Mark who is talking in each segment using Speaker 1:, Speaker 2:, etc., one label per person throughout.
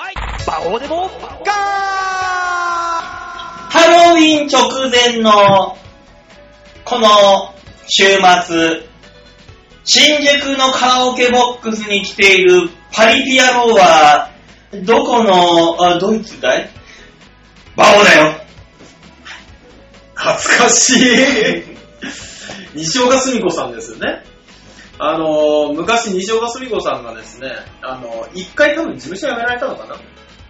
Speaker 1: ここでもガー
Speaker 2: ハロウィン直前の、この週末、新宿のカラオケボックスに来ているパリピ野郎は、どこの、あ、ドイツだいバオだよ。
Speaker 3: 恥ずかしい。西岡澄子さんですよね。あのー、昔西岡澄子さんがですね、あのー、一回多分事務所辞められたのかな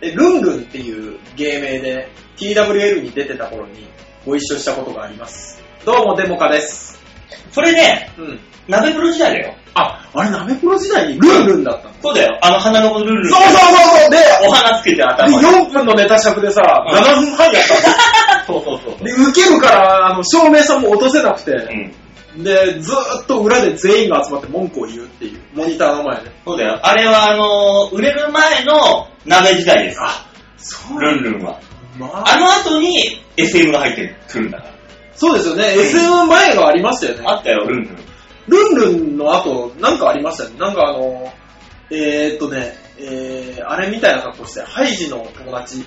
Speaker 3: で、ルンルンっていう芸名で TWL に出てた頃にご一緒したことがあります。どうも、デモカです。
Speaker 2: それね、
Speaker 3: うん。
Speaker 2: 鍋風呂時代だよ。
Speaker 3: あ、あれ、ナメプロ時代にルンルンだったの
Speaker 2: そうだよ。あの花のルルル。
Speaker 3: そうそうそうそうで、
Speaker 2: お花つけて頭に。
Speaker 3: 4分のネタ尺でさ、
Speaker 2: うん
Speaker 3: 7分半やったの
Speaker 2: そうそうそう。
Speaker 3: で、受けるから、あの、照明さんも落とせなくて、
Speaker 2: うん。
Speaker 3: で、ずーっと裏で全員が集まって文句を言うっていう、モニターの前で。
Speaker 2: そうだよ。あれはあのー売れる前の鍋時代です。
Speaker 3: あ、そ
Speaker 2: ルンルンは。
Speaker 3: ま
Speaker 2: あの後に SM が入ってくるんだから。
Speaker 3: そうですよね、SM 前がありましたよね。
Speaker 2: あったよ、ルンルン。
Speaker 3: ルンルンの後、なんかありましたよね。なんかあの、えー、っとね、えー、あれみたいな格好して、ハイジの友達、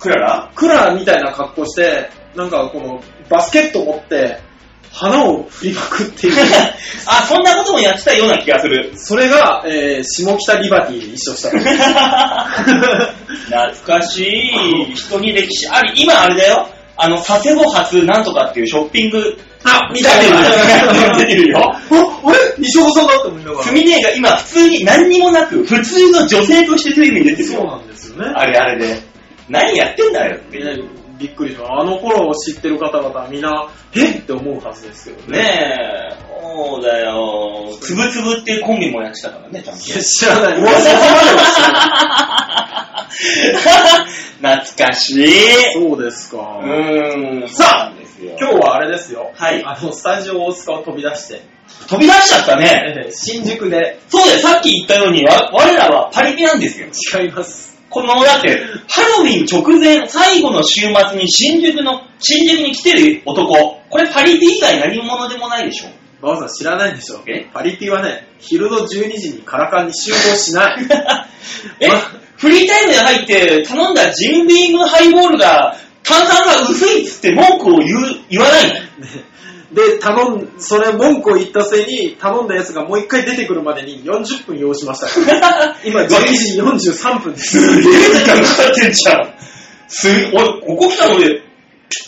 Speaker 2: クララ
Speaker 3: クラみたいな格好して、なんかこの、バスケット持って、花を振りまくって いう。
Speaker 2: あ、そんなこともやってたような気がする。
Speaker 3: それが、えー、下北リバティで一緒したの。
Speaker 2: 懐かしい。人に歴史あり。今あれだよ。あの、佐世保発なんとかっていうショッピング、
Speaker 3: あ
Speaker 2: みたい な。出てるよ。
Speaker 3: お、あれ西岡さんだって思いなが
Speaker 2: す
Speaker 3: ら。
Speaker 2: みねえが今普通に何にもなく、普通の女性としてテレビに出てる
Speaker 3: そう
Speaker 2: よ。
Speaker 3: なんですよね。
Speaker 2: あれあれで。何やってんだよっていう。
Speaker 3: ねびっくりしました。あの頃を知ってる方々はみんな、えっって思うはずですけどね。
Speaker 2: ねえ、そうだよ。つぶつぶっていうコンビもやってたからね、ちゃんと。
Speaker 3: いや、知らない。
Speaker 2: 懐かしい。
Speaker 3: そうです
Speaker 2: う
Speaker 3: か。
Speaker 2: ーん。
Speaker 3: さあ
Speaker 2: そうなんですよ
Speaker 3: 今日はあれですよ。
Speaker 2: はい
Speaker 3: あの、スタジオ大塚を飛び出して、
Speaker 2: 飛び出しちゃったね。
Speaker 3: えー 新宿で、
Speaker 2: そうだよ、さっき言ったように、わ我らはパリピなんですよ。
Speaker 3: 違います。
Speaker 2: この、だって、ハロウィン直前、最後の週末に新宿の、新宿に来てる男。これパリピ以外何者でもないでしょ。
Speaker 3: バオさん知らないんでしょ
Speaker 2: え。
Speaker 3: パリピはね、昼の12時にカラカンに集合しない
Speaker 2: え
Speaker 3: ま
Speaker 2: フリータイムで入って頼んだジンビームハイボールが炭酸が薄いっつって文句を言う言わないの
Speaker 3: で、頼ん、それ文句を言ったせいに、頼んだやつがもう一回出てくるまでに40分要しましたから。 今、12時43分です。
Speaker 2: すげえ時間かかってんじゃん。す、俺、ここ来たので、ぴっ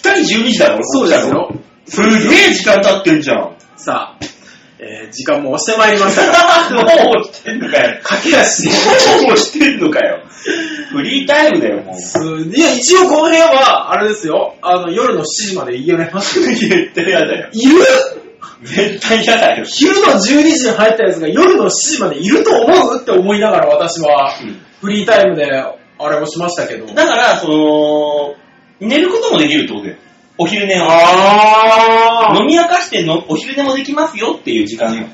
Speaker 2: たり12時だろ、
Speaker 3: そうですよ。
Speaker 2: すげえ時間経ってんじゃん。 も
Speaker 3: さあ、えー時間も押してまいりましたから。
Speaker 2: う押してんのかよ。
Speaker 3: 駆け足で。
Speaker 2: もう押してんのかよ。フリータイムだよ、もう。
Speaker 3: いや、一応この部屋は、あれですよ。あの、夜の7時まで家れますよ。
Speaker 2: 絶対嫌だよ。
Speaker 3: いる
Speaker 2: 絶対嫌だよ。
Speaker 3: 昼の12時に入ったやつが夜の7時までいると思うって思いながら私は
Speaker 2: うん、
Speaker 3: フリータイムで、あれをしましたけど。
Speaker 2: だから、その、寝ることもできるってことだよ。お昼寝を。
Speaker 3: あ
Speaker 2: 飲み明かしてのお昼寝もできますよっていう時間よ。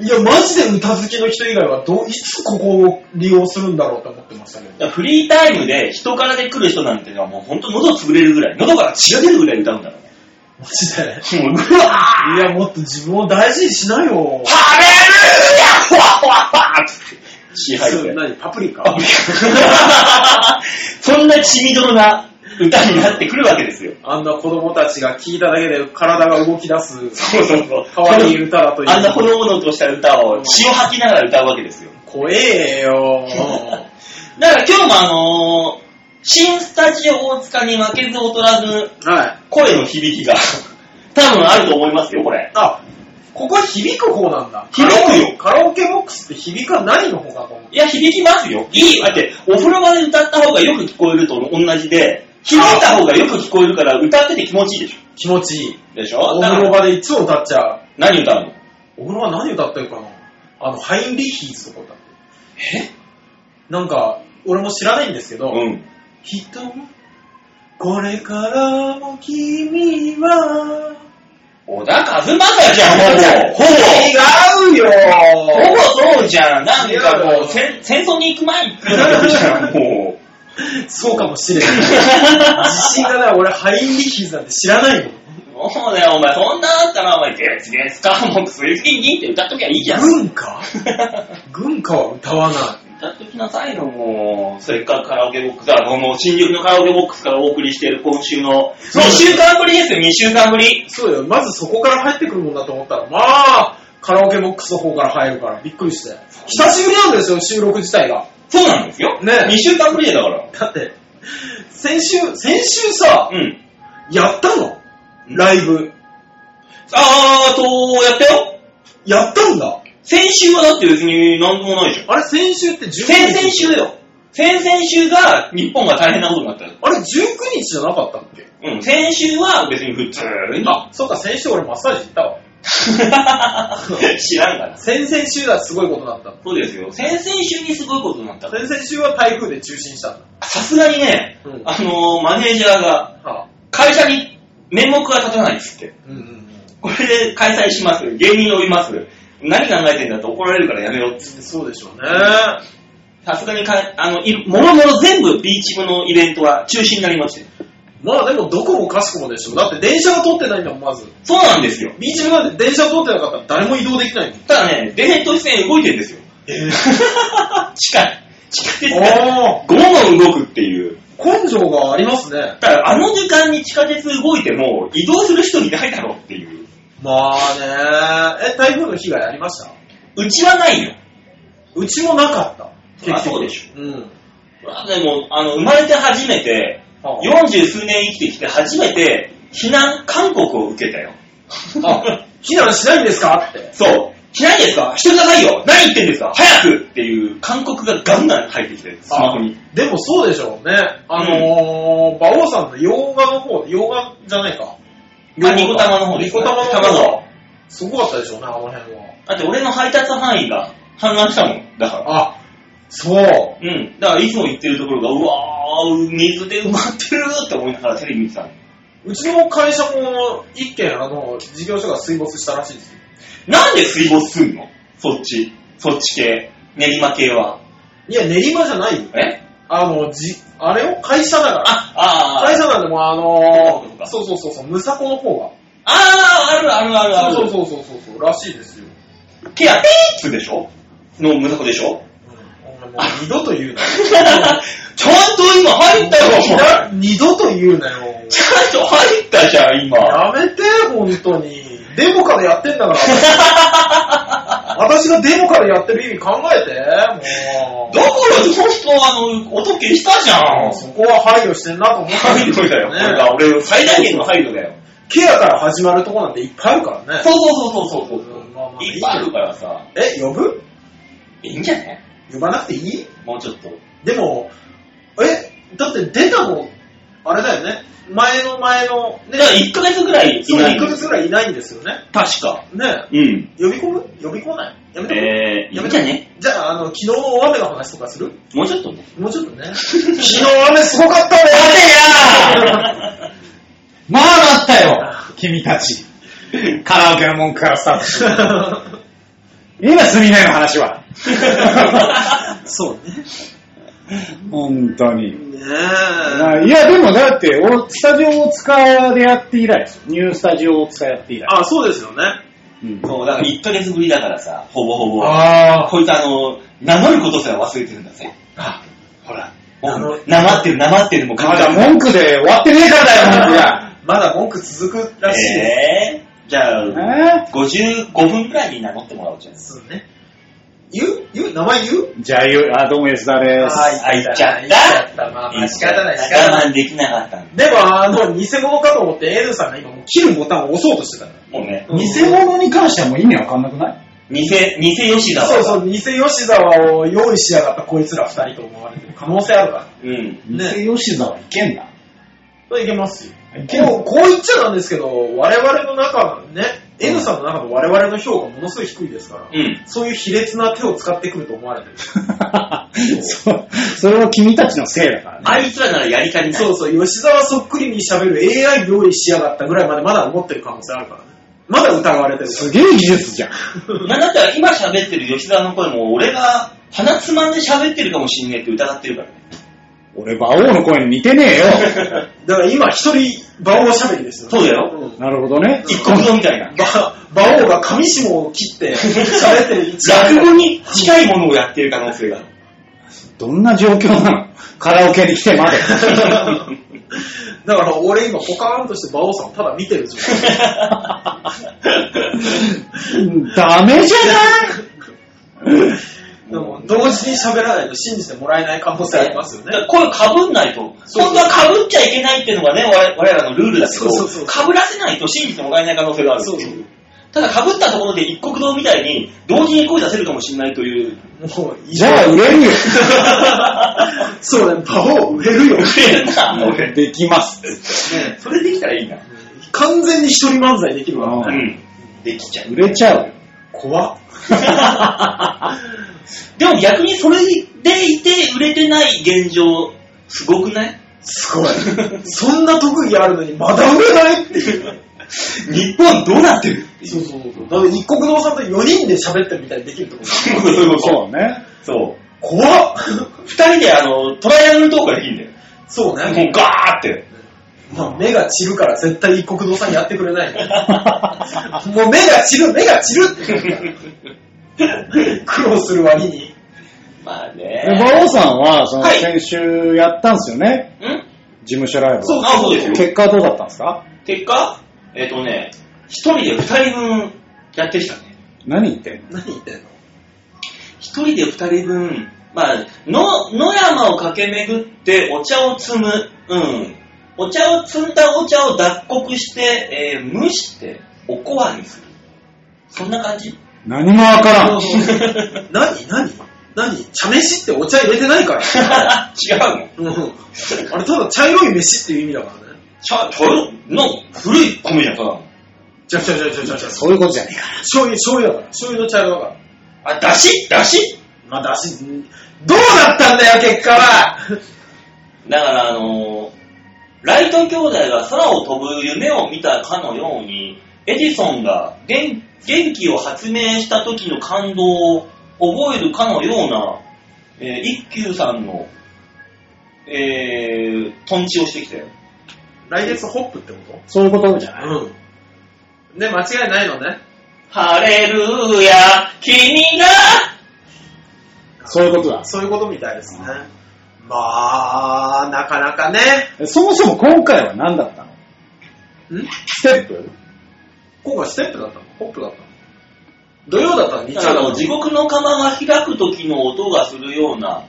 Speaker 3: いや、マジで歌好きの人以外は、どう、いつここを利用するんだろうって思ってましたけ
Speaker 2: だ
Speaker 3: ど。
Speaker 2: からフリータイムで人からで来る人なんてのはもうほんと喉潰れるぐらい、喉から血が出るぐらい歌うんだろうね。
Speaker 3: マジで。
Speaker 2: もう、うわー
Speaker 3: いや、もっと自分を大事にしなよ。
Speaker 2: ハレルヤほわほわほわって血吐い
Speaker 3: そ
Speaker 2: て
Speaker 3: れ。何パプリカ
Speaker 2: あびっくりそんな血みどろな歌になってくるわけですよ。
Speaker 3: あんな子供たちが聞いただけで体が動き出す、
Speaker 2: そうそうそう。
Speaker 3: 可愛い歌だという。
Speaker 2: あんなほのぼのとした歌を血を吐きながら歌うわけですよ。
Speaker 3: 怖えよ。
Speaker 2: だから今日もあのー新スタジオ大塚に負けず劣らず
Speaker 3: はい。
Speaker 2: 声の響きが 多分あると思いますよ、これ。
Speaker 3: あ、ここは響く方なんだ。
Speaker 2: 響くよ
Speaker 3: カラオケボックスって響かないの方かと思う。
Speaker 2: いや、響きますよ。いい。だって、お風呂場で歌った方がよく聞こえると同じで、響いた方がよく聞こえるから歌ってて気持ちいいでし
Speaker 3: 気持ちいい。
Speaker 2: ょ。でし
Speaker 3: お
Speaker 2: ょだか
Speaker 3: 風呂
Speaker 2: ら、
Speaker 3: 場でいつも歌っちゃう。
Speaker 2: 何歌うの
Speaker 3: お風呂場何歌ってるかなあの、ハインリヒーズとか歌ってる。えなんか、俺も知らないんですけど、
Speaker 2: うん。
Speaker 3: 人も、これからも君は、
Speaker 2: 小田和正じゃん、ほぼ。
Speaker 3: 違うよ
Speaker 2: ほぼ。ほぼそうじゃん。なんかもう、戦戦争に行く前に作った曲じゃん、もう。
Speaker 3: そうかもしれない。自信がない。俺、ハインリヒーズなんて知らないもん。
Speaker 2: そうだよ、お前、そんなだったら、お前、月 月か、もう、水月にって歌っときゃいいじゃん。
Speaker 3: 軍歌
Speaker 2: 歌
Speaker 3: 軍歌は歌わない。
Speaker 2: やっときなさいよ、もう。せっかくカラオケボックス、あの、もう新宿のカラオケボックスからお送りしている今週の、2
Speaker 3: う
Speaker 2: 週間ぶりですよ、2週間ぶり。
Speaker 3: そうよ、まずそこから入ってくるもんだと思ったら、まあ、カラオケボックスの方から入るから、びっくりして。久しぶりなんですよ、収録自体が。
Speaker 2: そうなんですよ。
Speaker 3: ね
Speaker 2: 2週間ぶりだから。
Speaker 3: だって、先週、先週さ、
Speaker 2: うん。
Speaker 3: やったのライブ。
Speaker 2: あーと、やったよ。
Speaker 3: やったんだ。
Speaker 2: 先週はだって別に何ともないじゃん。
Speaker 3: あれ、先週って19日。
Speaker 2: 先々週だよ。先々週が日本が大変なことになったよ。
Speaker 3: あれ、19日じゃなかったっけ
Speaker 2: うん。先週は別に普通に。
Speaker 3: あ、そっか、先週俺マッサージ行ったわ。
Speaker 2: 知らんから。
Speaker 3: 先々週だ、すごいことになった。
Speaker 2: そうですよ。先々週にすごいことになった。
Speaker 3: 先々週は台風で中止にしたんだ。
Speaker 2: さすがにね、
Speaker 3: うん
Speaker 2: あのーマネージャーが、
Speaker 3: はあ、
Speaker 2: 会社に面目が立たないっつって。
Speaker 3: うんうんうん。
Speaker 2: これで開催します。芸人呼びます。何考えてんだって怒られるからやめろっつって。
Speaker 3: そうでしょうね。
Speaker 2: さすがにか、あの、いもろもろ全部ビーチ部のイベントは中止になりまして。
Speaker 3: まあでも、どこもかしこもでしょ。だって電車が通ってないんだもん、まず。
Speaker 2: そうなんですよ。
Speaker 3: ビーチ部なんて電車通ってなかったら誰も移動できないもん。
Speaker 2: ただね、電熱と一線動いてんですよ。
Speaker 3: え
Speaker 2: 地下、地下鉄が
Speaker 3: お
Speaker 2: ゴーゴー動くっていう。
Speaker 3: ー、根性がありますね。
Speaker 2: ただ、あの時間に地下鉄動いても移動する人いないだろうっていう。
Speaker 3: まあねえ、台風の被害ありました
Speaker 2: うちはないよ。
Speaker 3: うちもなかった。
Speaker 2: あそうでし
Speaker 3: ょ。うん。
Speaker 2: まあでも、あの、生まれて初めて、
Speaker 3: はあ
Speaker 2: 四十数年生きてきて初めて、避難勧告を受けたよ。
Speaker 3: あ避難しないんですかって。
Speaker 2: そう。しないですかしてくださいよ何言ってんですか早くっていう勧告がガンガン入ってきて、スマホに。
Speaker 3: あでもそうでしょうね。あのー、馬王さんの洋画の方、洋画じゃないか。
Speaker 2: あニコ玉の方で
Speaker 3: ニ
Speaker 2: すね
Speaker 3: コ玉の
Speaker 2: 玉
Speaker 3: 方
Speaker 2: の。
Speaker 3: すごかったでしょうね、あの辺は。
Speaker 2: だって俺の配達範囲が氾濫したもん。だから。
Speaker 3: あ、そ
Speaker 2: う
Speaker 3: う。
Speaker 2: ん。だからいつも行ってるところが、うわー、水で埋まってるって思いながらテレビ見てたの。
Speaker 3: うちの会社も一軒、あの、事業所が水没したらしいですよ。
Speaker 2: なんで水没すんのそっち。そっち系。練馬系は。
Speaker 3: いや、練馬じゃないよ。
Speaker 2: え
Speaker 3: あの、じ、あれを会社だから。
Speaker 2: あ、あ
Speaker 3: 会
Speaker 2: ー。
Speaker 3: 社なんでもうあ
Speaker 2: そうかそうか
Speaker 3: のー、そうそうそうそう、ムサコの方が。
Speaker 2: あー、あるあるあるある。
Speaker 3: そうそうそうそうそう、らしいですよ。
Speaker 2: ケアピーツでしょのムサコでしょ
Speaker 3: お前もう二度と言 うなよ。
Speaker 2: ちゃんと今入ったよ、お前。
Speaker 3: 二度と言うなよ。
Speaker 2: ちゃんと入ったじゃん、今。
Speaker 3: やめて、本当に。デモからやって んだから。私がデモからやってる意味考えて、もう。
Speaker 2: どこよ、本当あの、音消したじゃん。
Speaker 3: そこは配慮してんなと思った
Speaker 2: 配慮だよ。これが
Speaker 3: ね、
Speaker 2: 俺、最大限の配慮だよ。
Speaker 3: ケアから始まるとこなんていっぱいあるからね。
Speaker 2: そうそうそうそうそう。
Speaker 3: まあまあ
Speaker 2: いっぱいあるからさ、
Speaker 3: え、呼ぶ
Speaker 2: いいんじゃない
Speaker 3: 呼ばなくていい
Speaker 2: もうちょっと。
Speaker 3: でも、え、だって出たの、あれだよね。前の前の、ね
Speaker 2: だから、1ヶ月ぐらいい
Speaker 3: そう、
Speaker 2: ない。
Speaker 3: 1ヶ月ぐらいいないんですよね。
Speaker 2: 確か。
Speaker 3: ね
Speaker 2: うん。
Speaker 3: 呼び込む呼び込まないやめて
Speaker 2: えー、
Speaker 3: や
Speaker 2: いい
Speaker 3: め
Speaker 2: んじ
Speaker 3: て
Speaker 2: ゃね
Speaker 3: じゃあ、あの、昨日大雨の話とかする
Speaker 2: もうちょっ とね。
Speaker 3: もうちょっと ね。昨日雨すごかったね
Speaker 4: まあなったよ君たち。カラオケの文句からスタートして。今すみないの話は。
Speaker 3: そうね。
Speaker 4: 本当に。
Speaker 3: ねえ。
Speaker 4: いや、でもだって、俺、スタジオ大塚でやって以来ですよ。ニュースタジオ大塚やって以来。
Speaker 3: あ、そうですよね。
Speaker 4: うん
Speaker 2: そう、だから1ヶ月ぶりだからさ、ほぼほぼ。
Speaker 3: あ
Speaker 2: こいつあの、名乗ることすら忘れてるんだぜ。
Speaker 3: あ。
Speaker 2: ほら。
Speaker 3: 名乗る
Speaker 2: なまってる、なまってる、もう
Speaker 4: まだ文句で終わってねえからだよ、文句が。
Speaker 3: まだ文句続くらしいで
Speaker 2: えー、じゃあ、
Speaker 4: え
Speaker 2: 55分くらいに名乗ってもらおうじゃん。
Speaker 3: す。そうね。言う言う名前言う
Speaker 4: ーじゃあ、言うあ、どうも吉田です。
Speaker 2: あ、行っちゃった
Speaker 3: 行っちゃった。まあまあ、仕方ない、仕方ない
Speaker 2: 我。慢できなかったんだ
Speaker 3: でも、あの、偽物かと思って、エルさんが今、もう切るボタンを押そうとしてたから。
Speaker 2: もうね、
Speaker 4: 偽物に関してはもう意味わかんなくない
Speaker 2: 偽、偽吉田は。
Speaker 3: そうそう、偽吉沢を用意しやがったこいつら二人と思われてる可能性あるから。
Speaker 2: うん。
Speaker 3: ね
Speaker 4: 偽吉沢いけ んな。
Speaker 3: それいけますよ。
Speaker 4: いけん
Speaker 3: こう、こう言っちゃなんですけど、我々の中のね、N さんの中の我々の評価ものすごい低いですから、
Speaker 2: うん。
Speaker 3: そういう卑劣な手を使ってくると思われてる。
Speaker 4: そうそれは君たちのせいだからね。
Speaker 2: あいつらならやりかねない。
Speaker 3: そうそう、吉沢そっくりに喋る AI 用意しやがったぐらいまでまだ思ってる可能性あるからね。まだ疑われてるから。
Speaker 4: すげえ技術じゃん。
Speaker 2: なんだったら今喋ってる吉田の声も俺が鼻つまんで喋ってるかもしんねえって疑ってるからね。
Speaker 4: 俺、馬王の声に似てねえよ。
Speaker 3: だから今一人、馬王喋りですよね。
Speaker 2: そうだよ
Speaker 3: ん
Speaker 4: なるほどね。
Speaker 2: 一国のみたいな。
Speaker 3: ば、馬王が上下を切って、喋ってる一
Speaker 2: 落語に近いものをやってる可能性がある。
Speaker 4: どんな状況なのカラオケに来てまで。
Speaker 3: だから俺今ポカーンとして馬王さんをただ見てる状態。
Speaker 4: ダメじゃ
Speaker 3: でも同時に喋らないと信じてもらえない可能性ありますよね。
Speaker 2: 声かぶんないと。
Speaker 3: そうそう
Speaker 2: 本当はかぶっちゃいけないっていうのがね、我我々のルールだけ
Speaker 3: そうそうそ
Speaker 2: ど、
Speaker 3: う
Speaker 2: かぶらせないと信じてもらえない可能性があるって
Speaker 3: そ
Speaker 2: いう
Speaker 3: そう。
Speaker 2: ただかぶったところで一国道みたいに同時に声出せるかもしれないという。
Speaker 3: もう異
Speaker 4: んじ
Speaker 3: 常
Speaker 4: ゃあ売れるよ。
Speaker 3: そうね、馬王売れるよ。
Speaker 4: できます。
Speaker 2: それできたらいいな。
Speaker 3: 完全に一人漫才できるわ。
Speaker 4: うん
Speaker 2: ん。できちゃう。
Speaker 4: 売れちゃうよ。
Speaker 3: 怖っ。
Speaker 2: でも逆にそれでいて売れてない現状、すごくない
Speaker 3: すごい。そんな特技あるのにまだ売れないっていう。
Speaker 2: 日本どうなってる
Speaker 3: そうそうそう。だって一国堂さんと4人で喋ってるみたいにできるってこと
Speaker 4: そうね。
Speaker 2: そう。
Speaker 3: 怖っ
Speaker 2: 二人であの、トライアングルトークができるんだよ。
Speaker 3: そうね。
Speaker 2: もうガーって。
Speaker 3: まあ、目が散るから絶対一国堂さんやってくれ ない。もう目が散る、目が散るって。苦労する割に。
Speaker 2: まあ
Speaker 4: で
Speaker 2: ね。
Speaker 4: 馬王さんは、その、
Speaker 2: はい
Speaker 4: 先週やったんですよね。
Speaker 2: ん
Speaker 4: 事務所ライブ。
Speaker 2: そうあそうですよ
Speaker 4: 結果はどうだったんですか
Speaker 2: 結果えっ、とね、一人で二人分やってきたね。
Speaker 4: 何言ってんの
Speaker 3: 何言ってんの
Speaker 2: 一人で二人分、まあ、の、野山を駆け巡ってお茶を摘む。うん。お茶を摘んだお茶を脱穀して、えー蒸しておこわにする。そんな感じ
Speaker 4: 何もわ からん。
Speaker 3: 何何何茶飯ってお茶入れてないから。
Speaker 2: 違うの
Speaker 3: うん、あれただ茶色い飯っていう意味だからね。
Speaker 2: 茶、茶色の古い米じゃん、ただの。
Speaker 3: ちゃちゃちゃちゃちゃちゃ。
Speaker 4: そういうことじゃねえか。
Speaker 3: 醤油、醤油だから。醤油の茶色だから。
Speaker 2: あ、だしだし
Speaker 3: まあ、だし、どうなったんだよ、結果は
Speaker 2: だから、あのーライト兄弟が空を飛ぶ夢を見たかのように、エジソンが元元気を発明した時の感動を覚えるかのような、えー一休さんの、えー、トンチをしてきたよ。
Speaker 3: 来月ホップってこ
Speaker 4: そういうことじゃない。
Speaker 3: とうん。ね、間違いないのね。
Speaker 2: ハレルーヤ、君が、
Speaker 4: そういうことだ。
Speaker 3: そういうことみたいですね。まあ、なかなかね。
Speaker 4: えそもそも今回は何だったの
Speaker 3: ん
Speaker 4: ステップ
Speaker 3: 今回ステップだったのホップだったの土曜だったの日曜だ
Speaker 2: あ
Speaker 3: った
Speaker 2: の、
Speaker 3: の
Speaker 2: 地獄の釜が開く時の音がするような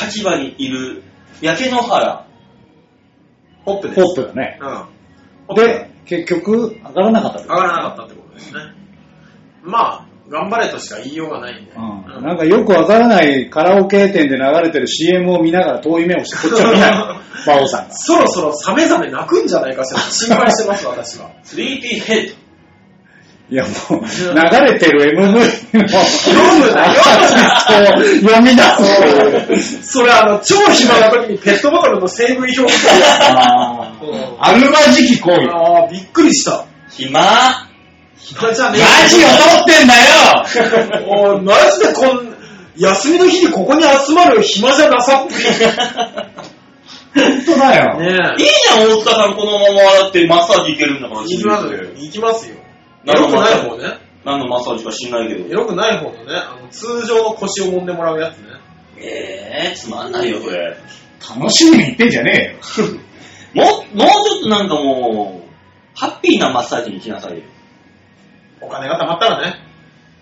Speaker 2: 立場にいる、焼け野原。
Speaker 3: ホップです。
Speaker 4: ホップだね。
Speaker 3: うん。ホップ
Speaker 4: で、結局、上がらなかったけ
Speaker 3: 上
Speaker 4: ど
Speaker 3: がらなかったってことですね。まあ、頑張れとしか言いようがないんで。
Speaker 4: うんなんかよくわからないカラオケ店で流れてる CM を見ながら遠い目をしてこっちを見ない。馬王さんが。
Speaker 3: そろそろサメザメ泣くんじゃないかしら心配してます、私は。
Speaker 2: スリーピーヘッド。
Speaker 4: いやもう、流れてる MV の読
Speaker 3: むな
Speaker 4: 読み出す。
Speaker 3: それあの、超暇な時にペットボトルの成分表みたいな。
Speaker 4: あー
Speaker 3: うん
Speaker 4: あるまじき行為。
Speaker 3: ああ、びっくりした。
Speaker 2: 暇
Speaker 3: 暇じゃ
Speaker 4: ラ
Speaker 3: ねえ
Speaker 4: ジオ撮ってんだよ
Speaker 3: おいマジでこん、休みの日にここに集まる暇じゃなさっぷり。
Speaker 4: 本当だよ。
Speaker 2: いい
Speaker 3: ね
Speaker 2: じゃん、大塚さん、このままだってマッサージ行けるんだから、
Speaker 3: 行きますよ。行きますよ。エ
Speaker 2: なる
Speaker 3: ロ
Speaker 2: ほ
Speaker 3: く
Speaker 2: ど
Speaker 3: ない方ね。
Speaker 2: 何のマッサージか知んないけ
Speaker 3: エ
Speaker 2: ど。
Speaker 3: ロくない方のね、あの通常の腰を揉んでもらうやつね。
Speaker 2: えー、つまんないよ、それ。
Speaker 4: 楽しみに行ってんじゃねえよ。
Speaker 2: もう、もうちょっとなんかもう、ハッピーなマッサージに来なさいよ。
Speaker 3: お金が貯まったらね。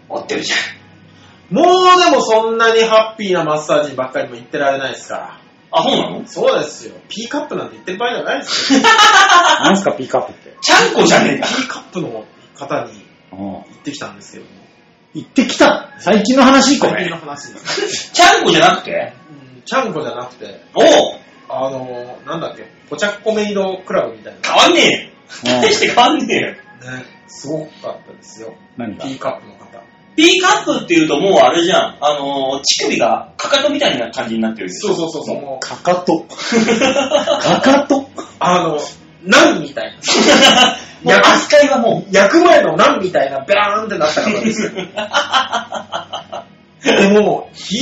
Speaker 2: 合ってるじゃん。
Speaker 3: もうでもそんなにハッピーなマッサージばっかりも行ってられないですから。
Speaker 2: あ、そうなの
Speaker 3: そうですよ。P カップなんて言ってる場合じゃないです よ。
Speaker 4: なんすかピックアップって。
Speaker 2: ちゃんこじゃねえか。
Speaker 3: P カップの方に
Speaker 4: うん
Speaker 3: 行ってきたんですけども。
Speaker 4: 行ってきた。最近の話、こ
Speaker 3: 最近の
Speaker 4: れ。
Speaker 3: 話です。
Speaker 2: ちゃんこじゃなくて
Speaker 3: うんちゃんこじゃなくて、
Speaker 2: おう
Speaker 3: あのー、なんだっけ、ポチャッコメイドクラブみたい
Speaker 2: 変わんねえ
Speaker 4: う
Speaker 2: よ。
Speaker 4: ん
Speaker 2: 大して変わんねえよ。
Speaker 3: な。ね。すごかったですよ。
Speaker 4: 何が
Speaker 3: P カップの方。
Speaker 2: P カップっていうともうあれじゃん。あのー、乳首がかかとみたいな感じになってるでしょ
Speaker 3: そうそうそう そう。もう
Speaker 4: かかと。かかと
Speaker 3: あの、ナンみたいな。
Speaker 2: もう扱いはもう、
Speaker 3: 焼く前のナンみたいな、ベラーンってなった方ですよ。 でも、ひ、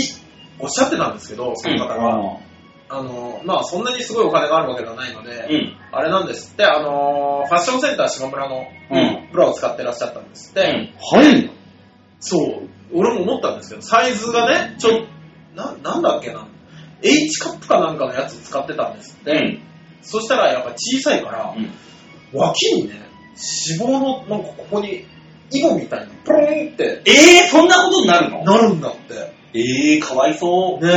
Speaker 3: おっしゃってたんですけど、その方が、あの、まあそんなにすごいお金があるわけではないので、
Speaker 2: うん
Speaker 3: あれなんですって、あの、ファッションセンター島村の
Speaker 2: うん
Speaker 3: プラを使ってらっしゃったんですって、
Speaker 2: うん
Speaker 4: 入るの
Speaker 3: そう、俺も思ったんですけど、サイズがね、ちょっな、なんだっけな、H カップかなんかのやつ使ってたんですって。
Speaker 2: うん。
Speaker 3: そしたらやっぱ小さいから、
Speaker 2: うん
Speaker 3: 脇にね、脂肪の、なんかここに、イボみたいに、ポロンって、
Speaker 2: えー、そんなことになるの
Speaker 3: なるんだって。
Speaker 2: えー、かわいそう。
Speaker 3: ね。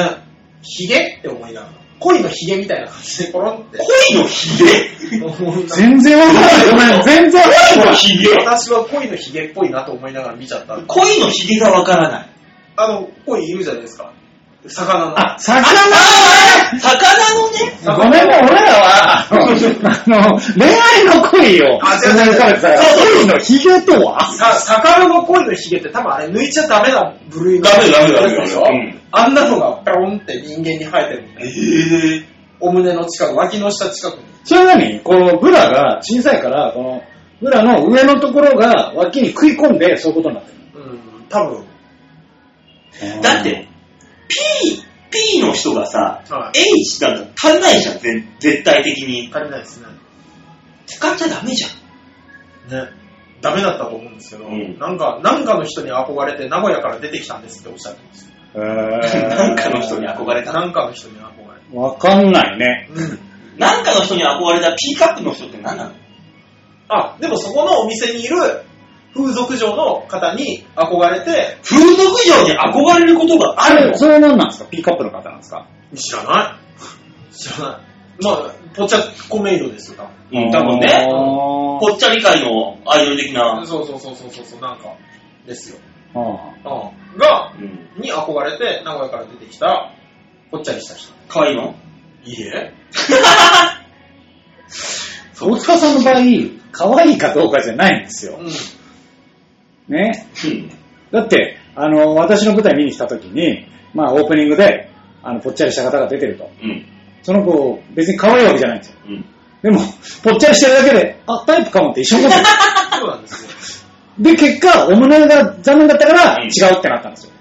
Speaker 3: ヒゲって思いながら。恋のヒゲみたいな感じでポロンって。
Speaker 2: 恋のヒゲ
Speaker 4: 全然わかんない。ごめん、全然わかん
Speaker 2: 恋
Speaker 4: な
Speaker 2: の
Speaker 4: い。
Speaker 2: ヒゲ
Speaker 3: 私は恋のヒゲっぽいなと思いながら見ちゃったんで
Speaker 2: 恋のヒゲがわからない。
Speaker 3: あの、恋いるじゃないですか。魚の。
Speaker 4: あ、魚
Speaker 2: 魚のね、
Speaker 4: ごめんね、俺らは、あの、恋愛の恋を、
Speaker 3: あ違う
Speaker 4: そんなに食べてたら
Speaker 2: そう
Speaker 4: 恋のヒゲとは
Speaker 3: さ魚の恋のヒゲって多分あれ抜いちゃダメな部類の
Speaker 2: ダメダメダメダメ
Speaker 3: でしょ、
Speaker 2: うん
Speaker 3: あんなのがペロンって人間に生えてるみたいな
Speaker 2: えー、
Speaker 3: お胸の近く、脇の下近くに。
Speaker 4: それなにこのブラが小さいから、この、ブラの上のところが脇に食い込んで、そういうことになって
Speaker 3: うん、多分。
Speaker 4: る。
Speaker 2: だって、P、P の人がさ、
Speaker 3: は
Speaker 2: H なんか足りないじゃん、ぜ絶対的に。
Speaker 3: 足りないですね。
Speaker 2: 使っちゃダメじゃん。
Speaker 3: ね。ダメだったと思うんですけど、
Speaker 2: うん
Speaker 3: なんか、なんかの人に憧れて名古屋から出てきたんですっておっしゃってました。
Speaker 4: えー、
Speaker 2: なんかの人に憧れた。
Speaker 3: なんかの人に憧れて。
Speaker 4: わかんないね。
Speaker 3: うん。
Speaker 2: なんかの人に憧れた P カップの人って何なの
Speaker 3: あ、でもそこのお店にいる風俗嬢の方に憧れて、
Speaker 2: 風俗嬢に憧れることがあるの
Speaker 4: それは何なんですかピーカップの方なんですか
Speaker 3: 知らない知らない。まあ、ぽっちゃこメイドですよ、多分。
Speaker 2: うん、多分ね。
Speaker 4: あー
Speaker 2: ぽっちゃり界のアイドル的な。
Speaker 3: そうそうそうそうそうそう、なんか、ですよ。
Speaker 4: あー
Speaker 3: うん。が、
Speaker 2: うん。
Speaker 3: に憧れて、名古屋から出てきた、ぽっちゃりした人。
Speaker 2: 可愛いの
Speaker 3: いいえ
Speaker 4: 大塚さんの場合、可愛いかどうかじゃないんですよ。
Speaker 3: うん。
Speaker 4: ね。
Speaker 2: うん。
Speaker 4: だって、あの、私の舞台見に来た時に、まあ、オープニングで、あの、ぽっちゃりした方が出てると。
Speaker 2: うん。
Speaker 4: その子、別に可愛いわけじゃないんですよ。
Speaker 2: うん。
Speaker 4: でも、ぽっちゃりしてるだけで、あ、タイプかもって一緒のこと
Speaker 3: そうなんですよ。
Speaker 4: で。で、結果、お胸が残念だったから、
Speaker 2: うん
Speaker 4: 違うってなったんですよ。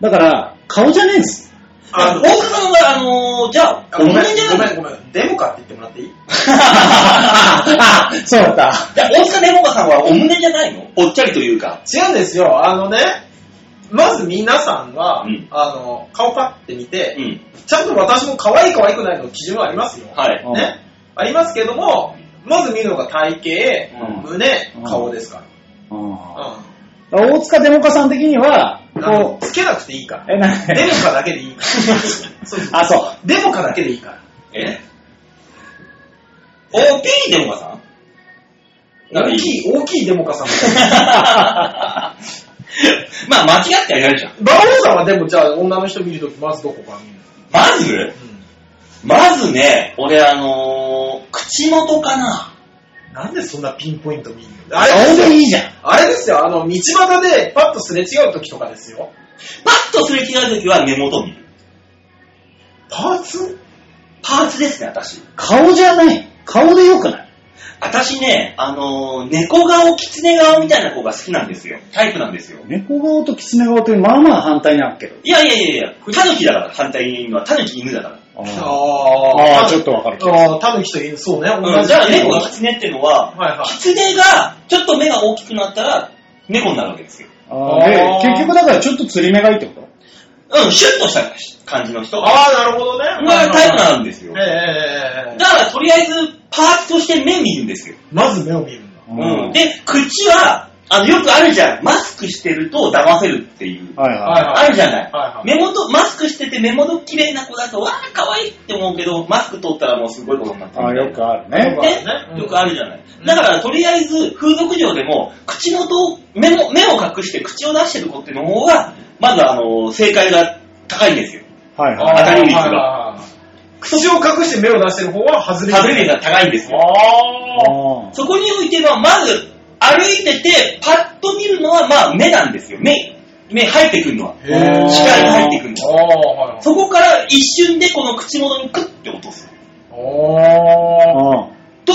Speaker 4: だから、顔じゃねえんです。
Speaker 2: あ
Speaker 3: あ
Speaker 2: の、
Speaker 3: の
Speaker 2: 大塚さんが、あのー、じゃあ、
Speaker 3: ご
Speaker 2: お
Speaker 3: めん、
Speaker 2: め
Speaker 3: ご
Speaker 2: んじゃな
Speaker 3: め
Speaker 2: い
Speaker 3: ん、ごめん。デモかって言ってもらっていい
Speaker 4: ああ、そうだった。
Speaker 2: じゃあ、大塚デモカさんはお胸じゃないのぽっちゃりというか。
Speaker 3: 違うんですよ。あのね、まず皆さんは、
Speaker 2: うん
Speaker 3: あの、顔パって見て、
Speaker 2: ん。
Speaker 3: ちゃんと私も可愛い可愛くないの基準はありますよ。
Speaker 2: はい。
Speaker 3: ね。ありますけども、まず見るのが体型、
Speaker 4: うん
Speaker 3: 胸
Speaker 4: うん、
Speaker 3: 顔ですか
Speaker 4: うん
Speaker 3: ら。
Speaker 4: 大塚デモカさん的には、
Speaker 3: うん。あの
Speaker 4: こ
Speaker 3: つけなくていいから
Speaker 4: う、。え、なん
Speaker 3: デ
Speaker 4: で
Speaker 3: モかだけでいいから。そうそう
Speaker 4: あ、そう。
Speaker 3: デモかだけでいいから。
Speaker 2: えお、P デモカさんなんかい
Speaker 3: 大
Speaker 2: い
Speaker 3: きい、大きいデモかさん。
Speaker 2: まあ、間違ってはやるじゃん。
Speaker 3: 馬王さんはでもじゃあ女の人見るときまずどこから見る
Speaker 2: まず
Speaker 3: う
Speaker 2: まずね、俺、あのー、口元かな。
Speaker 3: ん。なんでそんなピンポイント見るのあれ
Speaker 4: 顔
Speaker 3: ですよ
Speaker 4: でいいじゃん。
Speaker 3: あれですよ、あの、道端でパッとすれ違うときとかですよ。
Speaker 2: パッとすれ違うときは目元見る。
Speaker 3: パーツ
Speaker 2: パーツですね、私。
Speaker 4: 顔じゃない。顔でよくない。
Speaker 2: 私ね、あのー、猫顔、狐顔みたいな子が好きなんですよ。タイプなんですよ。
Speaker 4: 猫顔と狐顔ってまあまあ反対にあるけど。
Speaker 2: いやいやいやいや、タヌキだから、反対に言うのは、タヌキ犬だから。
Speaker 4: あ
Speaker 3: あ
Speaker 4: あーちょっとわかる気
Speaker 3: ああ、タヌキと犬、そうね、同
Speaker 2: うん、
Speaker 3: じ。
Speaker 2: じゃあ猫が狐ってのは、
Speaker 3: はいはい。
Speaker 2: 狐がちょっと目が大きくなったら猫になるわけですよ。
Speaker 4: あー
Speaker 3: あー
Speaker 4: で結局だからちょっと釣り目がいいってこと
Speaker 2: うん、シュッとした感じの人が
Speaker 3: ああ、なるほどね。
Speaker 2: タイプなんですよ。
Speaker 3: ええ
Speaker 2: だ
Speaker 3: ええええ
Speaker 2: からとりあえずパーツとして目見るんですよ。
Speaker 3: まず目を見るんだ。
Speaker 2: うん、で、口は、あの、よくあるじゃん。マスクしてると騙せるっていう。
Speaker 4: はいはい。
Speaker 2: あるじゃない。
Speaker 3: はいはい
Speaker 2: 目元、マスクしてて目元綺麗な子だと、わー、可愛いって思うけど、マスク取ったらもうすごいことになってる
Speaker 4: あーよくあるね。
Speaker 2: ね
Speaker 3: うん
Speaker 2: よくあるじゃない。だから、とりあえず、風俗嬢でも、口元を、目も、目を隠して口を出してる子っていうの方が、まず、あの、正解が高いんですよ。
Speaker 4: はい
Speaker 3: あ
Speaker 4: は
Speaker 3: ー
Speaker 2: 当たり率が
Speaker 3: はいはいはい口を隠して目を出してる方は外れ
Speaker 2: 外れ値が高いんですよ。
Speaker 4: い。
Speaker 3: ああ。
Speaker 4: あー
Speaker 2: そこにおいては、まず、歩いてて、パッと見るのは、まあ、目なんですよ。目、目入ってくるのは。
Speaker 3: へえ
Speaker 2: 視界に入ってくるのは。
Speaker 3: ああ、はいはい。
Speaker 2: そこから一瞬でこの口元にクッて落とす。
Speaker 3: ああ。
Speaker 4: あ
Speaker 2: と、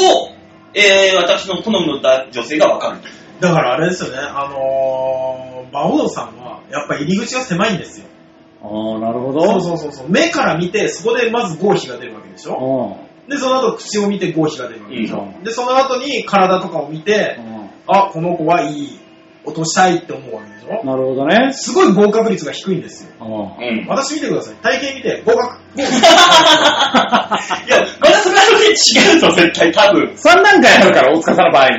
Speaker 2: えー、私の好みの女性がわかる。
Speaker 3: だからあれですよね、あのー、馬王さんは、やっぱ入り口が狭いんですよ。
Speaker 4: ーあー、なるほど。
Speaker 3: そうそうそうそう。目から見て、そこでまず合皮が出るわけでしょ。で、その後口を見て合皮が出るわけでしょ。
Speaker 4: う
Speaker 3: で、その後に体とかを見て
Speaker 4: う、んうん
Speaker 3: あ、この子はいい落としたいって思うわけでしょ
Speaker 4: なるほどね。
Speaker 3: すごい合格率が低いんですよ。
Speaker 4: うん
Speaker 2: うん。
Speaker 3: 私見てください。体験見て、合格。
Speaker 2: いや、またそれはそれで違うぞ、絶対、多分。
Speaker 4: 三段階あるから、大塚さんの場合。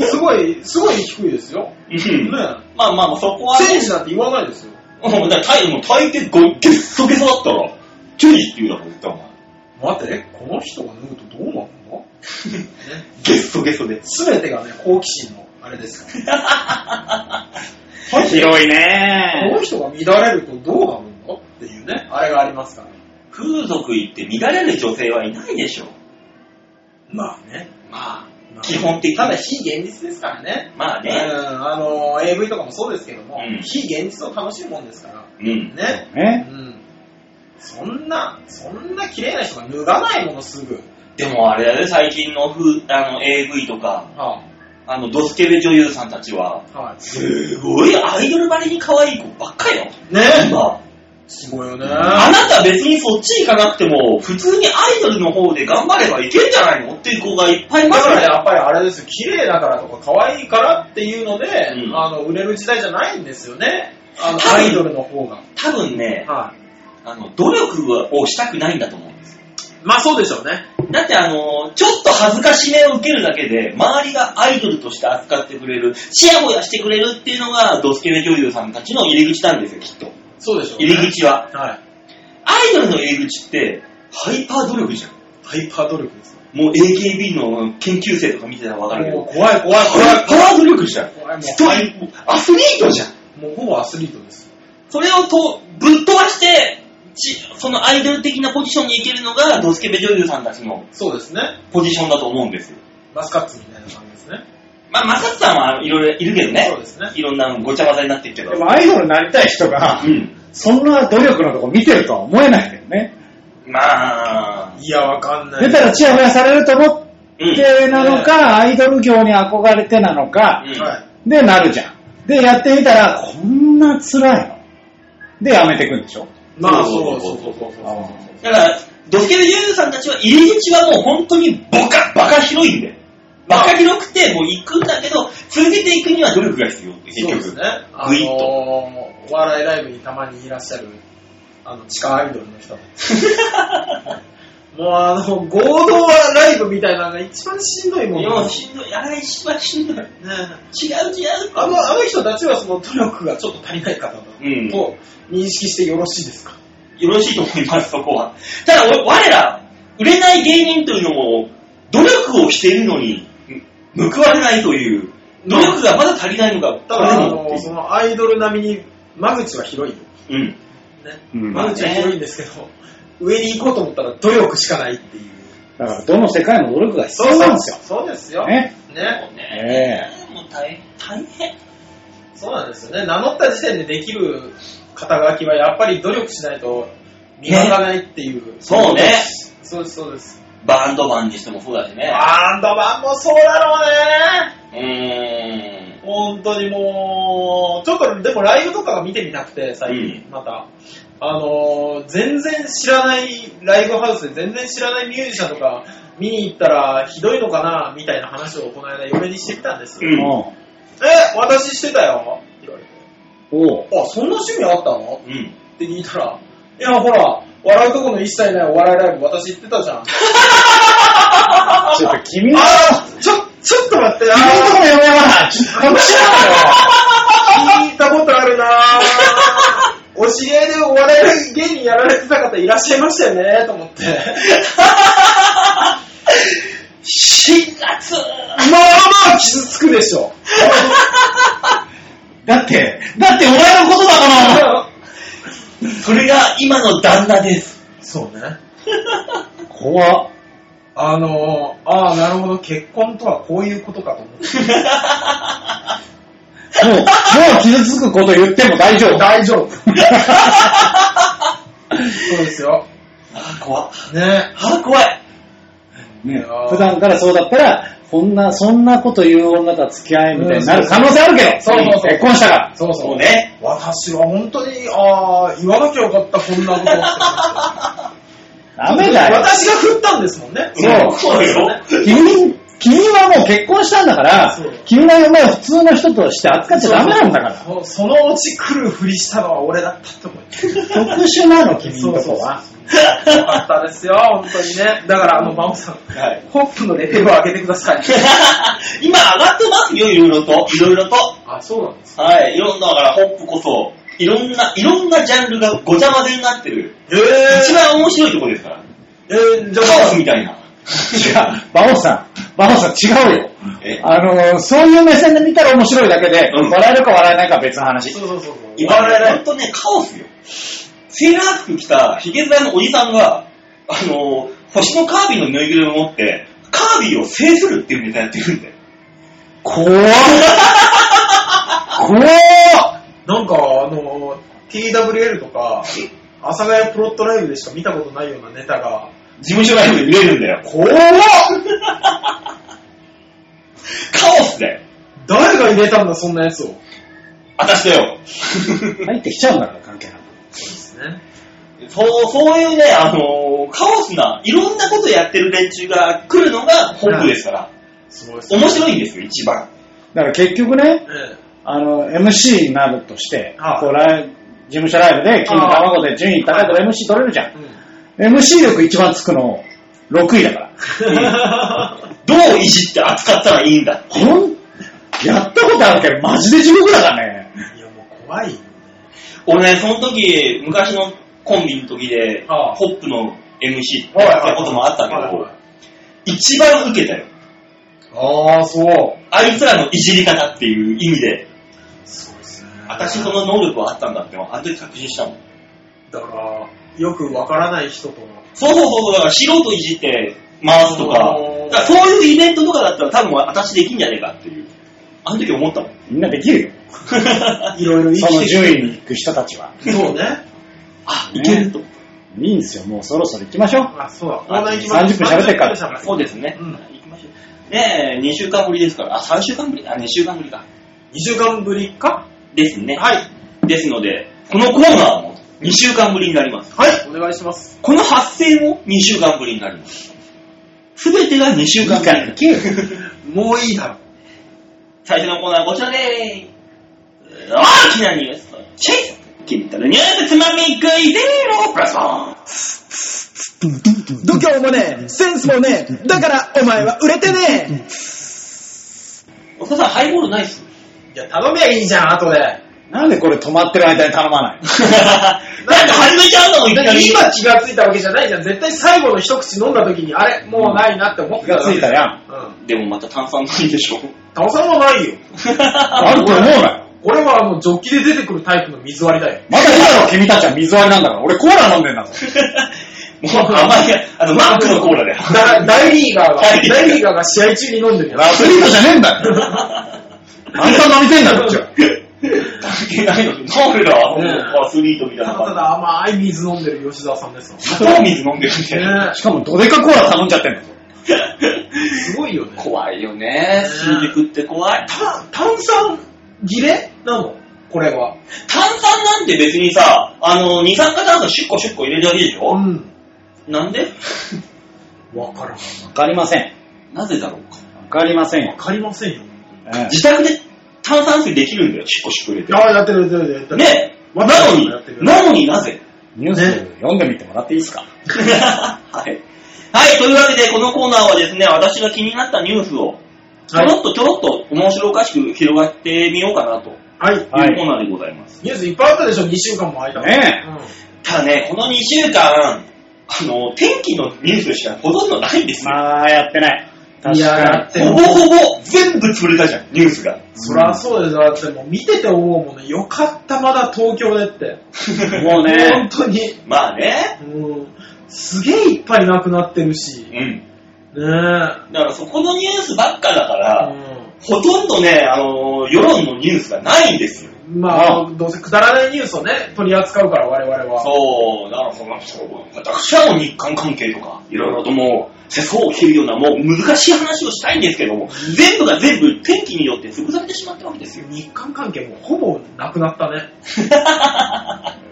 Speaker 3: すごい、すごい低いですよ。
Speaker 2: うん
Speaker 3: ね
Speaker 2: まあまあまあ、そこは、
Speaker 3: 選手なんて言わないですよ。
Speaker 2: うん、だから大もう大抵ご、ゲッソゲソだったら、チェリーって言うだろ、絶対お前。
Speaker 3: 待って、この人が脱ぐとどうなるの
Speaker 2: ゲッソゲソで。
Speaker 3: すべてがね、好奇心のあれですから。
Speaker 4: 広い
Speaker 3: こ
Speaker 4: ね
Speaker 3: の人が乱れるとどうなるのっていうね、あれがありますから。
Speaker 2: 風俗行って乱れる女性はいないでしょ。
Speaker 3: まあね。
Speaker 2: まあ、
Speaker 3: まあ
Speaker 2: 基本的
Speaker 3: ただ
Speaker 2: に。
Speaker 3: 非現実ですからね。
Speaker 2: まあ
Speaker 3: うん、
Speaker 2: ね。
Speaker 3: あの、AV とかもそうですけども、
Speaker 2: うん
Speaker 3: 非現実を楽しむもんですから。
Speaker 2: うん。
Speaker 3: ね。う
Speaker 4: ね。
Speaker 3: ん。そんな、そんな綺麗な人が脱がないものすぐ。
Speaker 2: でもあれだよね、最近の風、あの、AV とか、
Speaker 3: は
Speaker 2: あの、ドスケベ女優さんたちは、
Speaker 3: い。はい。
Speaker 2: すごいアイドルばりに可愛い子ばっかりよ。
Speaker 3: ね
Speaker 2: 今
Speaker 3: すごいよね。
Speaker 2: あなた別にそっち行かなくても、普通にアイドルの方で頑張ればいけるんじゃないのっていう子がいっぱいいま
Speaker 3: だ
Speaker 2: す
Speaker 3: か
Speaker 2: からら
Speaker 3: やっぱりあれですよ、綺麗だからとか可愛いからっていうので、
Speaker 2: うん
Speaker 3: あの売れる時代じゃないんですよね。あの
Speaker 2: 多分
Speaker 3: アイドルの方が。
Speaker 2: 多分ね、
Speaker 3: はい。
Speaker 2: あの、努力をしたくないんだと思うんです。
Speaker 3: まあそうでしょうね。
Speaker 2: だってあの、ちょっと恥ずかしめを受けるだけで、周りがアイドルとして扱ってくれる、チヤホヤしてくれるっていうのが、ドスケベ女優さんたちの入り口なんですよ、きっと。
Speaker 3: そうでしょう、ね。
Speaker 2: 入り口は。
Speaker 3: はい。
Speaker 2: アイドルの入り口って、ハイパー努力じゃん。
Speaker 3: ハイパー努力です。
Speaker 2: もう AKB の研究生とか見てたらわかるけ
Speaker 3: もう
Speaker 2: ど、
Speaker 3: 怖い怖い怖
Speaker 2: ハイ
Speaker 3: い
Speaker 2: パ
Speaker 3: 怖い。
Speaker 2: ー努力じゃん。
Speaker 3: 怖いも
Speaker 2: 一人、もうアスリートじゃん。
Speaker 3: うもうほぼアスリートです。
Speaker 2: それをとぶっ飛ばして、ちそのアイドル的なポジションに行けるのが、ドスケベ女優さんたちの
Speaker 3: そうですね。
Speaker 2: ポジションだと思うんですよ。
Speaker 3: マスカッツみたいな感じですね。
Speaker 2: まあ、マサツさんはいろいろいるけど
Speaker 3: そう
Speaker 2: ね
Speaker 3: で。すね。
Speaker 2: いろんなごちゃ混ぜになってるけど。
Speaker 4: でも、アイドルになりたい人が
Speaker 2: う、ん。
Speaker 4: そんな努力のとこ見てるとは思えないけどね。
Speaker 2: まあ、
Speaker 3: いや、わかんない。
Speaker 4: 出たらチヤホヤされると思
Speaker 2: うん。
Speaker 4: ってなのか、アイドル業に憧れてなのか、
Speaker 2: うん
Speaker 3: はい。
Speaker 4: で、なるじゃん。で、やってみたら、こんな辛いの。で、やめてくんでしょ。
Speaker 3: まあ
Speaker 2: そう
Speaker 3: そ
Speaker 2: そう
Speaker 3: う
Speaker 2: そ
Speaker 3: そううそうそうそう。
Speaker 2: だから、ドスケベ女優さんたちは入り口はもう本当にボカ、バカ広いんだよ。バカ広くて、もう行くんだけど、続けていくには努力が必要って、結
Speaker 3: そうで
Speaker 2: 局。
Speaker 3: すね。あ
Speaker 2: グイッ
Speaker 3: の
Speaker 2: と
Speaker 3: お笑いライブにたまにいらっしゃる、あの、地下アイドルの人 たち。もうあの、合同ライブみたいなのが一番しんどいもん
Speaker 2: い
Speaker 3: ね。
Speaker 2: や、しんどい。あれ、一番しんどい。違う
Speaker 3: ねえ
Speaker 2: 違う。
Speaker 3: あの、あの人たちはその努力がちょっと足りない方だと
Speaker 2: うん
Speaker 3: 認識してよろしいですか
Speaker 2: よろしいと思います、そこは。ただ、我我ら、売れない芸人というのも、努力をしているのに、む報われないという、努力がまだ足りないのが、
Speaker 3: ただ、あ
Speaker 2: これ
Speaker 3: の、
Speaker 2: で
Speaker 3: そ
Speaker 2: も
Speaker 3: のアイドル並みに間口は広いよ。
Speaker 2: っていう
Speaker 3: ね、
Speaker 4: うん。
Speaker 2: まあ
Speaker 4: だ
Speaker 3: 間口は広いんですけど、上に行こうと思ったら努力しかないっていう。
Speaker 4: から、どの世界も努力が必要なんですよ。
Speaker 3: そうですよ。
Speaker 4: ね。
Speaker 3: ね
Speaker 2: うん。
Speaker 4: ね
Speaker 2: ねもう大変、大変。
Speaker 3: そうなんですよね。名乗った時点でできる肩書きはやっぱり努力しないと磨かないっていう。
Speaker 2: そうね。
Speaker 3: そうです、そうです。
Speaker 2: バンドマンにしてもそうだしね。
Speaker 3: バンドマンもそうだろうね。
Speaker 2: うーん。
Speaker 3: 本当にもう、ちょっとでもライブとかが見てみなくて、最近、また。あのー全然知らないライブハウスで全然知らないミュージシャンとか見に行ったらひどいのかなみたいな話をこの間嫁にしてみたんですよ。
Speaker 2: うん
Speaker 4: お
Speaker 3: え、私してたよって言われて。
Speaker 4: おう
Speaker 3: あ、そんな趣味あったの
Speaker 2: うん。
Speaker 3: って聞いたら、いや、ほら、笑うとこの一切ないお笑いライブ、私行ってたじゃん。あ
Speaker 4: ちょっと君の、
Speaker 3: あー、ちょ、ちょっと待って、あ
Speaker 4: 君のとこ読めば、ちょっと隠し
Speaker 3: ー聞いたことあるな ーお知り合いでお笑い芸人やられてた方いらっしゃいましたよねと思って。
Speaker 2: 4月
Speaker 3: まあまあ傷つくでしょ。
Speaker 4: だって、だってお前のことだから
Speaker 2: それが今の旦那です。
Speaker 3: そうね。
Speaker 4: 怖っ。
Speaker 3: あのー、ああ、なるほど、結婚とはこういうことかと思 って。
Speaker 4: もう、もう傷つくこと言っても大丈夫。
Speaker 3: 大丈夫。そうですよ。
Speaker 2: あー、怖っ。
Speaker 3: ね。
Speaker 2: あー、怖い。
Speaker 4: ね、普段からそうだったら、こんな、そんなこと言う女とは付き合えみたいになる可能性あるけど、
Speaker 3: そうそうそう
Speaker 4: 結婚したから。
Speaker 3: そうそう
Speaker 2: そう。ね。
Speaker 3: 私は本当に、ああ、言わなきゃよかった、こんなことは。
Speaker 4: ダメだよ。
Speaker 3: 私が振ったんですもんね。
Speaker 4: そう
Speaker 2: そうよ。
Speaker 4: 君、君はもう結婚したんだから
Speaker 3: そう、
Speaker 4: 君の嫁を普通の人として扱っちゃダメなんだから。
Speaker 3: そうそのうち来るふりしたのは俺だったって思って。
Speaker 4: 特殊なの、君のと
Speaker 3: そ
Speaker 4: こは。
Speaker 3: うそうそうよかったですよ、本当にね。だから、あの、真央さん、
Speaker 2: はい。
Speaker 3: ホップのレベルを上げてください。
Speaker 2: 今上がってますよ、いろいろと。いろいろと。
Speaker 3: あ、そうなんです
Speaker 2: はい。いろんな、だからホップこそ、いろんな、いろんなジャンルがごちゃ混ぜになってる。
Speaker 3: え
Speaker 2: 一番面白いとこですから。
Speaker 3: えー、じゃ
Speaker 2: カオス
Speaker 3: あ、
Speaker 2: みた いな。
Speaker 4: 違う、馬王さん、馬王さん違うよ。
Speaker 2: え
Speaker 4: あのー、そういう目線で見たら面白いだけで、
Speaker 2: うん
Speaker 4: 笑えるか笑えないかは別の話。
Speaker 3: そうそうそうそう。
Speaker 2: 今ね、ほんとね、カオスよ。セーラー服着たヒゲ剤のおじさんが、あのー星のカービィのぬいぐるみを持って、カービィを制するっていうネタやってるんで。
Speaker 4: 怖っ怖っ
Speaker 3: なんか、あの、TWL とか、阿佐ヶ谷プロットライブでしか見たことないようなネタが、
Speaker 2: 事務所ライブで見れるんだよ。
Speaker 4: 怖っ
Speaker 2: カオスだよ。
Speaker 3: 誰が入れたんだ、そんなやつを。
Speaker 2: 私だよ。
Speaker 4: 入ってきちゃうんだから、関係なく。
Speaker 3: そうですね。
Speaker 2: そう、そういうね、あのーカオスな、いろんなことやってる連中が来るのがホップですから、
Speaker 3: すごいですね。
Speaker 2: 面白いんですよ、一番。
Speaker 4: だから結局ね、
Speaker 3: え
Speaker 4: あの、MC になるとして、
Speaker 3: はい
Speaker 4: こうライブ事務所ライブで、金の卵で順位高いと MC 取れるじゃ
Speaker 3: え
Speaker 4: ん。MC 力一番つくの、6位だから。
Speaker 2: どういじって扱ったらいいんだ。
Speaker 4: ほん、やったことあるけど、マジで地獄だからね。
Speaker 3: うん。いや、もう怖いよね。
Speaker 2: 俺ね、その時、昔のコンビの時で、
Speaker 3: ああ
Speaker 2: ホップの MC やったこともあったけど、一番受けたよ。
Speaker 3: ああ、そう。
Speaker 2: あいつらのいじり方っていう意味で、
Speaker 3: そうですね。
Speaker 2: 私その能力はあったんだって、あの時確信したもん。
Speaker 3: だから、よくわからない人との。
Speaker 2: そうそうそう、だから素人いじって回すとか
Speaker 3: お、ー
Speaker 2: だからそういうイベントとかだったら多分私できんじゃねえかっていう。あの時思ったもん。
Speaker 4: みんなできるよ。
Speaker 3: いろいろ生
Speaker 4: その
Speaker 3: きて
Speaker 4: 順位に行く人たちは。
Speaker 3: る。そうね。
Speaker 2: あ、いけると。
Speaker 4: いいんですよ、もうそろそろ行きましょう。
Speaker 3: あ、そうだ。コーナー行きましょ
Speaker 4: 30分喋ってっから。
Speaker 3: 30分
Speaker 2: そうですね。
Speaker 3: うん
Speaker 2: 行きましょう。ねえ、2週間ぶりですから。あ、3週間ぶりあ、2週間ぶりか。
Speaker 3: 2週間ぶりか
Speaker 2: ですね。
Speaker 3: はい。
Speaker 2: ですので、このコーナーも2週間ぶりになります。
Speaker 3: はい。お願いします。
Speaker 2: この発生も2週間ぶりになります。すべてが2週間ぶり。
Speaker 4: けよ。
Speaker 3: もういいだろ。
Speaker 2: 最初のコーナーはこちらでーす。大きなニュースをチェイス切ったらニュースつまみ食いゼロプラスワン
Speaker 5: 度胸もねえセンスもねえだからお前は売れてね
Speaker 2: お父さん、ハイボールないっ す
Speaker 3: いや、頼めばいいじゃん、後で。
Speaker 4: なんでこれ止まってる間に頼ま な
Speaker 2: な
Speaker 4: い
Speaker 2: んか始めちゃうのもいき
Speaker 3: だっ
Speaker 2: な
Speaker 3: て
Speaker 2: り。
Speaker 3: 今気がついたわけじゃないじゃん。絶対最後の一口飲んだ時に、あれもうないなって思って
Speaker 4: 気がついた
Speaker 3: よ。
Speaker 4: やん。
Speaker 3: うん。
Speaker 2: でもまた炭酸ないでしょ。
Speaker 3: タオさんはないよ。
Speaker 4: あると思うなよ。
Speaker 3: 俺はもうジョッキで出てくるタイプの水割り だよ。
Speaker 4: まだいいだろ、君たちは水割りなんだから。俺コーラ飲んでんだ ぞ。
Speaker 2: もう甘いや、あの、マックのコーラだよ。
Speaker 3: だから大リーガーが、
Speaker 2: 大
Speaker 3: 大
Speaker 2: リーガー
Speaker 3: リーガーが試合中に飲んでるよ。
Speaker 4: アスリートじゃねえんだよ。あんた飲みてんだろ、こっちは。
Speaker 2: 関係ないのに、なんでだ、
Speaker 3: ね
Speaker 2: アスリートみたいな
Speaker 3: ただた
Speaker 2: 感
Speaker 3: だ甘い水飲んでる吉沢さんですよ。
Speaker 2: じ。砂糖水飲んでるみたいな。
Speaker 3: ね
Speaker 4: しかもドデカコーラ頼んじゃってんだぞ。
Speaker 3: すごいよね。
Speaker 2: 怖いよね。新宿って怖い。
Speaker 3: た炭酸切れなのこれは。
Speaker 2: 炭酸なんて別にさ、あの、二酸化炭素シュッコシュッコ入れるだけでしょ、
Speaker 3: ん。
Speaker 2: なんで
Speaker 3: わからん。わ
Speaker 4: わかりません。
Speaker 2: なぜだろうか。
Speaker 4: わかりませんよ。
Speaker 3: かりませんよ。
Speaker 4: え
Speaker 2: 自宅で炭酸水できるんだよ、シュッコシュッコ入れて。
Speaker 3: ああ、やってる、やってる、やってる。
Speaker 2: ねな
Speaker 3: わ
Speaker 2: の
Speaker 3: やって
Speaker 2: に、
Speaker 3: る
Speaker 2: なのになぜ
Speaker 4: えニュース読んでみてもらっていいですか
Speaker 2: はい。はい、というわけで、このコーナーはですね、私が気になったニュースを、ちょろっとちょろっと面白おかしく広がってみようかなという
Speaker 3: はい。
Speaker 4: はい
Speaker 2: コーナーでございます。
Speaker 3: ニュースいっぱいあったでしょ、2週間も間。
Speaker 4: ね
Speaker 2: ただね、この2週間、あの、天気のニュースしかほとんどないんですよ。
Speaker 4: まあ、やってない。
Speaker 3: うん。い
Speaker 4: 確
Speaker 3: や、
Speaker 4: か
Speaker 3: だ
Speaker 4: に
Speaker 3: っ。て
Speaker 2: ほ
Speaker 3: もう
Speaker 2: ぼ、ほぼ全部潰れたじゃん、ニュースが。
Speaker 3: そりゃそうですよ。だってもう見てて思うもんね。よかった、まだ東京でって。
Speaker 4: もう
Speaker 3: 本
Speaker 4: ね、
Speaker 3: 当に。
Speaker 2: まあね。
Speaker 3: うん。すげえいっぱいなくなってるし。ね
Speaker 2: うん。
Speaker 3: え。うん。
Speaker 2: だからそこのニュースばっかだから、ほとんどね、あの、世論のニュースがないんですよ。
Speaker 3: まあ、どうせくだらないニュースをね、取り扱うから、我々は。
Speaker 2: そう、だからその、そう私はもう日韓関係とか、いろいろともう、世相を切るような、もう難しい話をしたいんですけども、全部が全部天気によって潰されてしまったわけですよ。
Speaker 3: 日韓関係もほぼなくなった ね。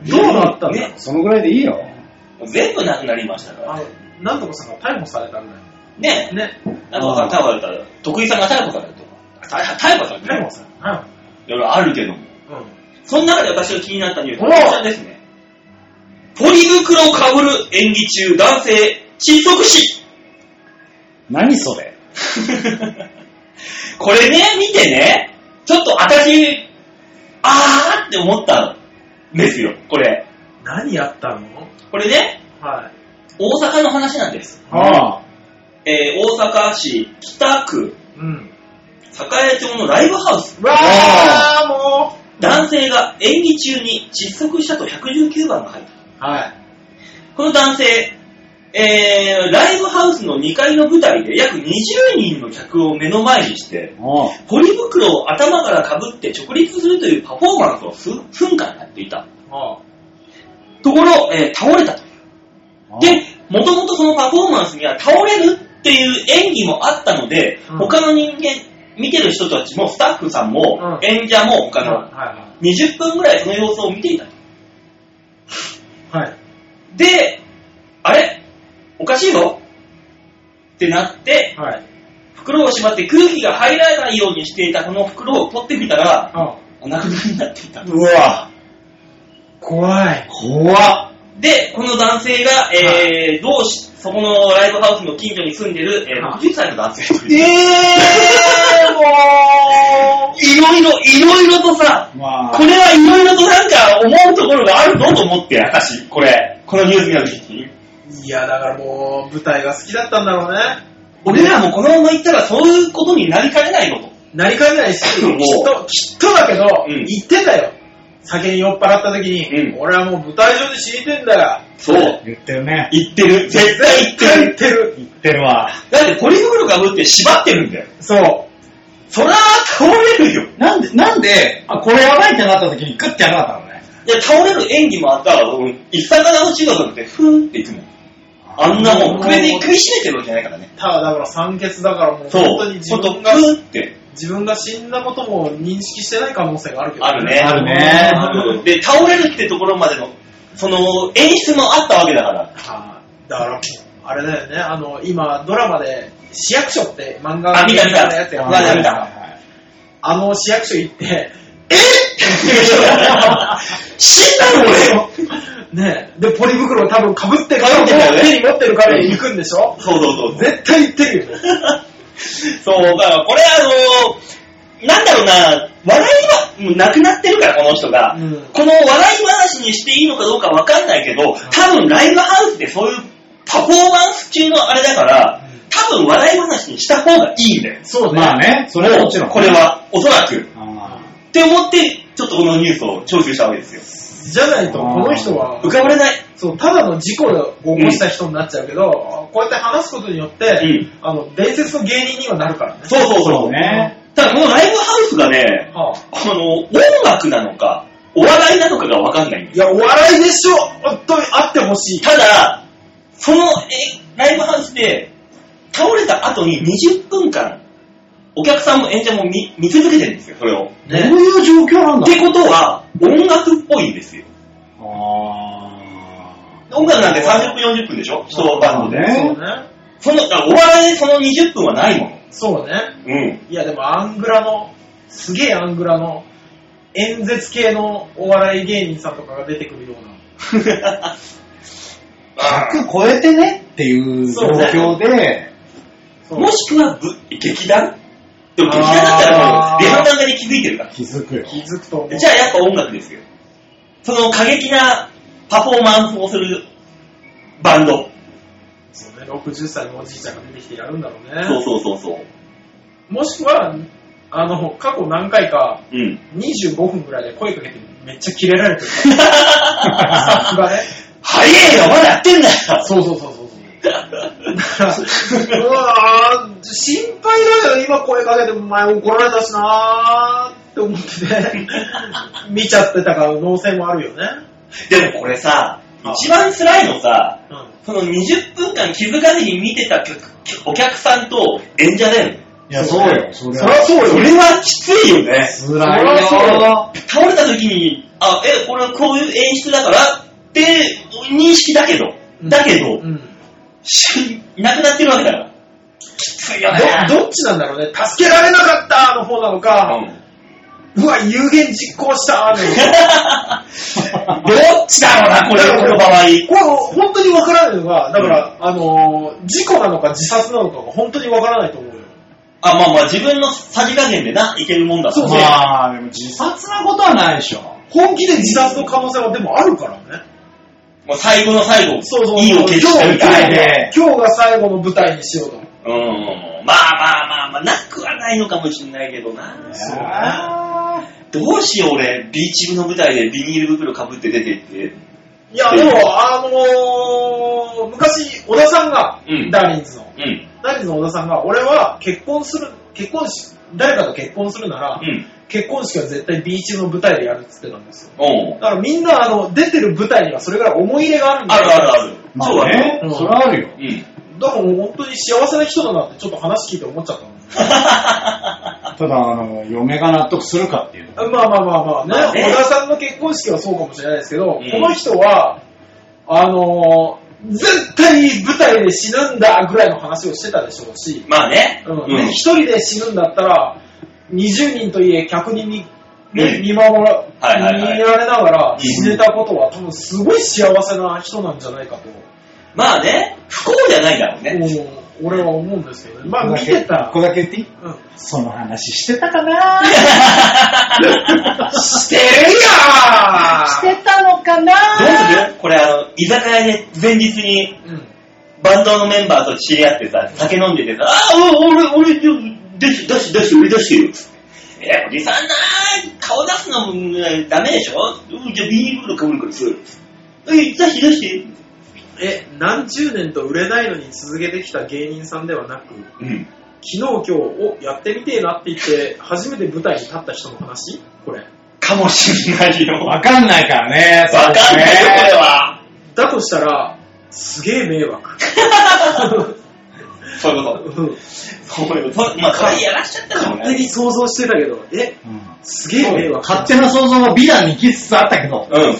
Speaker 3: どうなったんだろう
Speaker 2: ね
Speaker 4: そのぐらいでいいよ。
Speaker 2: 全部なくなりましたから。
Speaker 3: あの、なんとかさんが逮捕されたんだよ。
Speaker 2: ね、
Speaker 3: ね。
Speaker 2: なんとかさん逮捕されたら、徳井さんが逮捕されるとか、た逮捕される
Speaker 3: 大
Speaker 2: ね
Speaker 3: 門さん。はい
Speaker 2: ろいろあるけども。
Speaker 3: い。
Speaker 2: その中で私が気になったニュース、
Speaker 4: お
Speaker 2: こちらですね。ポリ袋をかぶる演技中、男性、窒息死。
Speaker 4: 何それ
Speaker 2: これね、見てね、ちょっと私、あーって思ったんですよ、これ。
Speaker 3: うん。何やったの
Speaker 2: これね、
Speaker 3: はい。
Speaker 2: 大阪の話なんです。
Speaker 4: ああ。
Speaker 2: えー大阪市北区
Speaker 3: うん。
Speaker 2: 栄町のライブハウス。
Speaker 3: わ
Speaker 4: あ
Speaker 3: ー、も
Speaker 2: 男性が演技中に窒息したと119番が入った。
Speaker 3: う。はい。
Speaker 2: この男性、えー、ライブハウスの2階の舞台で約20人の客を目の前にして、
Speaker 4: おう
Speaker 2: ポリ袋を頭からかぶって直立するというパフォーマンスを数分間やっていた。
Speaker 3: あ
Speaker 2: ところ、えー倒れたと。で、もともとそのパフォーマンスには倒れるっていう演技もあったので、
Speaker 3: うん
Speaker 2: 他の人間、見てる人たちも、スタッフさんも、
Speaker 3: うん
Speaker 2: 演者も、
Speaker 3: あ
Speaker 2: 他の、
Speaker 3: は
Speaker 2: 20分ぐらいその様子を見ていた。
Speaker 3: いはい。はい。
Speaker 2: で、あれおかしいぞってなって、
Speaker 3: はい。
Speaker 2: 袋をしまって空気が入らないようにしていたこの袋を取ってみたら、
Speaker 3: あ
Speaker 2: お亡くなりになっていた。
Speaker 4: うわ。
Speaker 3: 怖い。
Speaker 4: 怖っ。
Speaker 2: で、この男性が、えー、どうし、そこのライブハウスの近所に住んでる、えー
Speaker 3: はい
Speaker 2: 60歳の男性と
Speaker 4: え
Speaker 2: いう。
Speaker 4: えも
Speaker 2: いろいろ、いろいろとさ、
Speaker 4: う。ま
Speaker 2: これはいろいろとなんか思うところがあるぞと思って、私、これ、このニュース見た時に。
Speaker 3: いや、だからもう、舞台が好きだったんだろうね。
Speaker 2: 俺らもこのまま行ったらそういうことになりかねないのと。
Speaker 3: なりかねないし、き
Speaker 2: もう
Speaker 3: っと、きっとだけど、
Speaker 2: うん
Speaker 3: 言ってたよ。酒に酔っ払った時に、
Speaker 2: うん
Speaker 3: 俺はもう舞台上で死にてんだよ。
Speaker 2: そう。
Speaker 4: 言ってるね。
Speaker 2: 言ってる。絶対言ってる。
Speaker 3: 言ってる。
Speaker 4: 言ってるわ。
Speaker 2: だってポリ袋かぶって縛ってるんだよ。
Speaker 3: そ
Speaker 2: そら倒れるよ。
Speaker 4: なんで、なんで、あ、これやばいってなった時にグッてやらなかったのね。
Speaker 2: いや、倒れる演技もあったら、うん一酸化炭素中毒なんて、ふーんっていつも。あんなもん、
Speaker 3: もう
Speaker 2: 首に食いしめてるわけじゃないからね。
Speaker 3: う。ただ、だから酸欠だからもう、
Speaker 2: そう。
Speaker 3: 本当に自
Speaker 2: ほんと、
Speaker 3: 分
Speaker 2: ふ
Speaker 3: が、
Speaker 2: ーんって。
Speaker 3: 自分が死んだことも認識してない可能性があるけど、
Speaker 2: あるね。
Speaker 4: あるね
Speaker 2: うんで、倒れるってところまでの、その、演出もあったわけだから。
Speaker 3: あーだからもう、あれだよね、あの、今、ドラマで、市役所って漫画
Speaker 2: あ見た見た
Speaker 3: のやつや
Speaker 2: まだ見た
Speaker 4: はいはい
Speaker 3: あの市役所行って、
Speaker 2: え死んだの俺
Speaker 3: ねえで、ポリ袋を多分被って
Speaker 2: 被ってたよね
Speaker 3: 手に持ってるから行くんでしょ
Speaker 2: そうそうそう。
Speaker 3: 絶対行ってるよね。
Speaker 2: そう、だからこれあのなんだろうな、笑いはもうなくなってるから、この人が。
Speaker 3: うん
Speaker 2: この笑い話にしていいのかどうかわかんないけど、多分ライブハウスでそういうパフォーマンス中のあれだから、多分笑い話にした方がいいんだよ。
Speaker 3: そうね。
Speaker 4: まあね、それはもちろん。
Speaker 2: これ。は、おそらく。
Speaker 4: あ
Speaker 2: って思って、ちょっとこのニュースを徴収したわけですよ。
Speaker 3: じゃないと、この人は
Speaker 2: 浮、かばれない。
Speaker 3: そう、ただの事故を起こした人になっちゃうけど、こうやって話すことによって、
Speaker 2: ん
Speaker 3: あの、伝説の芸人にはなるからね。
Speaker 2: そうそう
Speaker 4: ー
Speaker 2: そ。
Speaker 4: そううね。
Speaker 2: ただこのライブハウスがね、
Speaker 3: はあ
Speaker 2: あの、音楽なのか、お笑いなのかがわかんないんですよ
Speaker 3: いや、お笑いでしょ本当にあってほしい。
Speaker 2: ただ、そのえライブハウスで倒れた後に20分間、お客さんも演者も見見続けてるんですよ、それを。
Speaker 4: どういう状況なん
Speaker 2: っ
Speaker 4: だ
Speaker 2: てことは、音楽っぽいんですよ。
Speaker 4: あ
Speaker 2: 音楽なんて30分、40分でしょ一バンド
Speaker 4: まあ
Speaker 2: で。
Speaker 4: ね
Speaker 3: そうね。
Speaker 2: その、あお笑いでその20分はないもの。
Speaker 3: そうね。
Speaker 2: うん。
Speaker 3: いや、でもアングラの、すげえアングラの、演説系のお笑い芸人さんとかが出てくるような。
Speaker 4: あ。100超えてねっていう状況で、
Speaker 3: そう
Speaker 2: もしくはぶ、劇団でも劇団だったらも
Speaker 3: あ
Speaker 2: う、
Speaker 3: ー
Speaker 2: 出の段階で気づいてるから。
Speaker 4: 気づくよ。
Speaker 3: 気づくと思 う。
Speaker 2: じゃあやっぱ音楽ですよ。その過激なパフォーマンスをするバンド。
Speaker 3: そうね、60歳のおじいちゃんが出てきてやるんだろう
Speaker 2: そう
Speaker 3: ね。
Speaker 2: そうそうそう。
Speaker 3: もしくは、あの、過去何回か、
Speaker 2: うん。
Speaker 3: 25分ぐらいで声かけてめっちゃキレられ てるから。さすがね。
Speaker 2: 早えよ、まだやってんだよ。
Speaker 3: そうそうそうそう そう。うわぁ、心配だよ、今声かけて、お前怒られたしなーって思ってて、見ちゃってたから、能性もあるよね。
Speaker 2: でもこれさ、
Speaker 3: あ
Speaker 2: 一番辛いのさ、
Speaker 3: うん。
Speaker 2: その20分間気づかずに見てた客お客さんと演者だよね。
Speaker 4: いや、そうよ。そ
Speaker 2: そ
Speaker 4: れ
Speaker 2: りゃ
Speaker 4: は。
Speaker 2: そうよ。それはきついよね。
Speaker 4: 辛い
Speaker 3: そりゃそう
Speaker 4: よ。
Speaker 2: 倒れた時に、あ、え、これはこういう演出だからって認識だけど、だけど、
Speaker 3: うん。
Speaker 2: しいなくなってるわけだから。ついよね。
Speaker 3: どどっちなんだろうね。助けられなかったの方なの か、うわ、有言実行したの
Speaker 2: どっちだろうな、これ、この場合。
Speaker 3: これ、本当にわからないのが、だから、あのー事故なのか自殺なのかが本当にわからないと思うよ。
Speaker 2: あ、まあまあ、自分のさじ加減でな、いけるもんだと
Speaker 3: そうそう
Speaker 4: まあ、でも自殺なことはないでしょ。
Speaker 3: 本気で自殺の可能性はでもあるからね。
Speaker 2: もう最後の最後、
Speaker 3: そうそうそう。
Speaker 2: 意を決してみ
Speaker 3: 今日
Speaker 2: たいね。
Speaker 3: 今日が最後の舞台にしようと。
Speaker 2: うん。まあまあまあまあ、なくはないのかもしれないけどな。
Speaker 3: そうね
Speaker 4: あ
Speaker 2: どうしよう俺、ビーチ部の舞台でビニール袋かぶって出て行って。
Speaker 3: いや、でも、あのー昔、小田さんが、
Speaker 2: うん
Speaker 3: ダーリンズの、
Speaker 2: うん。
Speaker 3: ダーリンズの小田さんが、俺は結婚する、結婚し、誰かと結婚するなら、
Speaker 2: うん。
Speaker 3: 結婚式は絶対 B チームの舞台でやるっつってたんですよ。
Speaker 2: おう
Speaker 3: だからみんな、あの、出てる舞台にはそれぐらい思い入れがあるんだ
Speaker 2: あ
Speaker 3: よ
Speaker 2: るあるある。
Speaker 4: ま
Speaker 2: そう
Speaker 4: あ
Speaker 2: だね。
Speaker 4: ね
Speaker 3: うん。
Speaker 4: それはあるよ。
Speaker 2: うん。
Speaker 3: だからもう本当に幸せな人だなってちょっと話聞いて思っちゃったの。
Speaker 4: ただ、あの、嫁が納得するかっていう。
Speaker 3: まあまあまあまあ、ね
Speaker 2: まあね
Speaker 3: 小田さんの結婚式はそうかもしれないですけど、
Speaker 2: うん
Speaker 3: この人は、あのー絶対舞台で死ぬんだぐらいの話をしてたでしょうし、
Speaker 2: まあね。
Speaker 3: うんね一人で死ぬんだったら、20人といえ100人に、ね
Speaker 2: うん
Speaker 3: 見守ら、
Speaker 2: はいはいはい
Speaker 3: 見られながら
Speaker 2: うん
Speaker 3: 死ねたことは多分すごい幸せな人なんじゃないかと、
Speaker 2: まあね。不幸じゃないだろうね。
Speaker 3: うん俺は思うんですけどね。まあ見て
Speaker 4: 一
Speaker 3: た。
Speaker 4: 個だけ言っていい
Speaker 3: うん
Speaker 4: その話してたかな
Speaker 3: してるよー
Speaker 4: してたのかな
Speaker 2: どうするこれあの、居酒屋で前日に
Speaker 3: うん
Speaker 2: バンドのメンバーと知り合ってさ、酒飲んでてさ、あ、お俺、俺、出して、出して、出して、俺出してよ。え、おじさんな、顔出すのうんダメでしょうんじゃあビニール袋かぶるからする。え、出して、出して。
Speaker 3: え、何十年と売れないのに続けてきた芸人さんではなく、
Speaker 2: う
Speaker 3: 昨
Speaker 2: ん。
Speaker 3: 日今日をやってみてえなって言って、初めて舞台に立った人の話これ。
Speaker 2: かもしれないよ。わ
Speaker 4: わかんないからね。
Speaker 2: かんないよ、これは。
Speaker 3: だとしたら、すげえ迷惑。
Speaker 2: そういうこ
Speaker 3: うん
Speaker 2: と。そういうこと。まあ、可愛いやらしちゃったかも
Speaker 3: 勝手
Speaker 2: ね。
Speaker 3: に想像してたけど、え、
Speaker 4: うん
Speaker 3: すげえ迷惑。
Speaker 4: 勝手な想像が美談に行きつつあったけど、
Speaker 2: うん。い
Speaker 4: 違う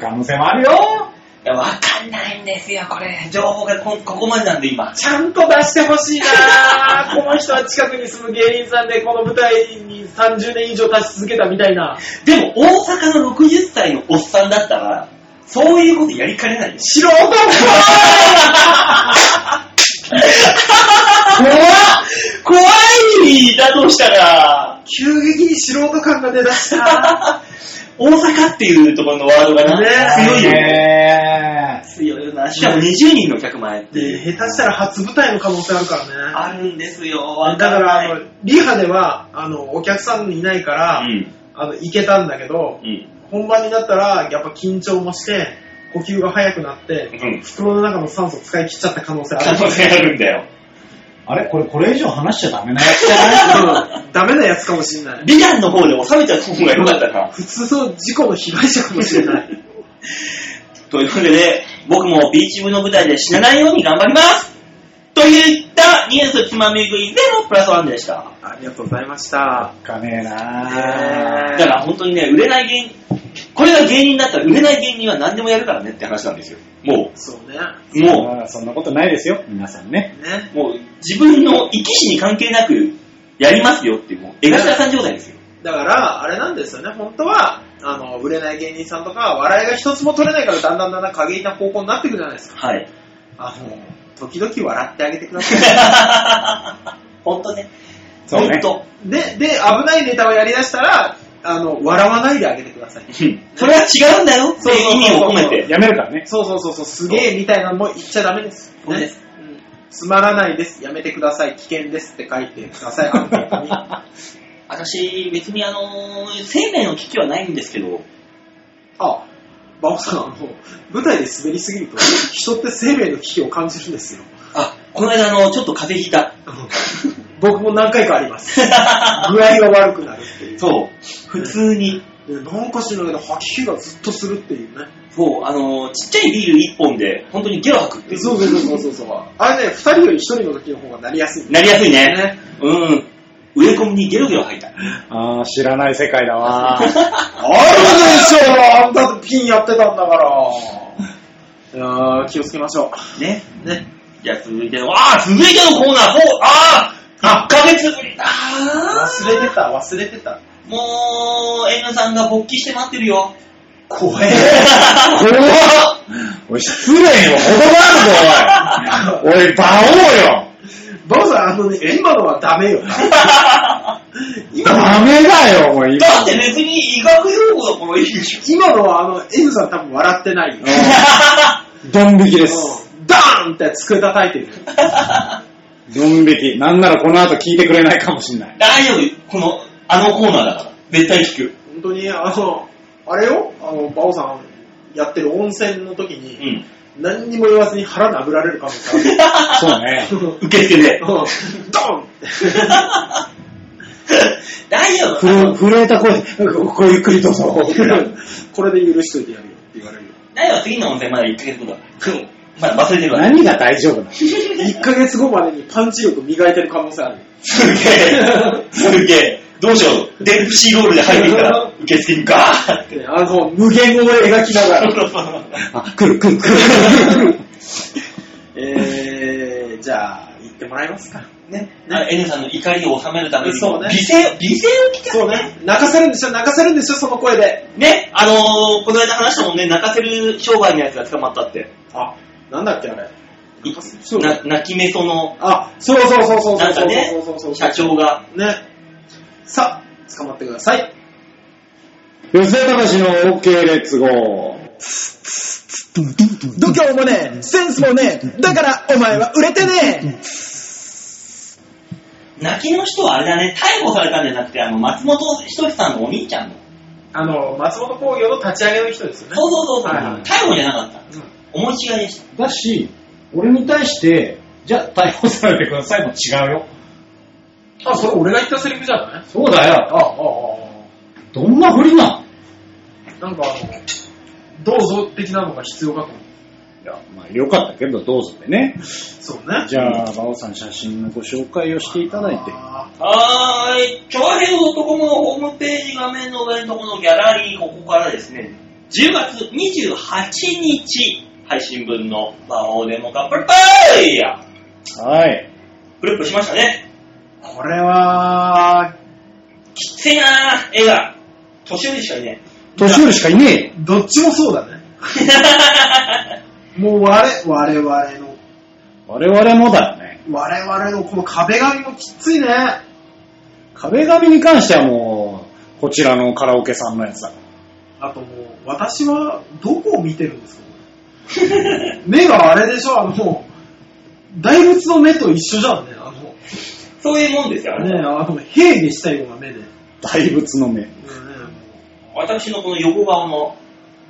Speaker 4: 可能性もあるよ。
Speaker 2: や、わかんないんですよ、これ。情報がこここまでなんで、今。
Speaker 3: ちゃんと出してほしいなぁこの人は近くに住む芸人さんで、この舞台に30年以上立ち続けたみたいな。
Speaker 2: でも、大阪の60歳のおっさんだったら、そういうことやりかねないよ。
Speaker 3: 素人っ
Speaker 2: 怖っ怖いだとしたら、
Speaker 3: 急激に素人感が出だした。
Speaker 2: 大阪っていうところのワードがな、
Speaker 3: ね
Speaker 2: 強いよね。
Speaker 4: ね
Speaker 2: 強いよな。しかも20人の客前って
Speaker 3: で、下手したら初舞台の可能性あるからね。
Speaker 2: あるんですよ。
Speaker 3: だ
Speaker 2: わ
Speaker 3: か
Speaker 2: ん
Speaker 3: ら
Speaker 2: ない
Speaker 3: あの、リハでは、あの、お客さんいないから、
Speaker 2: うん。
Speaker 3: あの、行けたんだけど
Speaker 2: う、ん。
Speaker 3: 本番になったら、やっぱ緊張もして、呼吸が速くなって、
Speaker 2: うん。
Speaker 3: 袋の中の酸素使い切っちゃった可能性
Speaker 2: 可
Speaker 3: ある。
Speaker 2: 能性あるんだよ。
Speaker 4: あれこれ、これ以上話しちゃダメなやつじゃ ない
Speaker 3: うんダメなやつかもしれない。
Speaker 2: 美談の方で収めちゃう方が良かったな。
Speaker 3: 普通の事故の被害者かもしれない。
Speaker 2: というわけで、僕もビーチ部の舞台で死なないように頑張りますといったニュースつまみ食いゼロプラスワンでした。
Speaker 3: ありがとうございました。
Speaker 4: おっかねえ
Speaker 3: ね
Speaker 4: な
Speaker 2: だから本当にね、売れない芸人、これが芸人だったら売れない芸人は何でもやるからねって話なんですよ。も
Speaker 3: そうね。
Speaker 2: う、も
Speaker 4: まあそんなことないですよ、皆さんね。
Speaker 3: ね。
Speaker 2: う、もう自分の生き死に関係なくやりますよっていう、もう、江頭さん状態ですよ。
Speaker 3: だから、あれなんですよね、本当は、あの、売れない芸人さんとか、笑いが一つも取れないから、だんだんだんだん過激な方向になっていくじゃないですか。
Speaker 2: はい。
Speaker 3: あの、時々笑ってあげてください。
Speaker 2: 本当ね。
Speaker 4: そうね
Speaker 2: 本
Speaker 3: で、で、危ないネタをやりだしたら、あの、笑わないであげてください。
Speaker 2: 当うんそれは違うんだよっていう意味を込めて。
Speaker 4: やめるからね。
Speaker 3: そうそうそうそう、すげえみたいなのも言っちゃダメです。
Speaker 2: そうです
Speaker 3: うんつまらないです。やめてください。危険ですって書いてくだ さい。アンケートにあ
Speaker 2: 私、別にあのー生命の危機はないんですけど、
Speaker 3: 馬王さん、あの、舞台で滑りすぎると、人って生命の危機を感じるんですよ。
Speaker 2: あ、この間あの、ちょっと風邪ひいた。
Speaker 3: あの僕も何回かあります。具合が悪くなるっていう。
Speaker 2: そう。普通に、
Speaker 3: でなんか知らないけど、吐き気がずっとするっていうね。
Speaker 2: そう、あのーちっちゃいビール一本で、本当にゲロ吐くっていう。
Speaker 3: そうそうそうそうそう。あれね、二人より一人の時の方がなりやすい。
Speaker 2: なりやすいね。うん。植え込みにゲロゲロ吐いた。
Speaker 4: ああ、知らない世界だ わ。
Speaker 3: あるでしょあん たピンやってたんだから。いやー気をつけましょ
Speaker 2: ね。
Speaker 3: う。ね。
Speaker 2: じゃあ続いての、ああ、続いてのコーナー、もう、ああ、1ヶ月ぶりだ。
Speaker 3: 忘れてた、忘れてた。
Speaker 2: もう、N さんが勃起して待ってるよ。
Speaker 3: 怖え。
Speaker 4: 怖っおい、失礼にも程があるぞ、おい。おい、馬王よ。
Speaker 3: バオさん、あのね、今のはダメよ。今の
Speaker 4: ダメだよ、もう今。
Speaker 2: だって別に医学用語だからいいでしょ。
Speaker 3: 今のはあの、N さん多分笑っ てないよ。
Speaker 4: ドン引きです。
Speaker 3: うんダーンって机叩いてる。
Speaker 4: ドン引き。なんならこの後聞いてくれないかもしん ない。
Speaker 2: 大丈夫、この、あのコーナーだから。絶対聞く。
Speaker 3: 本当に、あの、あれよ、あの、バオさんやってる温泉の時
Speaker 2: う
Speaker 3: に、
Speaker 2: ん。
Speaker 3: 何にも言わずに腹殴られる可能性ある。
Speaker 4: そうね。
Speaker 2: 受付で
Speaker 3: うん。ドーンって。
Speaker 2: 大丈
Speaker 4: ふ
Speaker 2: 夫。
Speaker 4: 震えた声で、ごごゆっくりどうぞ。
Speaker 3: これで許しといてやるよって言われるよ。
Speaker 2: 大丈夫、次の温泉まで1ヶ月後だ。まだ忘れてるわ。
Speaker 4: 何が大丈夫なの
Speaker 3: 1ヶ月後までにパンチ力磨いてる可能性ある。
Speaker 2: すげえ。すげえ。どうしよう。デンプシーロールで入ってきたら、受付にガーって。
Speaker 3: ねあの、無言語を描きながら。
Speaker 4: あ、来る来る来る来る。
Speaker 3: えー、じゃあ、行ってもらいますか。ね。
Speaker 2: あの N さんの怒りを収めるために、
Speaker 3: そうね
Speaker 2: 美声、美声を聞か
Speaker 3: そうね。泣かせるんでしょ、泣かせるんでしょ、その声で。
Speaker 2: ね、あのー、この間話したもんね、泣かせる商売のやつが捕まったって。
Speaker 3: あ、なんだっけ、あれ。
Speaker 2: い
Speaker 3: そう
Speaker 2: な泣き目その、
Speaker 3: あ、そうそうそうそうそ
Speaker 2: な
Speaker 3: うん
Speaker 2: かね
Speaker 3: そうそうそうそう、
Speaker 2: 社長が。
Speaker 3: ね。さあ、捕まってください。
Speaker 4: 吉田隆の OK レッツゴー。
Speaker 5: 度胸もねえセンスもねえだからお前は売れてね
Speaker 2: 泣きの人はあれだね、逮捕されたんじゃなくて、あの、松本人志さんのお兄ちゃんの。
Speaker 3: あの、松本工業の立ち上げの人ですよね。
Speaker 2: そうそうそうそう、
Speaker 3: はいはい
Speaker 2: 逮捕じゃなかった。思い違いでした。
Speaker 4: だし、俺に対して、じゃあ逮捕されてくださいも違うよ。
Speaker 3: あ、それ俺が言ったセリフじゃない
Speaker 4: そうだよ。
Speaker 3: ああ、ああ、
Speaker 4: どんなふりなん
Speaker 3: なんかあの、どうぞ的なのが必要かと思う。
Speaker 4: いや、まあよかったけど、どうぞでね。
Speaker 3: そうね。
Speaker 4: じゃあ、馬王さん写真のご紹介をしていただいて。
Speaker 3: あ
Speaker 2: はーい、長編男のホームページ画面の上のところのギャラリー、ここからですね、10月28日配信分の魔王デモカプルプーや
Speaker 4: はい。
Speaker 2: プルプルしましたね。
Speaker 3: ーこれは、
Speaker 2: きついなぁ、絵が。年寄りしかいね
Speaker 4: 年寄りしかいねえよ。
Speaker 3: どっちもそうだ ね。
Speaker 2: え。
Speaker 3: もう我、我々の、
Speaker 4: 我々もだよね。
Speaker 3: 我々のこの壁紙もきついね。
Speaker 4: 壁紙に関してはもう、こちらのカラオケさんのやつだ。
Speaker 3: あともう、私はどこを見てるんですかこれ目があれでしょ、あの、大仏の目と一緒じゃんね。あの、
Speaker 2: そういうもんですよ、
Speaker 3: ね
Speaker 2: ね、
Speaker 3: あの、平下したような目で。うんね
Speaker 4: 大仏の目。
Speaker 2: 私のこの横顔の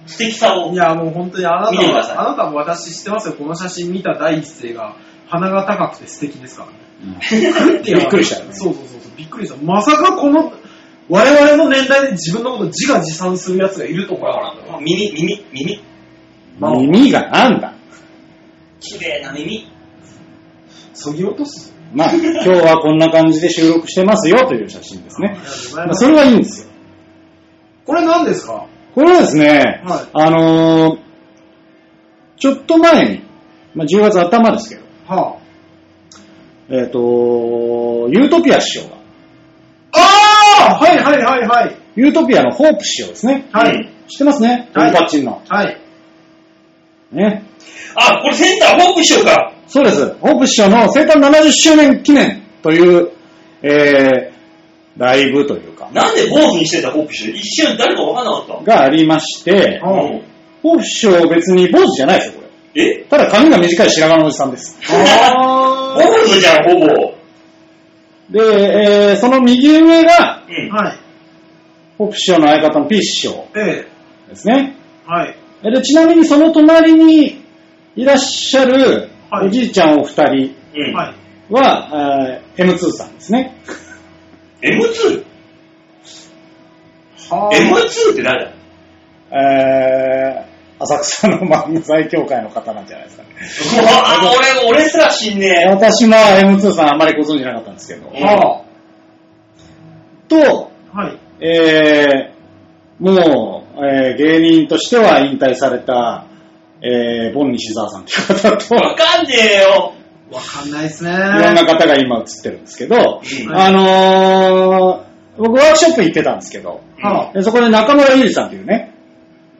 Speaker 2: 素敵さ
Speaker 3: もう
Speaker 2: を
Speaker 3: い。や、もう本当にあなた
Speaker 2: 見てください
Speaker 3: は、あなたも私知ってますよ。この写真見た第一声が、鼻が高くて素敵ですからね。
Speaker 4: びっくりしたよね。
Speaker 3: そうそうそうそう、びっくりした。まさかこの、我々の年代で自分のこと自画自賛する奴がいると
Speaker 2: ほ
Speaker 3: こ
Speaker 2: ら
Speaker 3: だ
Speaker 2: ほ、
Speaker 3: からら。
Speaker 2: 耳、耳、耳。
Speaker 4: 耳がなんだ
Speaker 2: 綺麗な耳。
Speaker 3: そぎ落とす。
Speaker 4: まあ、今日はこんな感じで収録してますよという写真です
Speaker 3: あり
Speaker 4: ね
Speaker 3: が。とうござい
Speaker 4: ま
Speaker 3: ま
Speaker 4: あ、
Speaker 3: す
Speaker 4: それはいいんですよ。
Speaker 3: これ何ですか
Speaker 4: これはですね、
Speaker 3: はい
Speaker 4: あのーちょっと前に、まあ、10月頭ですけど、
Speaker 3: は
Speaker 4: えっ、と、ユートピア師匠が、
Speaker 3: あ。ああはいはいはいはい。
Speaker 4: ユートピアのホープ師匠ですね。
Speaker 3: はい。
Speaker 4: 知ってますね、
Speaker 3: はい
Speaker 4: トンパッチンの。
Speaker 3: はい。
Speaker 4: ね。
Speaker 2: あ、これセンターホークしようか。
Speaker 4: そうです。ホープ師匠の生誕70周年記念という、えー、ライブというか、
Speaker 2: なんで坊主にしてたホークシュ一瞬誰かわかんなかっ
Speaker 4: がありまして
Speaker 2: た。、うん。
Speaker 4: ホープ師匠別に坊主じゃないですよ、これ。
Speaker 2: え
Speaker 4: ただ髪が短い白髪のおじさんです。
Speaker 2: あ坊主じゃん、ほぼ。
Speaker 4: で、えー、その右上が、
Speaker 2: うん。
Speaker 3: はい。
Speaker 4: ホープ師匠の相方の P 師匠
Speaker 3: ええ。
Speaker 4: ですね。
Speaker 3: はい。
Speaker 4: で、ちなみにその隣にいらっしゃる
Speaker 3: はい
Speaker 4: おじいちゃんお二人
Speaker 2: うん。
Speaker 3: はい。
Speaker 4: は、えー M2 さんですね。
Speaker 2: M2?M2
Speaker 3: は
Speaker 2: って誰だ
Speaker 4: えー、浅草の漫才協会の方なんじゃないですかね。
Speaker 2: うわ俺、俺すら死んね
Speaker 4: 私も M2 さんあまりご存知なかったんですけど。
Speaker 2: え。は
Speaker 4: と、
Speaker 3: あ。はい。
Speaker 4: えー、もう、えー芸人としては引退された、えー、ボン西沢さんという方 と、
Speaker 2: わかんねえよ。
Speaker 3: わかんないですね。
Speaker 4: いろんな方が今映ってるんですけど、
Speaker 2: うん
Speaker 4: あのー、僕ワークショップ行ってたんですけど、
Speaker 3: あ
Speaker 4: でそこで中村ゆりさんっていうね、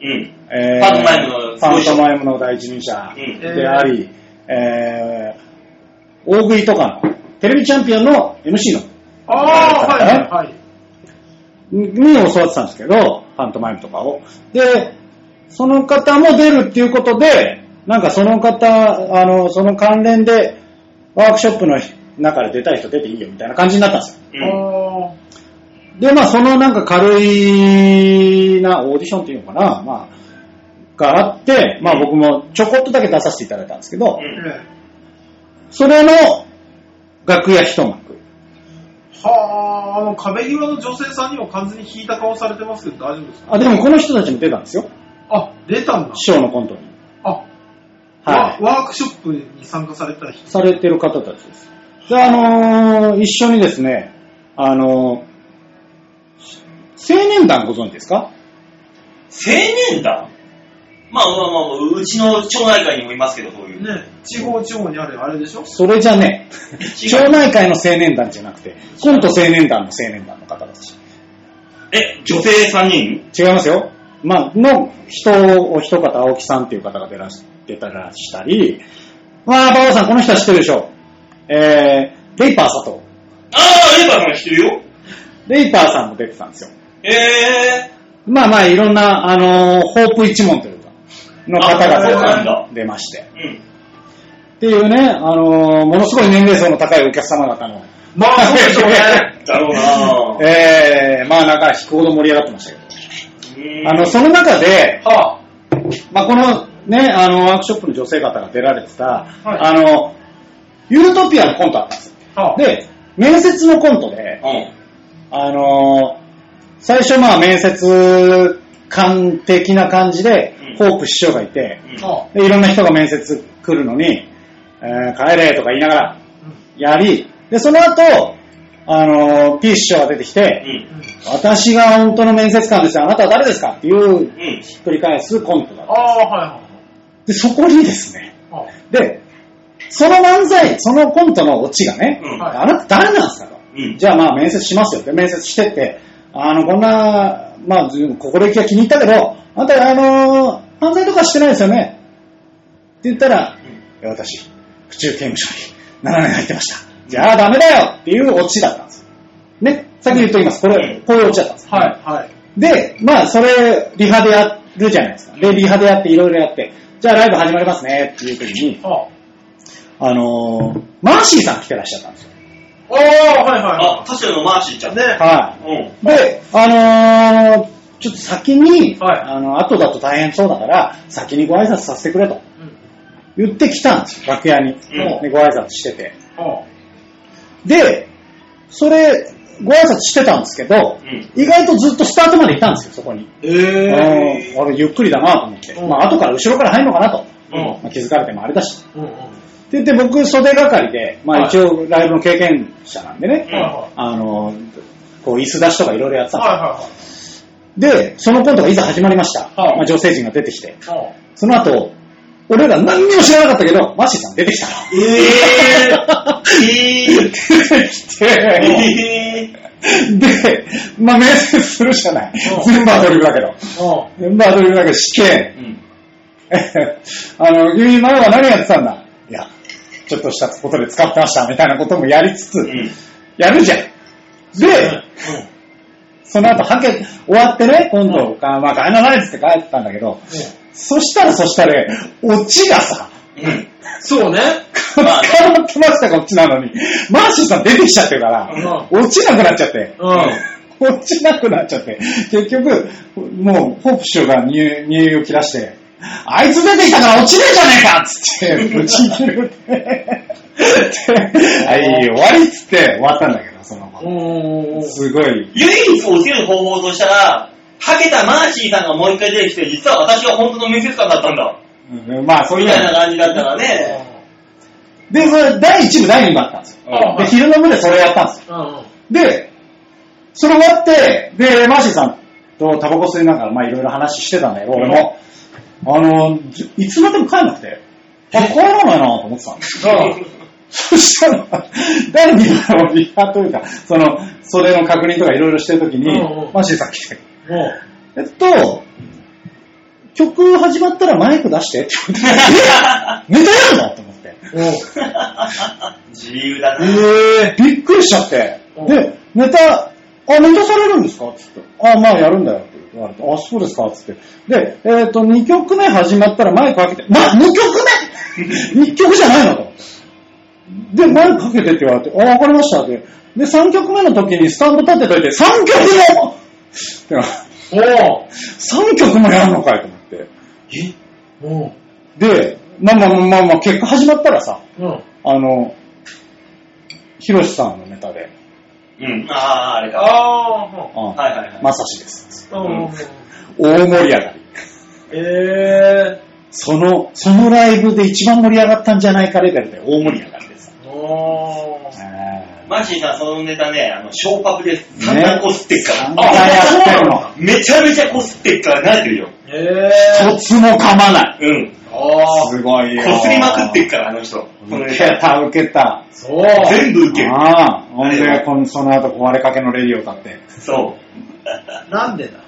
Speaker 2: うん。
Speaker 4: え
Speaker 2: パントマイムの
Speaker 4: パントマイムの第一人者
Speaker 2: うん
Speaker 4: であり、えー、大食いとかの、テレビチャンピオンの MC の、
Speaker 3: あー、はい、はい、はい。
Speaker 4: に教わってたんですけど、パントマイムとかを。で、その方も出るっていうことで、なんかその方、あの、その関連で、ワークショップの中で出たい人出ていいよみたいな感じになったんですよ。
Speaker 2: うん。
Speaker 3: あ
Speaker 4: で、まあ、そのなんか軽いなオーディションっていうのかな、まあ、があって、まあ僕もちょこっとだけ出させていただいたんですけ
Speaker 2: う
Speaker 4: ど、
Speaker 2: ん
Speaker 3: ーえ
Speaker 4: それの楽屋一幕。
Speaker 3: えはあ、あの、壁際の女性さんにも完全に引いた顔されてますけど大丈夫ですか
Speaker 4: あ、でもこの人たちも出たんですよ。
Speaker 3: あ、出たんだ。
Speaker 4: 師匠のコントに。
Speaker 3: あ、
Speaker 4: は
Speaker 3: はいい、。ワークショップに参加された人。
Speaker 4: されてる方たちです。で、あのー一緒にですね、あのー青年団ご存知ですか
Speaker 2: 青年団まあまあまあ、うちの町内会にもいますけど、そういう。
Speaker 3: ね、地方地方にあるあれでしょ
Speaker 4: それじゃねえ。町
Speaker 2: 違う
Speaker 4: 内会の青年団じゃなくて、コント青年団の青年団の方たち。
Speaker 2: え、女性3人
Speaker 4: 違いますよ。まあ、の人を、お一方、青木さんっていう方が出らし、出たらしたり、まあ、馬場さん、この人は知ってるでしょ。えー、レイパー佐藤。
Speaker 2: ああ、レイパーさん知ってるよ。
Speaker 4: レイパーさんも出てたんですよ。
Speaker 2: ええ
Speaker 4: まあまあ、いろんな、あのーホープ一問というか、の方
Speaker 2: あそうなんだ
Speaker 4: が出まして。
Speaker 2: ー。うん。
Speaker 4: っていうね、あのーものすごい年齢層の高いお客様方の、
Speaker 3: まあ、そうでしょうね。
Speaker 2: だろうなぁ。
Speaker 4: えー、まあなんか引くほど盛り上がってましたけど、あの、その中で、
Speaker 3: はあ、
Speaker 4: まあこのね、あの、ワークショップの女性方が出られてた、
Speaker 3: い
Speaker 4: あの、ユートピアのコントあったんですよ。
Speaker 3: はあ。
Speaker 4: で、面接のコントで、
Speaker 2: うん。
Speaker 4: あのー最初まあ面接官的な感じで
Speaker 2: うん、
Speaker 4: ホープ師匠がいて、
Speaker 2: うん
Speaker 3: は
Speaker 4: でいろんな人が面接来るのに、えー帰れとか言いながらやり、で、その後、あのー、P 師匠が出てき
Speaker 2: う
Speaker 4: て、
Speaker 2: ん。
Speaker 4: 私が本当の面接官ですよ、あなたは誰ですかっていう、
Speaker 2: うん。
Speaker 4: ひっくり返すコントだっ
Speaker 3: あ、
Speaker 4: た。
Speaker 3: ああはい
Speaker 4: で、そこにですね、
Speaker 3: はい。はあ
Speaker 4: で、その漫才、そのコントのオチがね、
Speaker 2: うん
Speaker 4: あなた誰なんですかと。
Speaker 2: うん。
Speaker 4: じゃあまあ面接しますよって面接してって、あの、こんな、まあ、ず心意気は気に入ったけど、あんた、あのー犯罪とかしてないですよねって言ったら、いや私、府中刑務所に7年入ってました。じゃあダメだよっていうオチだったんですよ。ね、先に言っときます。こ
Speaker 2: う
Speaker 4: れ
Speaker 2: ん、
Speaker 4: こういうオチだったんです。
Speaker 3: はい、はい。
Speaker 4: で、まあ、それ、リハでやるじゃないですか。で、リハでやって、いろいろやって、じゃあライブ始まりますねっていう時に、
Speaker 3: は
Speaker 4: あのーマーシーさん来てらっしゃったんですよ。
Speaker 3: あ、ああ、はい、
Speaker 2: あ
Speaker 3: は、
Speaker 2: 確かにマーシーちゃん
Speaker 3: い。ね。。
Speaker 4: はい。
Speaker 2: うん。
Speaker 4: で、あのーちょっと先に、
Speaker 3: はい
Speaker 4: あの、後だと大変そうだから、先にご挨拶させてくれと
Speaker 3: うん
Speaker 4: 言ってきたんですよ、楽屋に。
Speaker 2: ん
Speaker 4: でご挨拶してて。
Speaker 3: は
Speaker 4: で、それ、ご挨拶してたんですけど、
Speaker 2: うん
Speaker 4: 意外とずっとスタートまでいたんですよ、そこに。
Speaker 3: え
Speaker 4: あ
Speaker 3: え
Speaker 4: ーあれ、ゆっくりだなと思って。
Speaker 3: うん
Speaker 4: まあ、後から後ろから入るのかなと。
Speaker 3: うん
Speaker 4: まあ、気づかれてもあれだし。
Speaker 3: うんうん。は
Speaker 4: で、で僕、袖係で、ま
Speaker 3: は
Speaker 4: あ、
Speaker 3: い
Speaker 4: 一応、ライブの経験者なんでね、
Speaker 3: い、はい。
Speaker 4: あのーこう、椅子出しとかいろいろやってたんですよ
Speaker 3: は
Speaker 4: で、そのコントがいざ始まりました。
Speaker 3: はい
Speaker 4: まあ、女性陣が出てきて。
Speaker 3: い、はい。は
Speaker 4: その後、俺ら何にも知らなかったけど、マッシーさん出てきたの。
Speaker 2: ええ
Speaker 4: 出
Speaker 2: ー。
Speaker 4: てき
Speaker 2: え
Speaker 4: て、
Speaker 2: えー。
Speaker 4: で、まあ、面接するじゃない。全部アドリブだけど。
Speaker 3: あ。
Speaker 4: 全部アドリブだけどして、
Speaker 2: うん。
Speaker 4: あの、君前は何やってたんだいや、ちょっとしたことで使ってました、みたいなこともやりつつ、
Speaker 2: うん。
Speaker 4: やるじゃん。で、
Speaker 3: うん。
Speaker 4: その後、はけ、終わってね、今度、かまあ、帰らないっつって帰ったんだけど、そしたらそしたら、オチがさ、
Speaker 2: うん。
Speaker 3: そうね。
Speaker 4: 捕まってました、こっちなのに。マーシーさん出てきちゃってるから、落ちなくなっちゃって。
Speaker 3: うん。
Speaker 4: 落ちなくなっちゃって。結局、もう、ホープ師匠が入入院を切らして、あいつ出てきたから落ちねえじゃねえかっつって、ぶち切るって。ではい、終わりっつって終わったんだけど、その
Speaker 3: う
Speaker 4: 後。
Speaker 3: ん。
Speaker 4: すごい。
Speaker 2: 唯一落ちる方法としたら、はけたマーシーさんがもう一回出てきて、実は私が本当の面接官だったんだ。
Speaker 4: うんまあ、そうい
Speaker 2: み
Speaker 4: う
Speaker 2: たいな
Speaker 4: の。
Speaker 2: 感じだったらね。
Speaker 4: で、それ、第1部、第2部あったんですよ。
Speaker 3: あ
Speaker 4: で、昼の部でそれやったんですよ。
Speaker 3: うん。
Speaker 4: で、それ終わって、で、マーシーさんとタバコ吸いながら、まあいろいろ話してたんだけど、俺も、あの、じいつまでも帰んなくて、あ、帰らないなと思ってたんですよ。そしたら、誰にあのリハというか、その、袖の確認とかいろいろしてるときに、
Speaker 3: うんうん
Speaker 4: マシーさん来て、
Speaker 3: もう、
Speaker 4: えっと、曲始まったらマイク出してって 言われて、えネタやんのと思って。
Speaker 2: 自由だな。
Speaker 4: えー、びっくりしちゃって。
Speaker 3: うん
Speaker 4: で、ネタ、あ、ネタされるんですかつって。あ、まあやるんだよって言われて。あ、そうですかつって。で、えっ、と、2曲目始まったらマイクかけて。な、2曲 目 !1 曲じゃないのと思って。で、マイクかけてって言われて、あ、わかりましたって。で、3曲目の時にスタンド立てといて、3曲もってな
Speaker 3: も
Speaker 4: 3曲もやるのかいと思って。
Speaker 3: う、も
Speaker 4: で、まあまあまあまあ、結果始まったらさ、
Speaker 3: う、うん。
Speaker 4: あの、ヒロシさんのネタで、
Speaker 2: うん。ああ、あれか。
Speaker 3: あ
Speaker 4: あ
Speaker 2: はいはいはい。
Speaker 4: まさしです。
Speaker 3: あ、うん。
Speaker 4: 大盛り上がり。
Speaker 3: え
Speaker 4: その、そのライブで一番盛り上がったんじゃないかレベルで大盛り上がりです。
Speaker 3: ー、おー。
Speaker 4: あ
Speaker 2: マシーさん、そのネタね、あの、ショーパブで散々こすってっから。
Speaker 4: 散々やってるの
Speaker 2: めちゃめちゃこすってっから、慣れてるよ。
Speaker 3: えー、
Speaker 4: 一つも噛まない。
Speaker 2: うん。
Speaker 3: あー、
Speaker 4: すごいよ。
Speaker 2: こすりまくってっから、あの人。この
Speaker 4: 受
Speaker 2: ネ
Speaker 4: け
Speaker 2: タ。
Speaker 4: た、受けた。
Speaker 3: そう。
Speaker 2: 全部受ける。
Speaker 4: ああ、ほん
Speaker 2: あれ
Speaker 4: で、
Speaker 2: は
Speaker 4: このその後壊れかけのレディオ歌って。
Speaker 2: そ
Speaker 3: なんでだ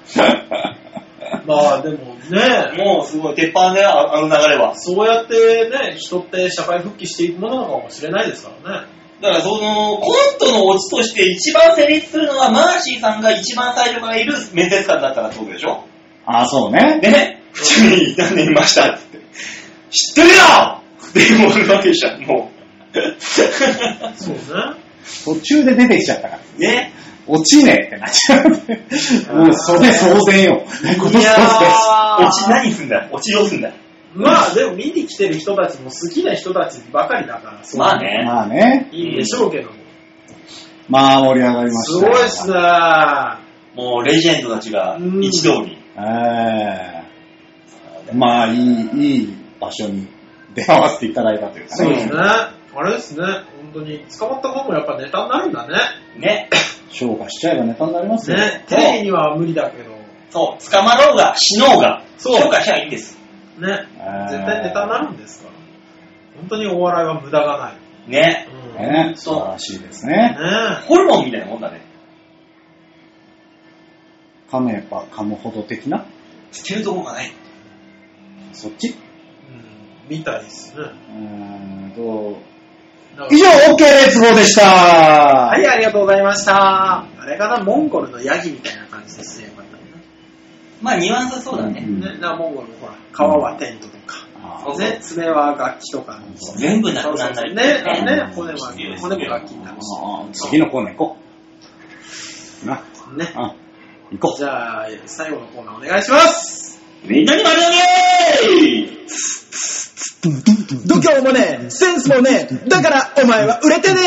Speaker 3: まあでも
Speaker 2: う。
Speaker 3: ね、
Speaker 2: もうすごい、鉄板だよ、ああの流れは。
Speaker 3: そうやってね、人って社会復帰していくものなのかもしれないですからね。
Speaker 2: だからそのコントのオチとして一番成立するのはマーシーさんが一番最初からいる面接官だったらってことでしょ
Speaker 4: ああ、そうね。
Speaker 2: でね、普通に何年いましたって言って、知ってるよって言われるわけじゃん、も う。
Speaker 3: そうね。
Speaker 4: 途中で出てきちゃったから。
Speaker 2: ね。
Speaker 4: 落ちねえってなっちゃう。もう、それ騒然よ。今年そうです。
Speaker 3: やー
Speaker 2: オチ何すんだオチどうすんだ
Speaker 3: まあでも見に来てる人たちも好きな人たちばかりだから、そう
Speaker 2: まあね。
Speaker 4: まあね。
Speaker 3: いいんでしょうけども。
Speaker 4: まあ盛り上がりまし
Speaker 3: す
Speaker 4: た
Speaker 3: ご
Speaker 4: よ。
Speaker 3: いっすね。
Speaker 2: もうレジェンドたちが一堂に。
Speaker 4: ええまあ、いい、いい場所に出会わせていただいたというか
Speaker 3: そう
Speaker 4: ね。
Speaker 3: ですね。あれですね。本当に、捕まった方もやっぱネタになるんだね。
Speaker 2: ね。
Speaker 4: 消化しちゃえばネタになりますよ。
Speaker 3: ね。テレビには無理だけど、
Speaker 2: そう、捕まろうが死のうが、
Speaker 3: そう
Speaker 2: 評価しちゃいいんです。
Speaker 3: ね。
Speaker 4: えー
Speaker 3: 絶対ネタになるんですから。本当にお笑いは無駄がない。
Speaker 2: ね。
Speaker 3: うん
Speaker 4: ね素
Speaker 2: そう
Speaker 4: 晴らしいですね。
Speaker 3: ね
Speaker 2: ホルモンみたいなもんだね。
Speaker 4: 噛めば噛むほど的な
Speaker 2: 捨てるとこがない。
Speaker 4: そっち
Speaker 3: うん、みたいですね。
Speaker 4: うーんと
Speaker 3: だから
Speaker 4: 以上、OK レッツゴーでしたは
Speaker 3: はい、ありがとうございました。あれかな、モンゴルのヤギみたいな感じですね、またね。
Speaker 2: まあニュアンスはそうだね。
Speaker 4: うん
Speaker 3: ね、だからモンゴルのほら、川はテントとか、
Speaker 4: あー
Speaker 3: ね、爪は楽器とか、
Speaker 2: 全部なくなったり
Speaker 3: ね、ね、
Speaker 4: う
Speaker 3: 骨
Speaker 4: ん
Speaker 3: は、
Speaker 2: 必要です
Speaker 3: 骨も楽器になるし。
Speaker 4: あー次のコーナー行こう。な、
Speaker 3: ね。
Speaker 4: あ、行こ
Speaker 3: じゃあ、最後のコーナーお願いします。
Speaker 2: みんなに丸投げ
Speaker 5: 度胸もねえセンスもねえだからお前は売れてね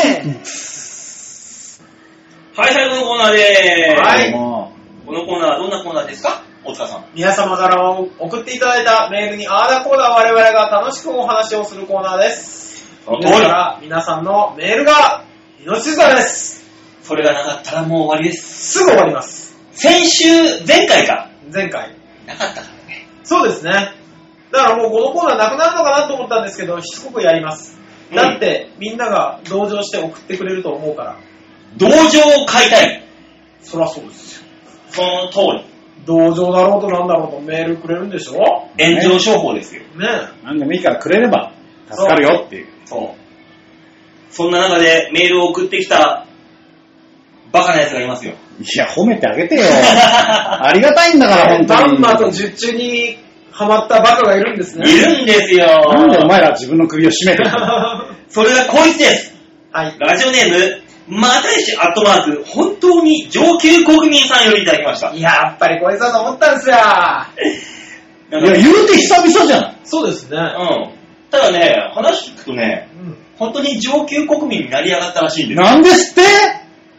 Speaker 2: はい、最後のコーナーでーす。
Speaker 4: う。
Speaker 3: はい
Speaker 4: も
Speaker 2: このコーナーはどんなコーナーですか大塚さん。
Speaker 3: 皆様から送っていただいたメールにあーだこーだ我々が楽しくお話をするコーナーです。
Speaker 2: その通
Speaker 3: 皆
Speaker 2: り。
Speaker 3: さん皆さんのメールが命綱です。
Speaker 2: それがなかったらもう終わりです。
Speaker 3: すぐ終わります。
Speaker 2: 先週、前回か。
Speaker 3: 前回。
Speaker 2: なかったからね。
Speaker 3: そうですね。だからもうこのコーナーなくなるのかなと思ったんですけど、しつこくやります。
Speaker 2: うん
Speaker 3: だって、みんなが同情して送ってくれると思うから。
Speaker 2: 同情を買いたい。
Speaker 3: そりゃそうですよ。
Speaker 2: その通
Speaker 3: 同情だろうとなんだろうとメールくれるんでしょ
Speaker 2: り。炎上商法ですよ。
Speaker 3: ね
Speaker 4: う、なんでもいいからくれれば助かるよっていう。
Speaker 2: そう。そんな中でメールを送ってきた、バカな奴がいますよ。
Speaker 4: いや、褒めてあげてよ。 ありがたいんだから、
Speaker 3: え。
Speaker 4: 本当
Speaker 3: バ
Speaker 4: に。
Speaker 3: ンマと十中にハマったバカがいるんですね。
Speaker 2: いるんですよ。
Speaker 4: なんでお前ら自分の首を絞めて るの
Speaker 3: は
Speaker 2: それがこいつです。
Speaker 3: い。
Speaker 2: ラジオネーム、またいしアットマーク、本当に上級国民さんよりいただきました。
Speaker 3: やっぱりこいつだと思ったんですよ。
Speaker 2: なんか
Speaker 4: いや、言うて久々じゃない。
Speaker 3: そうですね。
Speaker 2: うん。ただね、話聞くとね、
Speaker 3: うん
Speaker 2: 本当に上級国民になり上がったらしいんです。
Speaker 4: なんですって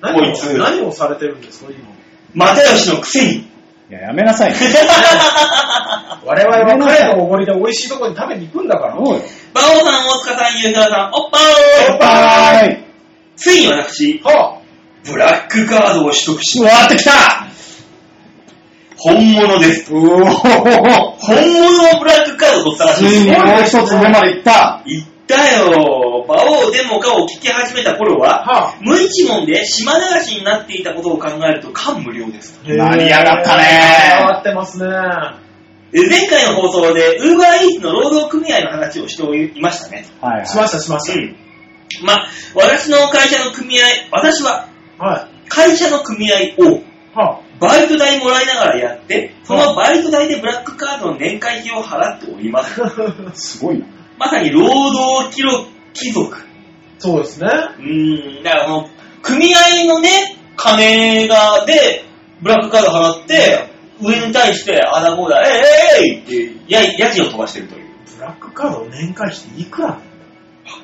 Speaker 3: 何を
Speaker 2: こいつ
Speaker 3: 何をされてるんですか、今。
Speaker 2: 又吉のくせに。
Speaker 4: いや、やめなさい。
Speaker 3: 我々は彼のおごりで美味しいとこに食べに行くんだから。
Speaker 4: そうよ。
Speaker 2: 馬王さん、大塚さん、ゆうたろうさん、おっぱー
Speaker 3: おっぱ
Speaker 4: はーい。
Speaker 2: ついに私、
Speaker 3: は
Speaker 2: ブラックカードを取得し
Speaker 4: う、わーってきた
Speaker 2: 本物です。
Speaker 4: うおー
Speaker 2: 本物のブラックカードを取ったらしい
Speaker 4: ついに
Speaker 2: です。
Speaker 4: もう一つ上まで行った
Speaker 2: 行っだよ、馬王デモカを聞き始めた頃は、
Speaker 3: はあ
Speaker 2: 無一文で島流しになっていたことを考えると感無量です。
Speaker 4: なりやがったね
Speaker 3: 変わってますね。
Speaker 2: え前回の放送で、ウーバーイーツの労働組合の話をしておりましたね。
Speaker 4: はい、
Speaker 3: しま
Speaker 4: は
Speaker 3: した、しまし
Speaker 2: うん。まあ、私の会社の組合、私は
Speaker 3: た。は
Speaker 2: 会社の組合を
Speaker 3: い。は
Speaker 2: バイト代もらいながらやって、そのバイト代でブラックカードの年会費を払っており ます。
Speaker 3: あ
Speaker 4: い。すごいな。
Speaker 2: まさに労働記録貴族。
Speaker 3: そうですね。
Speaker 2: うーん、だからあの、組合のね、金が、で、ブラックカード払って、上に対して、あだこうだ、えいえいえいって、や、やじを飛ばしてるという。
Speaker 3: ブラックカードの年会費っていくら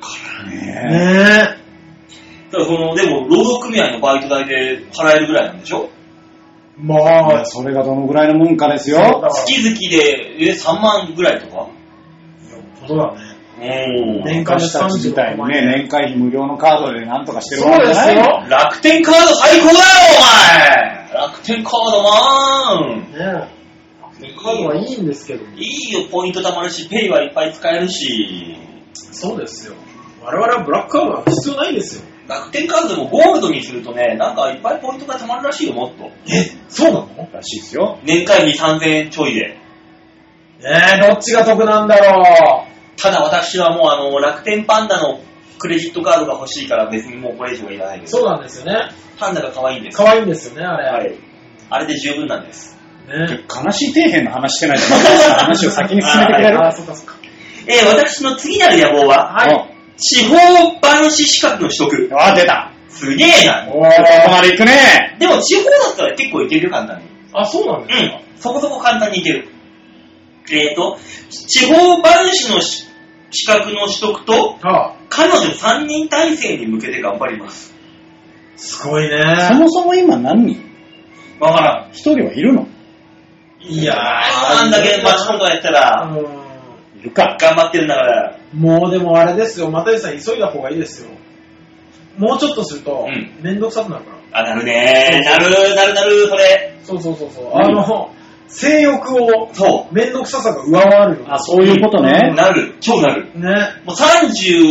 Speaker 3: ね
Speaker 4: ね
Speaker 3: え。
Speaker 2: ただその、でも、労働組合のバイト代で払えるぐらいなんでしょ
Speaker 3: ま
Speaker 4: い
Speaker 3: あ
Speaker 4: や、それがどのぐらいのもんかです
Speaker 3: そうだ
Speaker 4: よ。
Speaker 3: わ
Speaker 2: 月々で、え、3万ぐらいとか。
Speaker 3: よっぽどだね。
Speaker 2: おー
Speaker 3: 年間で
Speaker 4: 私たちみたいにね、
Speaker 3: 36
Speaker 4: 年会費無料のカードでなんとかしてる
Speaker 3: そう
Speaker 4: じ
Speaker 3: です
Speaker 4: ゃない
Speaker 3: よ。
Speaker 2: 楽天カード最高だよ、お前楽天カードマン
Speaker 3: ねえ。カードはいいんですけど。
Speaker 2: いいよ、ポイント貯まるし、ペイはいっぱい使えるし。
Speaker 3: そうですよ。我々はブラックカードは必要ないですよ。
Speaker 2: 楽天カードでもゴールドにするとね、なんかいっぱいポイントが貯まるらしいよ、もっと。
Speaker 3: え、そうなのね
Speaker 4: らしいですよ。
Speaker 2: 年会費3000円ちょいで。
Speaker 3: え、どっちが得なんだろ
Speaker 2: ただ私はもうあの、楽天パンダのクレジットカードが欲しいから別にもうこれ以上はいらないで
Speaker 3: う。
Speaker 2: す。
Speaker 3: そうなんですよね。
Speaker 2: パンダが可愛いんです。
Speaker 3: 可愛いんですよね、あ
Speaker 2: は
Speaker 3: れ。
Speaker 2: い。あれで十分なんです。
Speaker 3: ね
Speaker 4: 悲しい底辺の話してないじゃない話を先に進めてく れる
Speaker 3: あ、そっかそっか。
Speaker 2: えー私の次なる野望は、
Speaker 3: はい。
Speaker 2: 地方馬主資格の取得
Speaker 4: うん。あ、出た。
Speaker 2: すげえな。
Speaker 3: お
Speaker 4: ここ
Speaker 3: ー
Speaker 4: まで行くね。
Speaker 2: でも地方だったら結構いけるよ、簡単に。
Speaker 3: あ、そうなん
Speaker 2: う
Speaker 3: ですか。
Speaker 2: ん。そこそこ簡単にいける。えっ、と、地方馬主のし資格の取得と、
Speaker 3: はあ、
Speaker 2: 彼女3人体制に向けて頑張ります。
Speaker 3: すごいね。
Speaker 4: そもそも今何人
Speaker 2: わからん。
Speaker 4: 一人はいるの
Speaker 3: いやー
Speaker 2: あんだけ町コンがやった
Speaker 3: あ
Speaker 2: ら、
Speaker 3: の
Speaker 4: いるか。
Speaker 2: 頑張ってるんだから、
Speaker 3: ーもうでもあれですよ、又吉さん急いだ方がいいですよ。もうちょっとすると
Speaker 2: うん、
Speaker 3: めんどくさくなるから。
Speaker 2: あ、なるねー。なる、なるなる、それ。
Speaker 3: そうそうそうそう。
Speaker 4: ん
Speaker 3: あの、性欲を、
Speaker 2: そ
Speaker 3: めんどくささが上回るよ。
Speaker 4: あ、そういうこと
Speaker 2: う。
Speaker 4: ね。
Speaker 2: なる。超なる。
Speaker 3: ね。
Speaker 2: もう33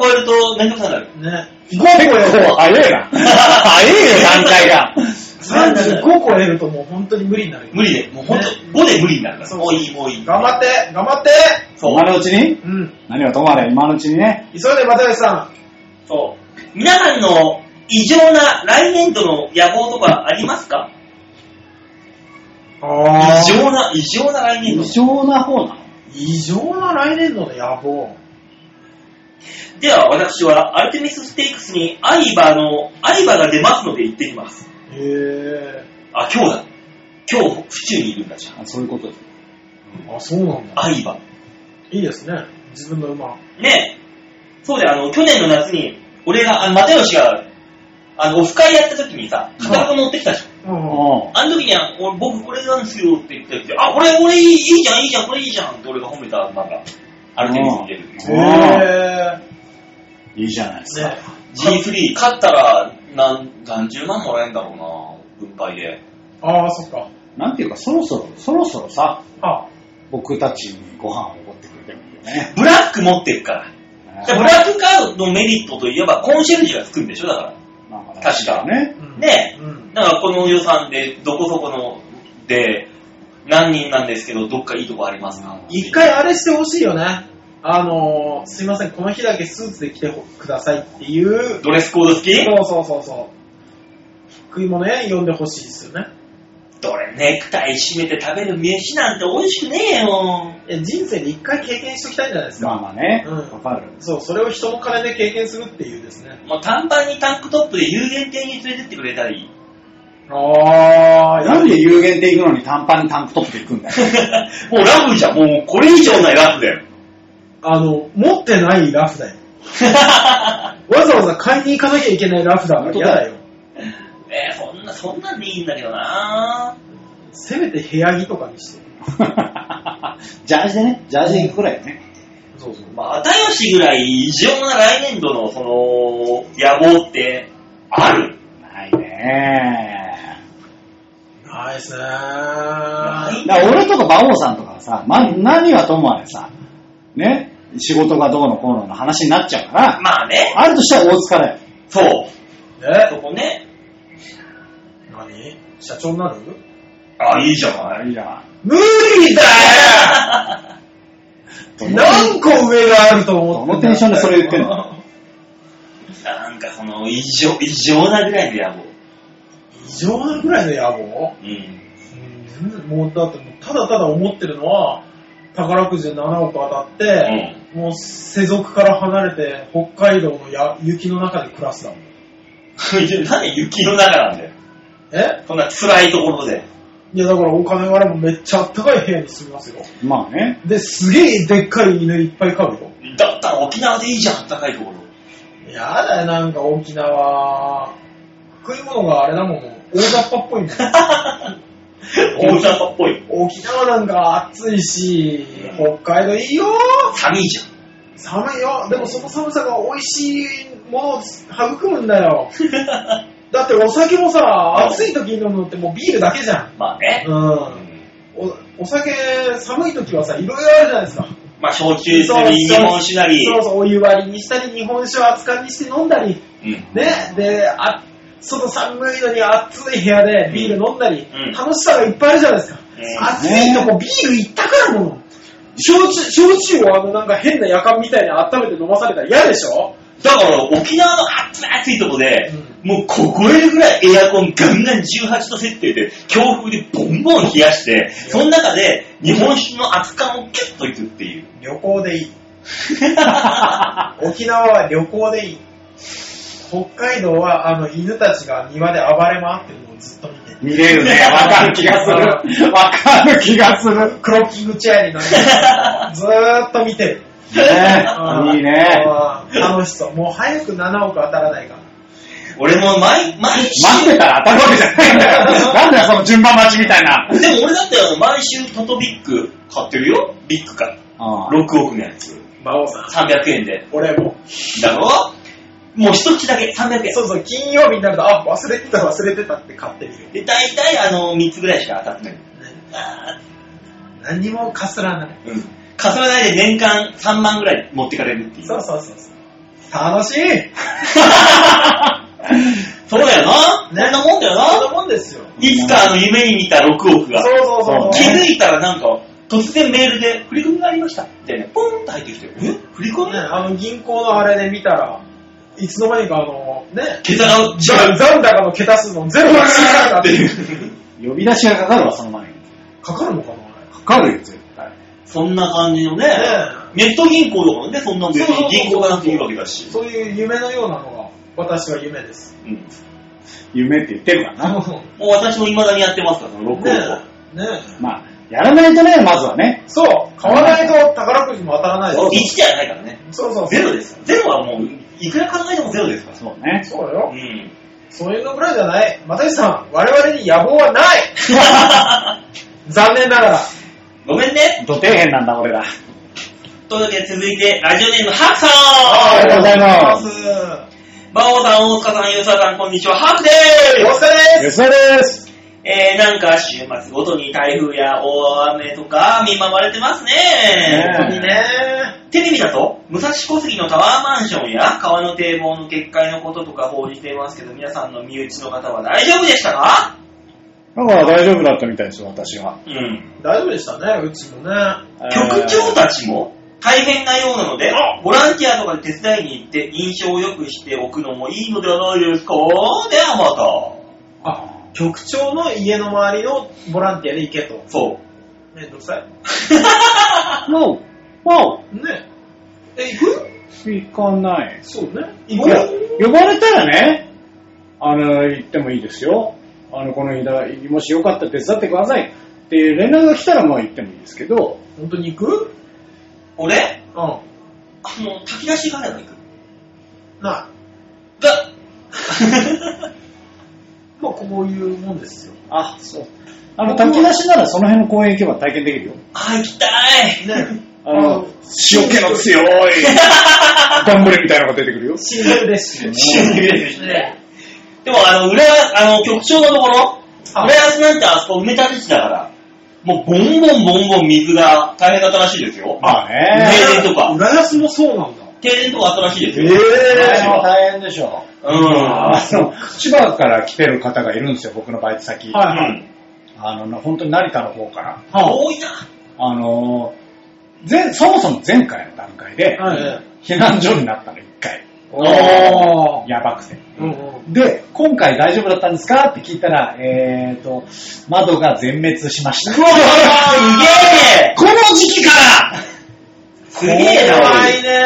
Speaker 2: 超えるとめんどくさくなる。
Speaker 3: ね。
Speaker 4: 結構早いな。早いよ、段階が。
Speaker 3: 35超えるともう本当に無理になるよ。
Speaker 2: 無理で、もうほんと、
Speaker 3: ね
Speaker 2: 5で無理になるから。
Speaker 3: そう
Speaker 2: もういい、もういい。
Speaker 3: 頑張って頑張って
Speaker 2: そう
Speaker 4: 今。のうちに
Speaker 3: うん。
Speaker 4: 何はともあれ、今のうちにね。
Speaker 3: 急いで又吉さ
Speaker 2: そう。皆さんの異常な来年度の野望とかありますか
Speaker 3: ん。あ
Speaker 2: 異常な、異常な来年度
Speaker 4: 異。常な方なの
Speaker 3: 異常な来年度の野望。
Speaker 2: では私はアルテミスステークスにアイバの、アイバが出ますので行ってきます。
Speaker 3: へえ。
Speaker 2: あ、今日だ。今日、府中にいるんだじゃん。
Speaker 4: あそういうことです。
Speaker 3: あ、そうなんだ。
Speaker 2: アイバ。
Speaker 3: いいですね。自分の馬。
Speaker 2: ねえ。そうで、あの、去年の夏に、俺が、あの、又吉が、あの、オフ会やった時にさ、片言持ってきたじゃん。
Speaker 3: うん。
Speaker 4: お
Speaker 2: あの時には、俺、僕これなんですよって言ってきて、あ、これ、俺いい、いいじゃん、いいじゃん、これいいじゃんって俺が褒めた、なんか、アルテミスに出る。
Speaker 3: へ
Speaker 4: ういいじゃないです
Speaker 3: え。
Speaker 4: か。
Speaker 3: ね
Speaker 2: G3、勝ったら、なん、何十万もらえんだろうな、分配で。
Speaker 3: ああ、そっか。
Speaker 4: なんていうか、そろそろ、そろそろさ、
Speaker 3: あ
Speaker 4: 僕たちにご飯をおごってくれてもいいよね。
Speaker 2: ブラック持ってるから。じゃあブラックカードのメリットといえば、コンシェルジュがつくんでしょ、だか。
Speaker 4: なんから
Speaker 2: 確か。
Speaker 4: ね。
Speaker 3: うん
Speaker 2: ね
Speaker 3: うん。
Speaker 2: だからこの予算で、どこそこの、で、何人なんですけど、どっかいいとこありますか
Speaker 3: 一回あれしてほしいよね。あのー、すいません、この日だけスーツで来てくださいっていう。
Speaker 2: ドレスコード好き
Speaker 3: そうそうそうそう。食い物屋に呼んでほしいですよね。
Speaker 2: どれネクタイ締めて食べる飯なんて美味しくねえよ。
Speaker 3: え人生で一回経験しときたいんじゃないですか。
Speaker 4: まあまあね、
Speaker 3: うん
Speaker 4: わかる。
Speaker 3: そう、それを人の金で経験するっていうですね。
Speaker 2: もう短パンにタンクトップで有限店に連れてってくれたり。
Speaker 3: あ
Speaker 4: なんで有限で行くのに短パンにタンクトップで行くんだ よ。
Speaker 2: もうラブじゃん、もうこれ以上ないラブだよ。
Speaker 3: あの、持ってないラフだ よ。わざわざ買いに行かなきゃいけないラフだから嫌だよ。
Speaker 2: えー、そんな、そんなんでいいんだけどな
Speaker 3: せめて部屋着とかにして。
Speaker 4: ジャージでね、ジャージで行くくらいね。
Speaker 3: そうそう。
Speaker 2: まあ、又吉ぐらい異常な来年度のその野望ってある
Speaker 4: ないね
Speaker 3: ナイスね
Speaker 2: な
Speaker 3: ー。
Speaker 2: い
Speaker 4: だから俺とか馬王さんとかはさ、ま、何はともあれさ、ね、仕事がどうのこうのの話になっちゃうから、
Speaker 2: まあね、
Speaker 4: あるとしたら大塚だよ。
Speaker 2: そう。
Speaker 3: え
Speaker 2: そこね。
Speaker 3: 何社長になる
Speaker 2: あ、いいじゃない。
Speaker 4: いいじゃない
Speaker 3: 無理だ
Speaker 4: ど
Speaker 3: よ
Speaker 4: の
Speaker 3: 何個上があると思って
Speaker 4: どのテンションでそれ言ってんの
Speaker 2: なんかその、異常、異常なぐらいの野望。
Speaker 3: 異常なぐらいの野望
Speaker 2: うん。
Speaker 3: うん全然もうだってもうただただ思ってるのは宝くじで7億当たって、もう世俗から離れて北海道のや雪の中で暮らすだもん
Speaker 2: なんで雪の中なんだよ。
Speaker 3: え
Speaker 2: こんな辛いところで。
Speaker 3: いやだからお金があればめっちゃあったかい部屋に住みますよ
Speaker 4: まあね。
Speaker 3: ですげえでっかい犬いっぱい飼うよ
Speaker 2: だったら沖縄でいいじゃん、あったかいところ。
Speaker 3: やだよなんか沖縄食い物があれだもん大雑把っぽいもん
Speaker 2: 大阪っぽい。
Speaker 3: 沖縄なんか暑いし北海道いいよ
Speaker 2: 寒いじゃん。
Speaker 3: 寒いよでもその寒さが美味しいものを育むんだ よだってお酒もさ暑い時に飲むのってもうビールだけじゃん
Speaker 2: まあね。
Speaker 3: うんおお酒寒い時はさいろいろあるじゃないですか
Speaker 2: まあ、焼酎なり、日本酒なり。
Speaker 3: そうそうお湯割りにしたり日本酒を熱燗にして飲んだり
Speaker 2: うん。
Speaker 3: ねであその寒いのに暑い部屋でビール飲んだり、
Speaker 2: うん
Speaker 3: 楽しさがいっぱいあるじゃないですか、
Speaker 2: うん
Speaker 3: 暑いとこビール一択なの焼酎焼酎をあのなんか変な夜間みたいに温めて飲まされたら嫌でしょ
Speaker 2: だから、沖縄の暑い暑いとこで、もう凍えるぐらいエアコンガンガン18度設定で、強風でボンボン冷やして、その中で日本酒の熱燗をキュッといくっていう。
Speaker 3: 旅行でいい沖縄は旅行でいい北海道はあの犬たちが庭で暴れ回ってるのをずっと見てる
Speaker 4: 見れるね。わかる気がする。わかる気がす る。
Speaker 3: クロッキングチェアに乗り ながらずーっと見てる
Speaker 4: ねいいね。
Speaker 3: うん楽しそう。もう早く7億当たらないか。
Speaker 2: 俺も毎、毎
Speaker 4: 待っ
Speaker 2: 週、
Speaker 4: てたら当たるわけじゃないんだ よ。なんだよ、その順番待ちみたいな。
Speaker 2: でも俺だってあの毎週トトビック買ってるよ。ビッグか。
Speaker 4: あ
Speaker 2: 6億のやつ。
Speaker 3: 馬王さん。
Speaker 2: 300円で。
Speaker 3: 俺も。
Speaker 2: だろもう一口だけ300円。
Speaker 3: そうそう、金曜日になると、あ、忘れてた、忘れてたって買ってみるよ。
Speaker 2: で、大体あの、3つぐらいしか当たってない。あ
Speaker 3: 何にもかすらない。
Speaker 2: ーうん。かすらないで年間3万ぐらい持ってかれるっていう。
Speaker 3: そうそうそうそう。楽しい
Speaker 2: そうだよな。こんなもんだよ
Speaker 3: そん
Speaker 2: な。
Speaker 3: なもんですよ。
Speaker 2: いつかあの夢に見た6億
Speaker 3: そう
Speaker 2: が、
Speaker 3: そうそう。
Speaker 2: 気づいたらなんか、突然メールで、振り込みがありましたってね、ポンって入ってきて、え振り込み
Speaker 3: ね、あの銀行のあれで見たら、いつの間にかあの、ね、
Speaker 2: 桁が、じゃあ、
Speaker 3: 残高の桁数の全部が違う
Speaker 2: っ
Speaker 3: ってて
Speaker 2: い
Speaker 3: いう。
Speaker 2: う。
Speaker 4: あ。呼び出しがかかるわ、その前に。
Speaker 3: かかるのかな
Speaker 4: かかるよ、絶対。
Speaker 2: そんな感じのね、
Speaker 3: あ
Speaker 2: ネット銀行とかもね、そんな別
Speaker 3: そうそうそう
Speaker 2: に銀行がなくていいわけだし
Speaker 3: れ。そういう夢のようなのが、私は夢です。
Speaker 2: うん
Speaker 4: 夢って言ってるからな。
Speaker 2: もう私も未だにやってますから、その6億
Speaker 3: ね
Speaker 2: を。
Speaker 3: え、ねえ。
Speaker 4: まあ、やらないとね、まずはね。
Speaker 3: そう、買わないと宝くじも当たらない
Speaker 2: 1
Speaker 3: です。
Speaker 2: じゃないからね。
Speaker 3: そうそう
Speaker 2: ゼ
Speaker 3: そう。
Speaker 2: ロですから。ゼロはもう、いくら考えてもゼロですから。
Speaker 4: そうね。
Speaker 3: そう
Speaker 2: う
Speaker 3: よ。
Speaker 2: ん。
Speaker 3: そういうのぐらいじゃない。又吉さん、我々に野望 はない残念ながら。
Speaker 2: ごめんね。
Speaker 4: ど底辺なんだ、俺ら。
Speaker 2: というわけで続いて、ラジオネーム、ハークさん
Speaker 4: ありがとうございま
Speaker 3: お
Speaker 4: す。
Speaker 2: 馬王さん、大塚さん、吉沢さん、こんにちは、ハークで
Speaker 3: 疲れ
Speaker 4: 吉田です。
Speaker 2: すえー、なんか週末ごとに台風や大雨とか見舞われてますね。
Speaker 3: 本当にね。
Speaker 2: テレビだと、武蔵小杉のタワーマンションや川の堤防の決壊のこととか報じていますけど、皆さんの身内の方は大丈夫でしたか
Speaker 4: なんか大丈夫だったみたいですよ、私は。
Speaker 2: うん。
Speaker 3: 大丈夫でしたね、うちもね。
Speaker 2: 局長たちも大変なようなので、ボランティアとかで手伝いに行って印象を良くしておくのもいいのではないですかではまた。
Speaker 3: あ、局長の家の周りのボランティアで行けと。
Speaker 2: そう。
Speaker 3: めんどくさい。
Speaker 4: もう、も
Speaker 3: ねえ。え、行く
Speaker 4: う、行かない。
Speaker 3: そうね。
Speaker 4: い
Speaker 3: 行く
Speaker 4: や、呼ばれたらね、あの、行ってもいいですよ。あの、この間、もしよかったら手伝ってください。っていう連絡が来たら、まあ行ってもいいですけど、
Speaker 3: 本当に行く
Speaker 2: 俺
Speaker 3: う
Speaker 2: あの、炊き出しがあれば行く。
Speaker 3: ん。な
Speaker 2: だ
Speaker 3: い。まあ、こういうもんですよ。
Speaker 4: あ、そう。あの、炊き出しならその辺の公園行けば体験できるよ。
Speaker 2: あ、行きたい
Speaker 3: ね
Speaker 4: あの、塩気の強い、丼みたいなのが出てくるよ。
Speaker 3: シングルですし。
Speaker 2: ねでも、あの、浦安、あの、局長のところ、
Speaker 3: あ
Speaker 2: 浦安なんてあそこ埋め立て地だから、もうボンボンボンボン水が大変だったらしいですよ。
Speaker 4: まあ
Speaker 2: 停電
Speaker 4: ね。
Speaker 2: とか。
Speaker 5: 浦安もそうなんだ。
Speaker 2: 停電とかあったらしいです
Speaker 4: え
Speaker 2: よ。
Speaker 4: えも大変でしょう。
Speaker 2: うん。
Speaker 4: あの、千葉から来てる方がいるんですよ、僕のバイト先。
Speaker 5: は
Speaker 4: あの、本当に成田の方から。
Speaker 2: 多いな。
Speaker 4: あの、前そもそも前回の段階で、
Speaker 5: はい。
Speaker 4: 避難所になったの、一回。
Speaker 5: おー。
Speaker 4: やばくて。
Speaker 5: うんうん
Speaker 4: で、今回大丈夫だったんですかって聞いたら、えーと、窓が全滅しました。
Speaker 2: うわすげえ
Speaker 4: この時期から
Speaker 2: すげえ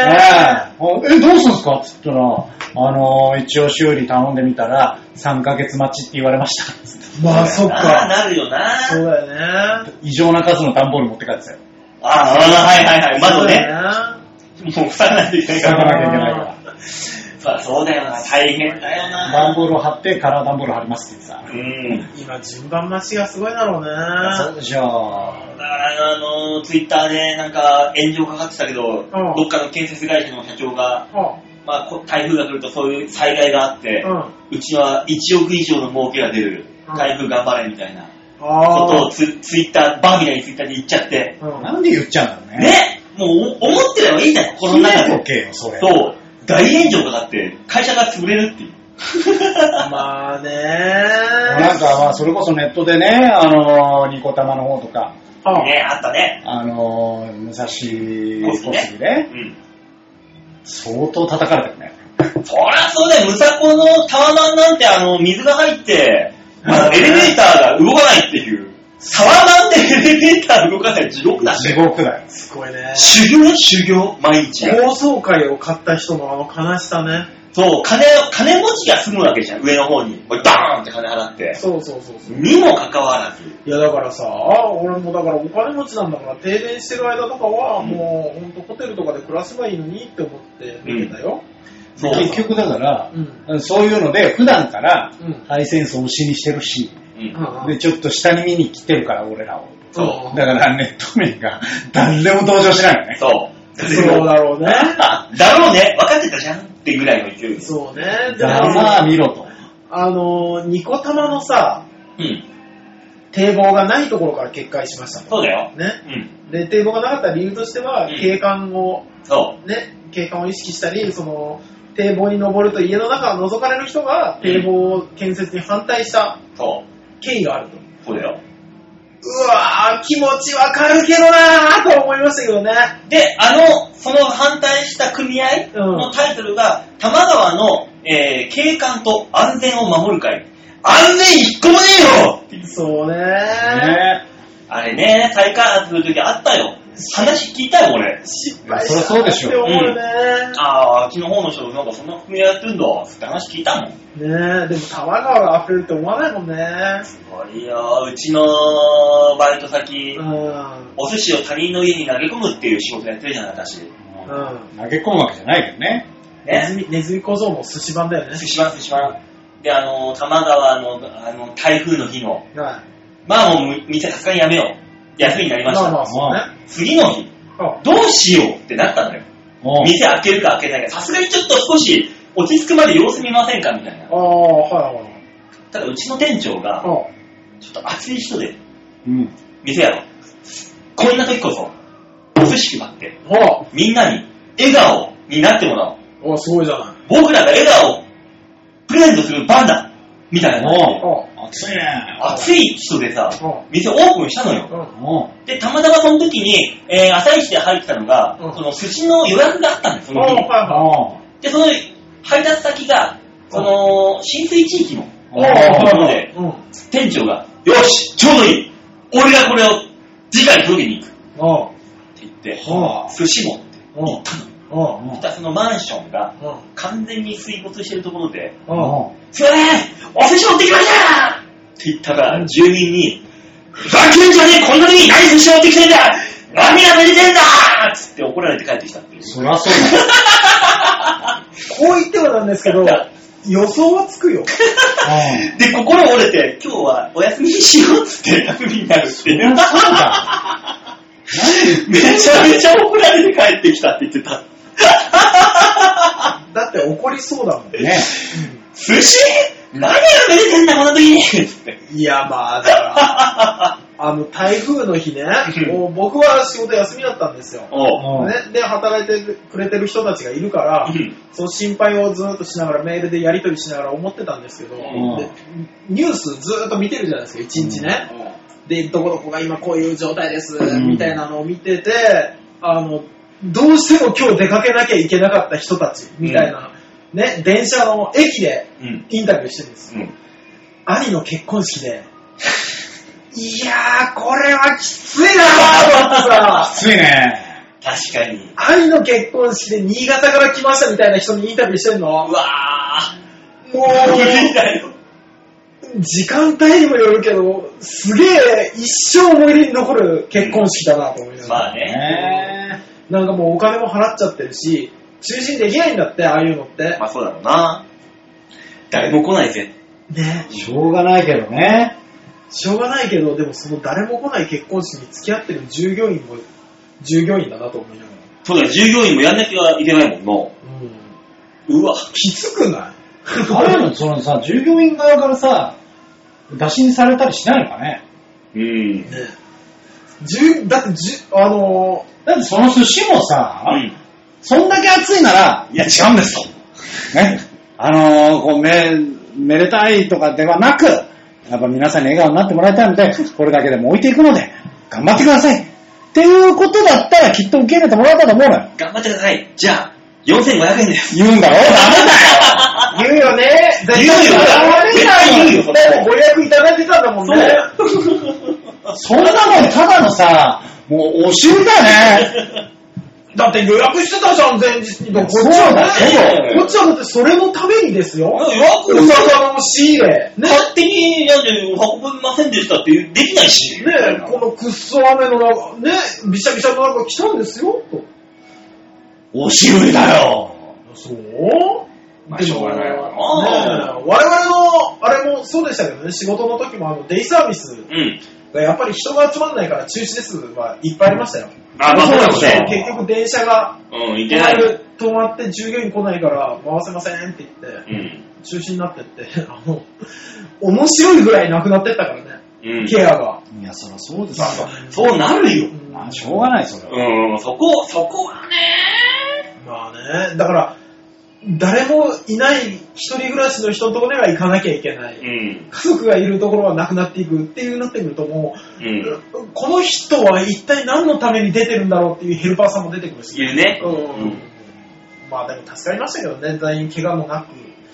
Speaker 2: な、
Speaker 5: 怖
Speaker 2: お
Speaker 5: い
Speaker 2: い。
Speaker 4: ね
Speaker 5: ね。
Speaker 4: ええ、どうすんすかって言ったら、あのー、一応修理頼んでみたら、3ヶ月待ちって言われました。
Speaker 5: まあそっ
Speaker 2: ああ、
Speaker 5: か。
Speaker 2: なるよな。
Speaker 5: そうだよね。
Speaker 4: 異常な数の段ボール持って帰ってたよ。
Speaker 2: ああ、はいはいはい。窓
Speaker 5: そう
Speaker 2: ね。
Speaker 5: だよね。
Speaker 2: もう塞がないといけないか
Speaker 4: 塞
Speaker 2: ら。
Speaker 4: がなきゃいけないから。
Speaker 2: そりゃそうだよな。大変だよ
Speaker 4: 段
Speaker 2: な。
Speaker 4: ボールを貼って、カラー段ボール貼りますって言って
Speaker 2: うん。
Speaker 5: 今順番待ちがすごいだろう
Speaker 4: た。そう
Speaker 5: ね。
Speaker 4: でしょ
Speaker 2: だからあの、ツイッターでなんか炎上かかってたけど、どっかの建設会社の社長が、
Speaker 5: あ
Speaker 2: まあ、こ台風が来るとそういう災害があって、
Speaker 5: うん。
Speaker 2: うちは1億以上の儲けが出る、
Speaker 5: うん
Speaker 2: 台風頑張れみたいなこ
Speaker 5: あ
Speaker 2: とをツツイッター、バーみたいにツイッターに言っちゃって、
Speaker 5: ー。う
Speaker 4: う。
Speaker 5: ん。
Speaker 4: なんで言っちゃうんだろうね。
Speaker 2: ねもうお思ってればいいんだよ、この中
Speaker 4: ひね
Speaker 2: で
Speaker 4: と。けよ、それ。
Speaker 2: そう、大炎上かかって、会社が潰れるっていう。
Speaker 5: まあね
Speaker 4: なんか、まあ、それこそネットでね、あのー、ニコタマの方とか、
Speaker 5: あ
Speaker 2: ねあったね。
Speaker 4: あのー、武蔵
Speaker 2: 小
Speaker 4: 小
Speaker 2: 杉
Speaker 4: 杉
Speaker 2: う
Speaker 4: ね、
Speaker 2: ん。
Speaker 4: 相当叩かれたよね。
Speaker 2: そりゃそうだよ、ムサコのタワマンなんて、あの、水が入って、まあ、エレベーターが動かないっていう。タワマンでエレベーター動かない地獄だ
Speaker 4: 地
Speaker 2: し。
Speaker 4: 獄だよ。
Speaker 5: すごいね。
Speaker 2: 修行修行毎日が。
Speaker 5: 高層階を買った人のあの悲しさね。
Speaker 2: そう、金、金持ちが住むわけじゃん、上の方に。これバーンって金払って。
Speaker 5: そうそうそうそう。
Speaker 2: にもかかわらず。
Speaker 5: いやだからさ、俺もだからお金持ちなんだから停電してる間とかは
Speaker 2: うん
Speaker 5: もうほんとホテルとかで暮らせばいいのにって思って見てたよ。
Speaker 2: そう。
Speaker 4: 結局だから
Speaker 5: う、ん。
Speaker 4: そういうので、普段から
Speaker 5: うん、
Speaker 4: ハイセンスを推しにしてるし、
Speaker 2: うん
Speaker 5: うん
Speaker 4: で、ちょっと下に見に来てるから、俺らを。
Speaker 5: そう。
Speaker 4: だから、ネット民が、誰でも登場しないよね。
Speaker 2: そう。
Speaker 5: そうだろうね。
Speaker 2: だろうね、分かってたじゃんってぐらいの勢いです。
Speaker 5: そうね。で
Speaker 4: ざまあ見ろと。
Speaker 5: あの、ニコ玉のさ、
Speaker 2: うん。
Speaker 5: 堤防がないところから決壊しました
Speaker 2: そ
Speaker 5: と。
Speaker 2: うだよ。
Speaker 5: ね。
Speaker 2: うん。
Speaker 5: で、堤防がなかった理由としては
Speaker 2: うん、
Speaker 5: 景観を、
Speaker 2: そ
Speaker 5: ね、景観を意識したり、その、堤防に登ると家の中を覗かれる人が堤防建設に反対した
Speaker 2: う。そ
Speaker 5: 経緯があると。
Speaker 2: う。そうだよ。
Speaker 5: うわー、気持ちわかるけどなーと思いましたけどね。
Speaker 2: で、あの、その反対した組合のタイトルが、多摩川の、えー、景観と安全を守る会。安全一個もねえよっていう
Speaker 5: そうねー。
Speaker 4: ね
Speaker 2: あれね、再開発するときあったよ。話聞いたよ、俺。
Speaker 5: 失敗したなって思う
Speaker 2: そりゃそう
Speaker 5: ね
Speaker 2: ああ、あっちの方の人がなんかそんな組合やってるんだ、つって話聞いたもん。す
Speaker 5: ねえ、でも多摩川が溢れるって思わないもんね。
Speaker 2: ごいよ、うちのバイト先、
Speaker 5: うん。
Speaker 2: お寿司を他人の家に投げ込むっていう仕事やってるじゃない、私。ね。
Speaker 5: うん
Speaker 4: 投げ込むわけじゃないけどね。
Speaker 5: ネズミ、ネズミ小僧も寿司版だよね
Speaker 2: 寿。司番、寿司番。で、あの、多摩川の、あの、台風の日の、
Speaker 5: はい。
Speaker 2: まあもう店さすがにやめよう。休みになりま
Speaker 5: ま
Speaker 2: し
Speaker 5: あま
Speaker 2: た。
Speaker 5: あ、そうね。
Speaker 2: 次の日、
Speaker 5: あ
Speaker 2: どうしようってなったのよ。
Speaker 4: うん
Speaker 2: 店開けるか開けないか。さすがにちょっと少し落ち着くまで様子見ませんかみたいな
Speaker 5: あ。ー、はいはいはい。
Speaker 2: ただうちの店長が、
Speaker 5: あ
Speaker 2: ちょっと熱い人で、
Speaker 4: うん。
Speaker 2: 店やろ。こんな時こそ、お寿司配って、
Speaker 5: あ
Speaker 2: みんなに笑顔になってもらおう。
Speaker 5: ああ、すごいじゃない。
Speaker 2: 僕らが笑顔をプレゼントする番だみたいな。
Speaker 4: お
Speaker 5: あ
Speaker 4: う熱いね。
Speaker 2: 熱い人でさ
Speaker 5: う、ん
Speaker 2: 店オープンしたのよ。
Speaker 5: あ。
Speaker 4: おう
Speaker 2: で、たまたまその時に、えー朝一で入ってたのが、
Speaker 5: うん
Speaker 2: その寿司の予約があったんです、そ
Speaker 5: うん。あ
Speaker 2: の
Speaker 5: あ、
Speaker 2: 日
Speaker 5: はいは
Speaker 4: おう
Speaker 2: で、その配達先が、その、浸水地域の、
Speaker 4: おう
Speaker 2: ところ
Speaker 5: い。
Speaker 2: で、
Speaker 5: うん。
Speaker 2: 店長が、よしちょうどいい俺がこれを、次回届けに行くって
Speaker 5: あ
Speaker 2: 言って、
Speaker 4: は
Speaker 2: 寿司も
Speaker 5: うん
Speaker 2: 行ったの。
Speaker 5: あ。
Speaker 2: そしたらそのマンションが
Speaker 5: うん。
Speaker 2: 完全に水没してるところで、
Speaker 5: うん。うん。
Speaker 2: すいませんお寿司持ってきましたって言ったら、住民に、ふざけんじゃねえこんな時に何寿司持ってきてんだ何がめでてんだつって怒られて帰ってきたっていう。
Speaker 4: そりゃそうだ。
Speaker 5: こう言ってはなんですけど、予想はつくよ。
Speaker 4: うん
Speaker 2: で、心折れて、今日はお休みにしようっつって休みになるっていう。
Speaker 4: そうだ。
Speaker 2: めちゃめちゃ怒られて帰ってきたって言ってた。
Speaker 5: だって怒りそうだもん。
Speaker 4: ね。
Speaker 2: 寿司何が出てんだ、この時につって。
Speaker 5: いや、まあ、だから、あの、台風の日ね、もう僕は仕事休みだったんですよ。
Speaker 2: おう。
Speaker 4: うん
Speaker 5: ね、で、働いてくれてる人たちがいるから
Speaker 2: うん、
Speaker 5: その心配をずっとしながら、メールでやり取りしながら思ってたんですけど、
Speaker 2: ん
Speaker 5: でニュースずっと見てるじゃないですか、一日ね。で、どこどこが今こういう状態です、
Speaker 4: ん
Speaker 5: みたいなのを見てて、あの、どうしても今日出かけなきゃいけなかった人たち、みたいな、ね、電車の駅で
Speaker 2: うん。
Speaker 5: インタビューしてるんですよ。
Speaker 2: うん。
Speaker 5: 兄の結婚式で、いやー、これはきついなーと思ってさ、
Speaker 4: ついね。
Speaker 2: 確かに。
Speaker 5: 兄の結婚式で新潟から来ましたみたいな人にインタビューしてんの
Speaker 2: うわぁ。
Speaker 5: も
Speaker 2: 無理
Speaker 5: う、
Speaker 2: だよ。
Speaker 5: 時間帯にもよるけど、すげえ一生思い出に残る結婚式だなと思いながら。
Speaker 2: まあね。
Speaker 4: ね
Speaker 5: なんかもうお金も払っちゃってるし、中心できないんだって、ああいうのって
Speaker 2: ま。あそうだろうな。誰も来ないぜ。
Speaker 5: ね。
Speaker 4: しょうがないけどね。
Speaker 5: しょうがないけど、でもその誰も来ない結婚式に付き合ってる従業員も、従業員だなと思いながら。
Speaker 2: そうだ、従業員もやんなきゃいけないもんな。
Speaker 5: うん。
Speaker 2: うわ。
Speaker 5: きつくない
Speaker 4: あれの、そのさ、従業員側からさ、打診されたりしないのかね。
Speaker 2: うん。
Speaker 5: ねじゅだってじゅ、あの
Speaker 4: だってその寿司もさ、
Speaker 2: うん。
Speaker 4: そんだけ暑いなら、
Speaker 2: いや、違うんですと。
Speaker 4: ね、あのーこうめ、めでたいとかではなく、やっぱ皆さんに笑顔になってもらいたいので、これだけでも置いていくので、頑張ってください。っていうことだったらきっと受け入れてもらえたと思うのよ。
Speaker 2: 頑張ってください。じゃあ、4500円です。
Speaker 4: 言うんだろダ
Speaker 5: ー、言うよね絶対
Speaker 2: 言うよ
Speaker 5: 絶対言うよ
Speaker 2: 絶対言うよ
Speaker 5: でもご予約いただいてたんだもんね。
Speaker 4: メだよ。そんなのただのさ、もうお尻だね。
Speaker 5: だって予約してたじゃん、前日に。こっち
Speaker 4: そう
Speaker 5: は
Speaker 4: だ
Speaker 2: けど
Speaker 5: こっちはだってそれのためにですよ。
Speaker 2: いやよく
Speaker 5: お魚の仕入れ。ね。
Speaker 2: 勝手になんで運べませんでしたってできないし。
Speaker 5: ね、このくっそ雨の中、ね、びしゃびしゃの中来たんですよ、と。
Speaker 2: お渋いだよ。
Speaker 5: そう
Speaker 2: まあしょうがないわ
Speaker 5: ね
Speaker 2: な
Speaker 5: え我々の、あれもそうでしたけどね、仕事の時もあのデイサービス
Speaker 2: うん。
Speaker 5: がやっぱり人が集まらないから中止ですはいっぱいありましたよ。
Speaker 2: あ、まあそうだもん
Speaker 4: そう
Speaker 2: ね。
Speaker 5: 結局電車が
Speaker 2: うん、い
Speaker 5: 止
Speaker 2: け
Speaker 5: ま
Speaker 2: ない。
Speaker 5: る止まって従業員来ないから回せませんって言って、
Speaker 2: うん。
Speaker 5: 中止になってって、 あの、面白いぐらいなくなってったからね、
Speaker 2: うん。
Speaker 5: ケアが。
Speaker 4: いや、そりゃそうです
Speaker 2: ま
Speaker 4: よ
Speaker 2: あ。そうそうなるよ。
Speaker 4: まあ、しょうがない、それは。
Speaker 2: うん、そこ、そこはね。
Speaker 5: まあね、だから、誰もいない一人暮らしの人のところには行かなきゃいけない。
Speaker 2: うん。
Speaker 5: 家族がいるところはなくなっていくっていうなってくるとも
Speaker 2: う
Speaker 5: う、
Speaker 2: ん。
Speaker 5: この人は一体何のために出てるんだろうっていうヘルパーさんも出てくるし。
Speaker 2: いるね。
Speaker 5: うん
Speaker 2: うん。
Speaker 5: まあでも助かりましたけどね、全員怪我もなく、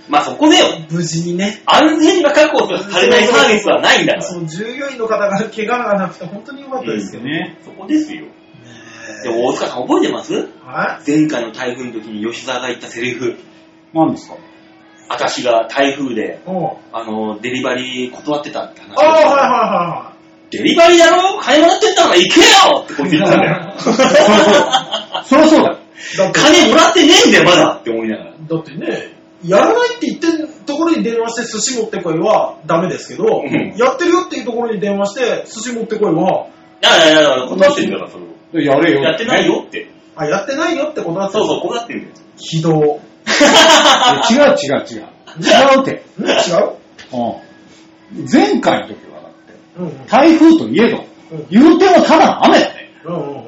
Speaker 2: まあそこだよ。
Speaker 5: 無事にね。
Speaker 2: 安全が確保されないサービスはないんだから。
Speaker 5: そ
Speaker 2: そ
Speaker 5: の従業員の方が怪我がなくて本当に良かったですけどね。
Speaker 4: ね。
Speaker 2: こですよ。でも大塚さん覚えてます
Speaker 5: は
Speaker 2: 前回の台風の時に吉沢が言ったセリフ。
Speaker 4: 何ですか
Speaker 2: 私が台風で、
Speaker 5: いおう
Speaker 2: あの、デリバリー断ってたって話。
Speaker 5: ああ、はいは
Speaker 2: デリバリーだろ金もらってったのら行けよってこいつ言ってたんだ よ。
Speaker 4: そりゃそう
Speaker 5: いはい
Speaker 4: だよ。
Speaker 5: はい。だって
Speaker 2: 金もらってねえんだよ、まだって思いながら。
Speaker 5: だってね、やらないって言ってるところに電話して寿司持ってこいはダメですけど、
Speaker 2: うん
Speaker 5: やってるよっていうところに電話して寿司持ってこいは、
Speaker 2: だから、だから断ってんだから、それを。
Speaker 4: やれよ。
Speaker 2: やってない。よって。
Speaker 5: あ、やってないよってことだった
Speaker 2: そうそう、断ってんだよ。
Speaker 5: 非道。ん違う
Speaker 4: 違う違う違う。違うって。うん。前回の時はだって、
Speaker 5: うんうん。
Speaker 4: 台風といえど
Speaker 5: うん、
Speaker 4: 言うてもただの雨だね。
Speaker 5: うんうんうん。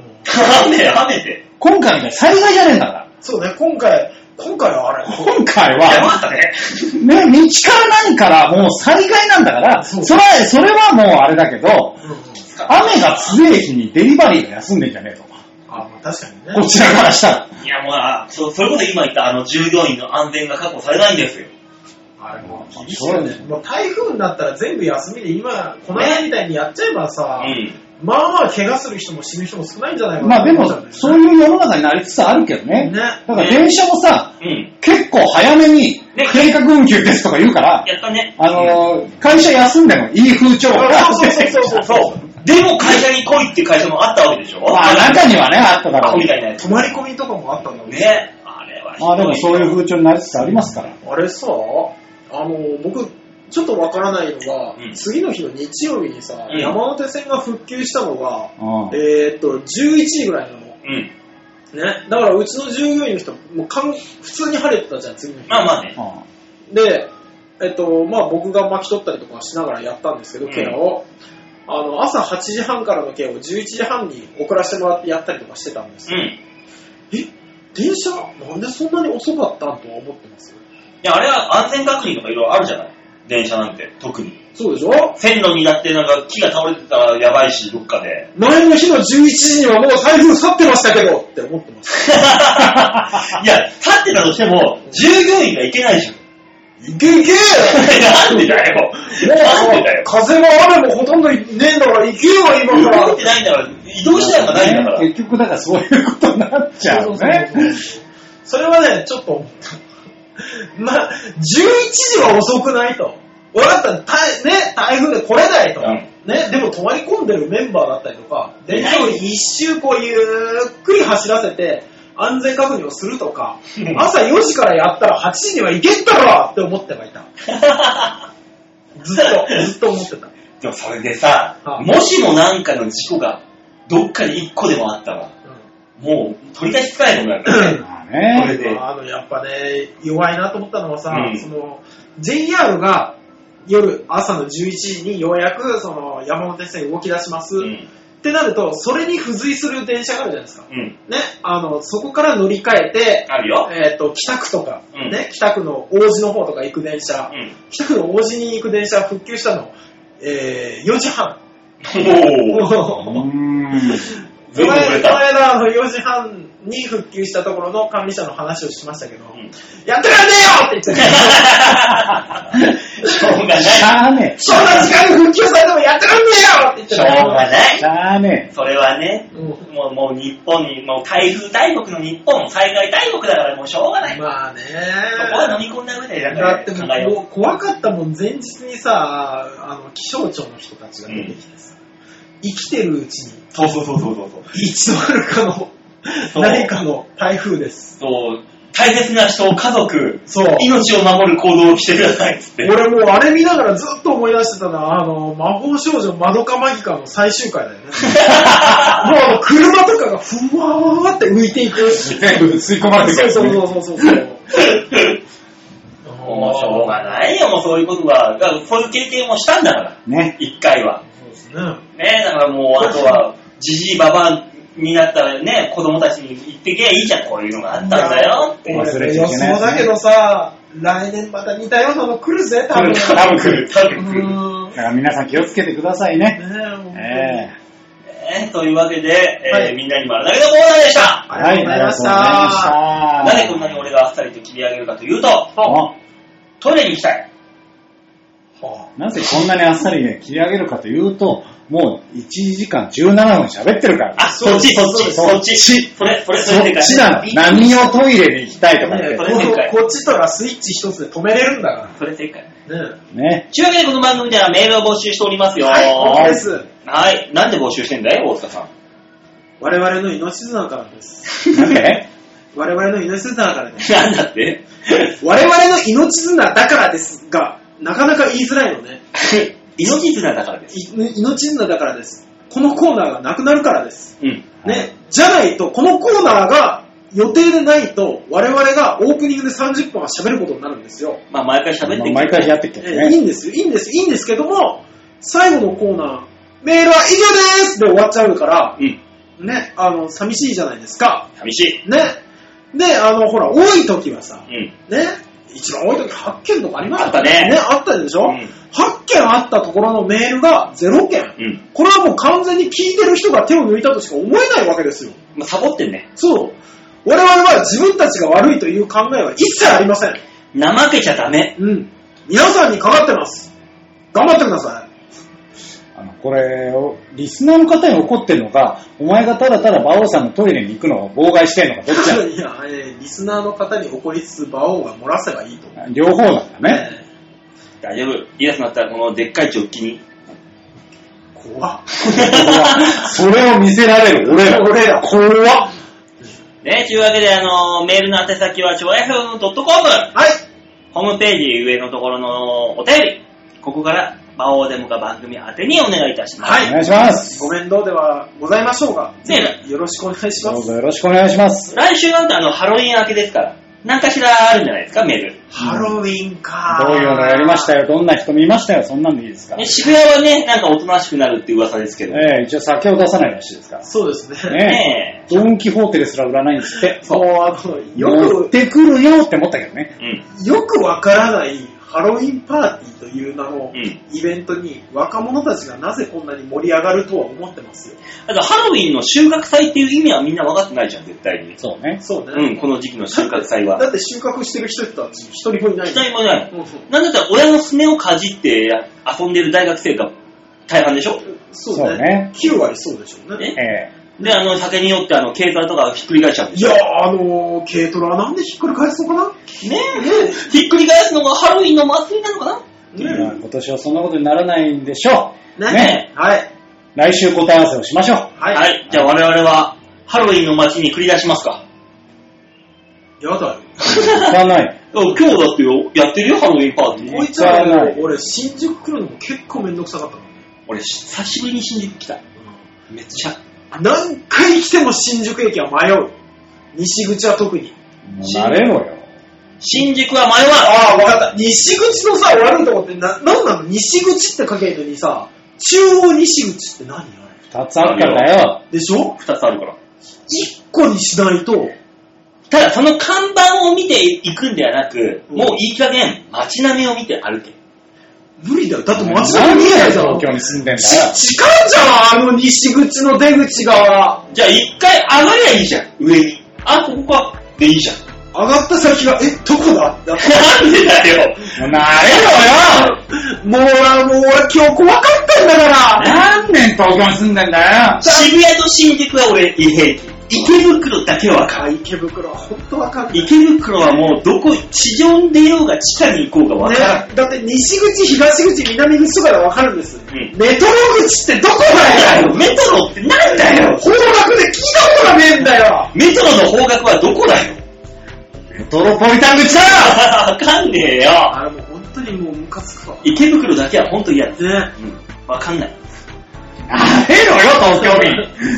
Speaker 2: 雨、雨って。
Speaker 4: 今回が災害じゃねえんだから。
Speaker 5: そうね、今回、今回はあれ、
Speaker 4: 今回
Speaker 2: やば
Speaker 4: は、
Speaker 2: かったね。
Speaker 4: ね、道から何からもう災害なんだから、
Speaker 5: そ
Speaker 4: そうれは、それはもうあれだけど、
Speaker 5: うんうん、
Speaker 4: 雨が強い日にデリバリーが休んでんじゃねえと。
Speaker 5: あ、まあ確かにね。
Speaker 4: こちらからしたら。
Speaker 2: いや、まあ、そ、それこそ今言った、あの、従業員の安全が確保されないんですよ。
Speaker 5: あれも厳しいよね。もう台風になったら全部休みで今、この間みたいにやっちゃえば
Speaker 2: う
Speaker 5: さ、
Speaker 2: ん。
Speaker 5: まあまあ怪我する人も死ぬ人も少ないんじゃないか
Speaker 4: まあでも、そう
Speaker 5: う。
Speaker 4: いう世の中になりつつあるけどね。
Speaker 5: ね
Speaker 4: だから電車もさ、
Speaker 2: うん。
Speaker 4: 結構早めに
Speaker 2: ね
Speaker 4: 計画運休ですとか言うから、
Speaker 2: やったね。
Speaker 4: あのー、会社休んでもいい風潮があっ
Speaker 5: そうそう
Speaker 4: て、
Speaker 5: そうそうそう。
Speaker 2: そう。でも会社に来いっていう会社もあったわけでしょ
Speaker 4: まあ中にはね、あったか
Speaker 2: ア
Speaker 4: ら
Speaker 2: ホ。みたいなやつ。
Speaker 5: 泊まり込みとかもあったんだもん
Speaker 2: ね。あれはひど
Speaker 4: まあでもそういう
Speaker 2: う
Speaker 4: 風潮になりつつありますから。
Speaker 5: あれさ、あの、僕、ちょっとわからないのが、
Speaker 2: うん
Speaker 5: 次の日の日曜日にさ、
Speaker 2: うん
Speaker 5: 山手線が復旧したのが、
Speaker 4: うん
Speaker 5: えーっと、11時ぐらいなの。ね。
Speaker 2: うん。
Speaker 5: だからうちの従業員の人、もうかん普通に晴れてたじゃん、次の日。
Speaker 2: まあまあね。
Speaker 4: う
Speaker 5: で、えっと、まあ僕が巻き取ったりとかしながらやったんですけど、
Speaker 2: うん
Speaker 5: ケアを。あの、朝8時半からのケアを11時半に送らせてもらってやったりとかしてたんですけ
Speaker 2: う
Speaker 5: ど、
Speaker 2: ん。い
Speaker 5: え電車なんでそんなに遅かったんとは思ってます
Speaker 2: や、あれは安全確認とかいろいろあるじゃない電車なんて、特に。
Speaker 5: そうでしょ
Speaker 2: 線路にだってなんか木が倒れてたらやばいし、どっかで。
Speaker 5: 前の日の11時にはもう台風去ってましたけどって思ってます。
Speaker 2: いや、立ってたとしても、従業員がいけないじゃん。
Speaker 5: いけいけ
Speaker 2: なんでだよ。なんでだよ。
Speaker 5: 風も雨もほとんどねえんだから行けよ今から
Speaker 2: 動いてないんだから、移動手段がないんだから。
Speaker 4: 結局、だからそういうことになっちゃうね。
Speaker 5: それはね、ちょっと思 った。まあ、11時は遅くないと。俺だったら、たね、台風で来れないと。
Speaker 2: うん
Speaker 5: ね、でも泊まり込んでるメンバーだったりとか、電車を一周こうゆっくり走らせて、安全確認をするとか
Speaker 2: う、ん
Speaker 5: 朝4時からやったら8時には行けったろって思ってはいた。ずっと、ずっと思ってた。
Speaker 2: でもそれでさ
Speaker 5: は、い
Speaker 2: もしもなんかの事故がどっかに一個でもあったら、もう取り出しつかないもんなんからね。
Speaker 4: まあ
Speaker 2: これ
Speaker 4: ね。
Speaker 2: で
Speaker 5: まああのやっぱね、弱いなと思ったのはさ、
Speaker 2: うん
Speaker 5: その JR が夜、朝の11時にようやくその山手線動き出します、
Speaker 2: うん。
Speaker 5: ってなると、それに付随する電車があるじゃないですか。
Speaker 2: うん。
Speaker 5: ね、あのそこから乗り換えて、
Speaker 2: あるよ。
Speaker 5: えっと北区とか、
Speaker 2: うん
Speaker 5: ね、北区の王子の方とか行く電車、
Speaker 2: う
Speaker 5: 北区の王子に行く電車復旧したの、えー4時半。
Speaker 2: ん。おー。
Speaker 4: うーん。
Speaker 2: ずいぶん遅れ
Speaker 5: この
Speaker 2: た。
Speaker 5: 間、あの、4時半に復旧したところの管理者の話をしましたけど、
Speaker 2: ん
Speaker 5: やってらんねえよって言って
Speaker 2: しょうがない。
Speaker 4: し
Speaker 2: し
Speaker 4: ゃあね
Speaker 5: そんな時間に復旧されてもやってらんねえよって言って
Speaker 2: ょうがな
Speaker 4: え。
Speaker 2: い
Speaker 4: し。ゃあね
Speaker 2: それはね、
Speaker 5: う
Speaker 2: もうもう日本に、もう台風大国の日本、災害大国だからもうしょうがない。
Speaker 5: まあね
Speaker 2: そこは飲み込んだ上で、なん
Speaker 5: だ
Speaker 2: か
Speaker 5: って
Speaker 2: 考えよ
Speaker 5: もう怖かったもん、前日にさ、あの、気象庁の人たちが出てきてさ、生きてるうちに
Speaker 2: う。そうそうそうそうそう。
Speaker 5: 一度あるかの、
Speaker 2: そう
Speaker 5: 何かの台風です。
Speaker 2: そう、大切な人、家族、
Speaker 5: そう
Speaker 2: 命を守る行動をしてくださいっ つって。
Speaker 5: 俺もうあれ見ながらずっと思い出してたのは、あの、魔法少女マドカマギカの最終回だよね。もうあの車とかがふわーって浮いていく。そう
Speaker 4: え。全部吸い込まれてく
Speaker 5: そう
Speaker 4: る。
Speaker 5: そうそうそうそう。
Speaker 2: もうしょうがないよ、もうそういうことは。だからそういう経験もしたんだから、
Speaker 4: ね。
Speaker 2: 一回は。
Speaker 5: そうですね。
Speaker 2: ねだからもう、あとは、じじいばばあになったらね、子供たちに言ってけいいじゃん、こういうのがあったんだよ。
Speaker 4: 忘
Speaker 5: 忘
Speaker 4: れ
Speaker 5: れ
Speaker 4: ち
Speaker 5: ち
Speaker 4: ゃ
Speaker 5: ゃ
Speaker 4: い
Speaker 5: い
Speaker 4: け
Speaker 5: けないい、
Speaker 4: なやつね
Speaker 5: だけどさ、来年また似たようなの来るぜ、 多分。
Speaker 4: 多分来る。
Speaker 2: 多
Speaker 5: う
Speaker 2: 分来る。
Speaker 5: ーん
Speaker 4: だから皆さん気をつけてくださいね。え
Speaker 5: ねえ
Speaker 4: え。
Speaker 2: ねというわけで、えー
Speaker 5: はい
Speaker 2: みんなに丸投げのコーナーでした。
Speaker 5: ありがとうございました
Speaker 4: あり
Speaker 2: な
Speaker 4: が
Speaker 2: ぜ
Speaker 4: と
Speaker 2: こ
Speaker 4: う
Speaker 2: ん
Speaker 4: ござ
Speaker 2: ない
Speaker 4: ま
Speaker 2: に俺があっさりと切り上げるかというと、
Speaker 4: した。お
Speaker 2: トイレに行きたい。
Speaker 5: は
Speaker 4: なぜこんなにあっさりね、切り上げるかというと、もう1時間17分喋ってるから。
Speaker 2: あ、そっち、そっち、そっち。それ、それ、そ
Speaker 4: そ
Speaker 2: れ
Speaker 4: っ
Speaker 2: でかい。
Speaker 4: ちなの。何をトイレに行きたいとか
Speaker 5: あ
Speaker 4: 言っ
Speaker 5: ねえ
Speaker 4: て
Speaker 5: こ
Speaker 2: これ正解
Speaker 5: こっちとらスイッチ一つで止めれるんだか
Speaker 2: それ正解。
Speaker 5: ら。ね
Speaker 4: ね。
Speaker 2: というわけでこの番組ではメールを募集しております
Speaker 5: え
Speaker 2: よ。
Speaker 5: はい、OK です。
Speaker 2: はい。なんで募集してんだい大塚さん。
Speaker 5: 我々の命綱からです。
Speaker 4: な んで
Speaker 5: 我々の命綱からです。
Speaker 2: なんだって
Speaker 5: 我々の命綱だからですが、なかなか言いづらいのね。
Speaker 2: 命綱だからです。
Speaker 5: い命綱だからです。このコーナーがなくなるからです。
Speaker 2: うん。
Speaker 5: ね、じゃないと、このコーナーが予定でないと、我々がオープニングで30分は喋ることになるんですよ。
Speaker 2: まあ、毎回喋って
Speaker 4: まあ毎回やってっけど
Speaker 5: えいい
Speaker 4: ね。
Speaker 5: んですよ、いいんです、いいんですけども、最後のコーナー、メールは以上ですで終わっちゃうから、
Speaker 2: うん。
Speaker 5: ね、あの、寂しいじゃないですか。
Speaker 2: 寂しい。
Speaker 5: ね。で、あの、ほら、多い時はさ
Speaker 2: う、ん。
Speaker 5: ね、一番多い時8件とかありました
Speaker 2: あったね
Speaker 5: あったでしょ、
Speaker 2: うん
Speaker 5: ?8 件あったところのメールが0件。
Speaker 2: うん。
Speaker 5: これはもう完全に聞いてる人が手を抜いたとしか思えないわけですよ。
Speaker 2: まあ、サボってんね。
Speaker 5: そう。我々は自分たちが悪いという考えは一切ありません。
Speaker 2: 怠けちゃダメ。
Speaker 5: うん。皆さんにかかってます。頑張ってください。
Speaker 4: あのこれを、リスナーの方に怒ってるのか、お前がただただ馬王さんのトイレに行くのを妨害してるのか、どっち
Speaker 5: いや、えーリスナーの方に怒りつつ、馬王が漏らせばいいと思う。
Speaker 4: や。両方なんだね。
Speaker 5: え
Speaker 2: 大丈夫。いいやつになったらこのでっかいジョッキに。
Speaker 5: ー怖っ。
Speaker 4: それを見せられる、俺ら。
Speaker 5: 俺ら
Speaker 4: 怖っ。
Speaker 2: ね、というわけで、あのーメールの宛先は、ちょやひょう .com。
Speaker 5: はい。
Speaker 2: ホームページ上のところのお便り。ここから、魔王デモか番組宛てにお願いいたします。
Speaker 5: は
Speaker 4: お願いします。
Speaker 5: ご面倒ではございましょうが、
Speaker 2: ね
Speaker 5: よろしくお願いしま
Speaker 4: どう
Speaker 5: す。
Speaker 4: ぞよろしくお願いします。
Speaker 2: 来週なんてあの、ハロウィン明けですから。何かしらあるんじゃないですか、メール。
Speaker 3: ハロウィンか。
Speaker 4: どういうのやりましたよ、どんな人見ましたよ、そんなんでいいですから
Speaker 2: ね。渋谷はね、なんかおとなしくなるって噂ですけど。
Speaker 4: ええ一応酒を出さないらしいですから。
Speaker 3: そうですね。
Speaker 4: ねえ、ドン・キホーテですら売らないんですって。
Speaker 3: もうあの、
Speaker 4: 持
Speaker 3: よ
Speaker 4: ってくるよって思ったけどね。
Speaker 2: うん。
Speaker 3: く、よくわからないハロウィンパーティーという名の
Speaker 2: うん
Speaker 3: イベントに若者たちがなぜこんなに盛り上がるとは思ってますよ。
Speaker 2: あと、ハロウィンの収穫祭っていう意味はみんな分かってないじゃん、絶対に。
Speaker 4: そうね。
Speaker 3: そう
Speaker 2: う
Speaker 3: ね。
Speaker 2: ん、この時期の収穫祭 は。
Speaker 3: だって収穫してる人たち一人もいない
Speaker 2: 期待もない。
Speaker 3: もん。そう
Speaker 2: なんだったら親のすねをかじって遊んでる大学生が大半でしょ
Speaker 3: そう
Speaker 4: そ
Speaker 3: そうう
Speaker 4: ね
Speaker 3: ね。9割そうでしょう
Speaker 2: ね
Speaker 3: ね。
Speaker 4: ええ
Speaker 2: で、あの、酒によってあの、軽トラとかひっくり返しちゃうんで
Speaker 3: い
Speaker 2: し
Speaker 3: や
Speaker 2: ょ
Speaker 3: ー、あのー、軽トラはなんでひっくり返すのか
Speaker 2: ねえ、ひっくり返すのがハロウィンの祭りなのか
Speaker 4: ま
Speaker 3: な
Speaker 4: あ今年はそんなことにならないんでしょう。
Speaker 2: な
Speaker 4: ね
Speaker 2: ね
Speaker 3: はい。
Speaker 4: 来週答え合わせをしましょう。
Speaker 2: え。
Speaker 3: は。
Speaker 2: はいい、じゃあ我々は、ハロウィンの街に繰り出しますか。
Speaker 3: やだよ。
Speaker 4: 聞かない。
Speaker 2: 今日だってよ、やってるよ、ハロウィンパーティ
Speaker 3: こ
Speaker 2: ー。
Speaker 3: いつは
Speaker 4: 行かな
Speaker 3: ね
Speaker 4: い
Speaker 3: 俺、新宿来るのも結構めんどくさかったの。
Speaker 2: 俺、久しぶりに新宿来た。めっちゃ。
Speaker 3: 何回来ても新宿駅は迷う。西口は特に。
Speaker 4: もう慣れろよ。
Speaker 2: 新宿は迷わん
Speaker 3: ああ、わかった。西口のさ、悪いとこってな、なんなの西口って書けるのにさ、中央西口って何あれ
Speaker 4: 二つあるからだよ。
Speaker 3: でしょ
Speaker 2: 二つあるから。
Speaker 3: 一個にしないと、
Speaker 2: ただ、その看板を見ていくんではなく、もういい加減、街並みを見て歩け。
Speaker 3: 無理だよ。だって街が
Speaker 4: 何
Speaker 3: 見えない
Speaker 4: で
Speaker 3: じゃん。
Speaker 4: 東
Speaker 3: ち、
Speaker 4: 京に住んでんだ
Speaker 3: 違うじゃん、あの西口の出口が。
Speaker 2: じゃあ、一回上がりゃいいじゃん、上に。あ、ここか。でいいじゃん。
Speaker 3: 上がった先が、え、どこだだ
Speaker 2: なんでだよ。
Speaker 4: よ。もう
Speaker 3: も
Speaker 4: 慣れろよ
Speaker 3: う俺、もう俺今日怖かったんだから。
Speaker 4: 何年東京に住んでんだよ
Speaker 2: 渋谷と新宿は俺、異変。池袋だけはわか
Speaker 3: あ
Speaker 2: る。
Speaker 3: 池袋は本当わかんない。
Speaker 2: 池袋はもう、どこ、地上に出ようが地下に行こうがわからん。
Speaker 3: ね、だって西口、東口、南口とかでわかるんです、
Speaker 2: ん
Speaker 3: メトロ口ってどこだよ
Speaker 2: メトロってなんだよ
Speaker 3: 方角で聞いたことがねえんだよ
Speaker 2: メトロの方角はどこだよ
Speaker 4: メトロポリタン口だよ
Speaker 2: わかんねえよ
Speaker 3: あれもう本当にもうムカつくわ。ね
Speaker 2: 池袋だけは本当嫌だ。
Speaker 3: え。
Speaker 2: うん。わかんない。
Speaker 4: 慣れろよ、東京民。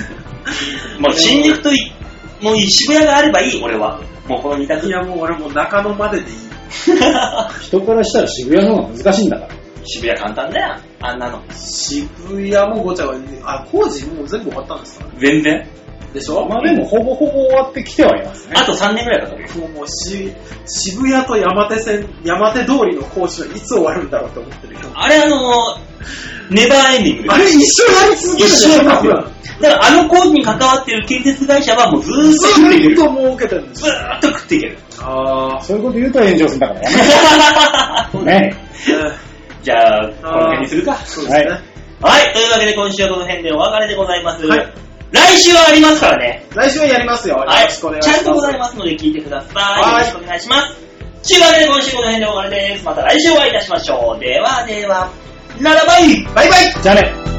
Speaker 2: もう新宿とい、もう渋谷があればいい、俺は。もうこの二択
Speaker 3: い。やもう俺もう中野まででいい。
Speaker 4: 人からしたら渋谷の方が難しいんだから。
Speaker 2: 渋谷簡単だよ、あんなの。
Speaker 3: 渋谷もごちゃごちゃ。あ、工事もう全部終わったんですか
Speaker 2: 全然。
Speaker 3: でしょ
Speaker 4: まあでも、ほぼほぼ終わってきてはいますね。
Speaker 2: あと3年ぐらいかかるよ。
Speaker 3: もうもうし渋谷と山手線、山手通りの工事はいつ終わるんだろうと思ってるよ。
Speaker 2: あれあのー、ネバーエンディングで
Speaker 3: あれ一生やり続ける
Speaker 2: 一
Speaker 3: でし
Speaker 2: 生
Speaker 3: ょ
Speaker 2: ですよ。だからあの工事に関わってる建設会社はもうずーっと食っていけ
Speaker 3: ずっ
Speaker 2: る。
Speaker 3: と儲けてるんです
Speaker 2: ずーっと食っていける。
Speaker 3: あ
Speaker 4: そういうこと言うと炎上するんだからやめろね
Speaker 3: ー。
Speaker 2: じゃあ、この辺にするか。
Speaker 3: そうですね。
Speaker 4: はい
Speaker 2: はい、というわけで今週はこの辺でお別れでございます。
Speaker 3: はい
Speaker 2: 来週はありますからね。
Speaker 3: 来週はやりますよ。よ
Speaker 2: はい、
Speaker 3: ろし
Speaker 2: ち
Speaker 3: くお願いします。
Speaker 2: ゃんとございますので聞いてください。
Speaker 3: はい
Speaker 2: よろしくお願いします。というわけで今週この辺でお別れです。また来週お会いいたしましょう。ではでは、ならばい
Speaker 3: バイバイ
Speaker 4: じゃあね。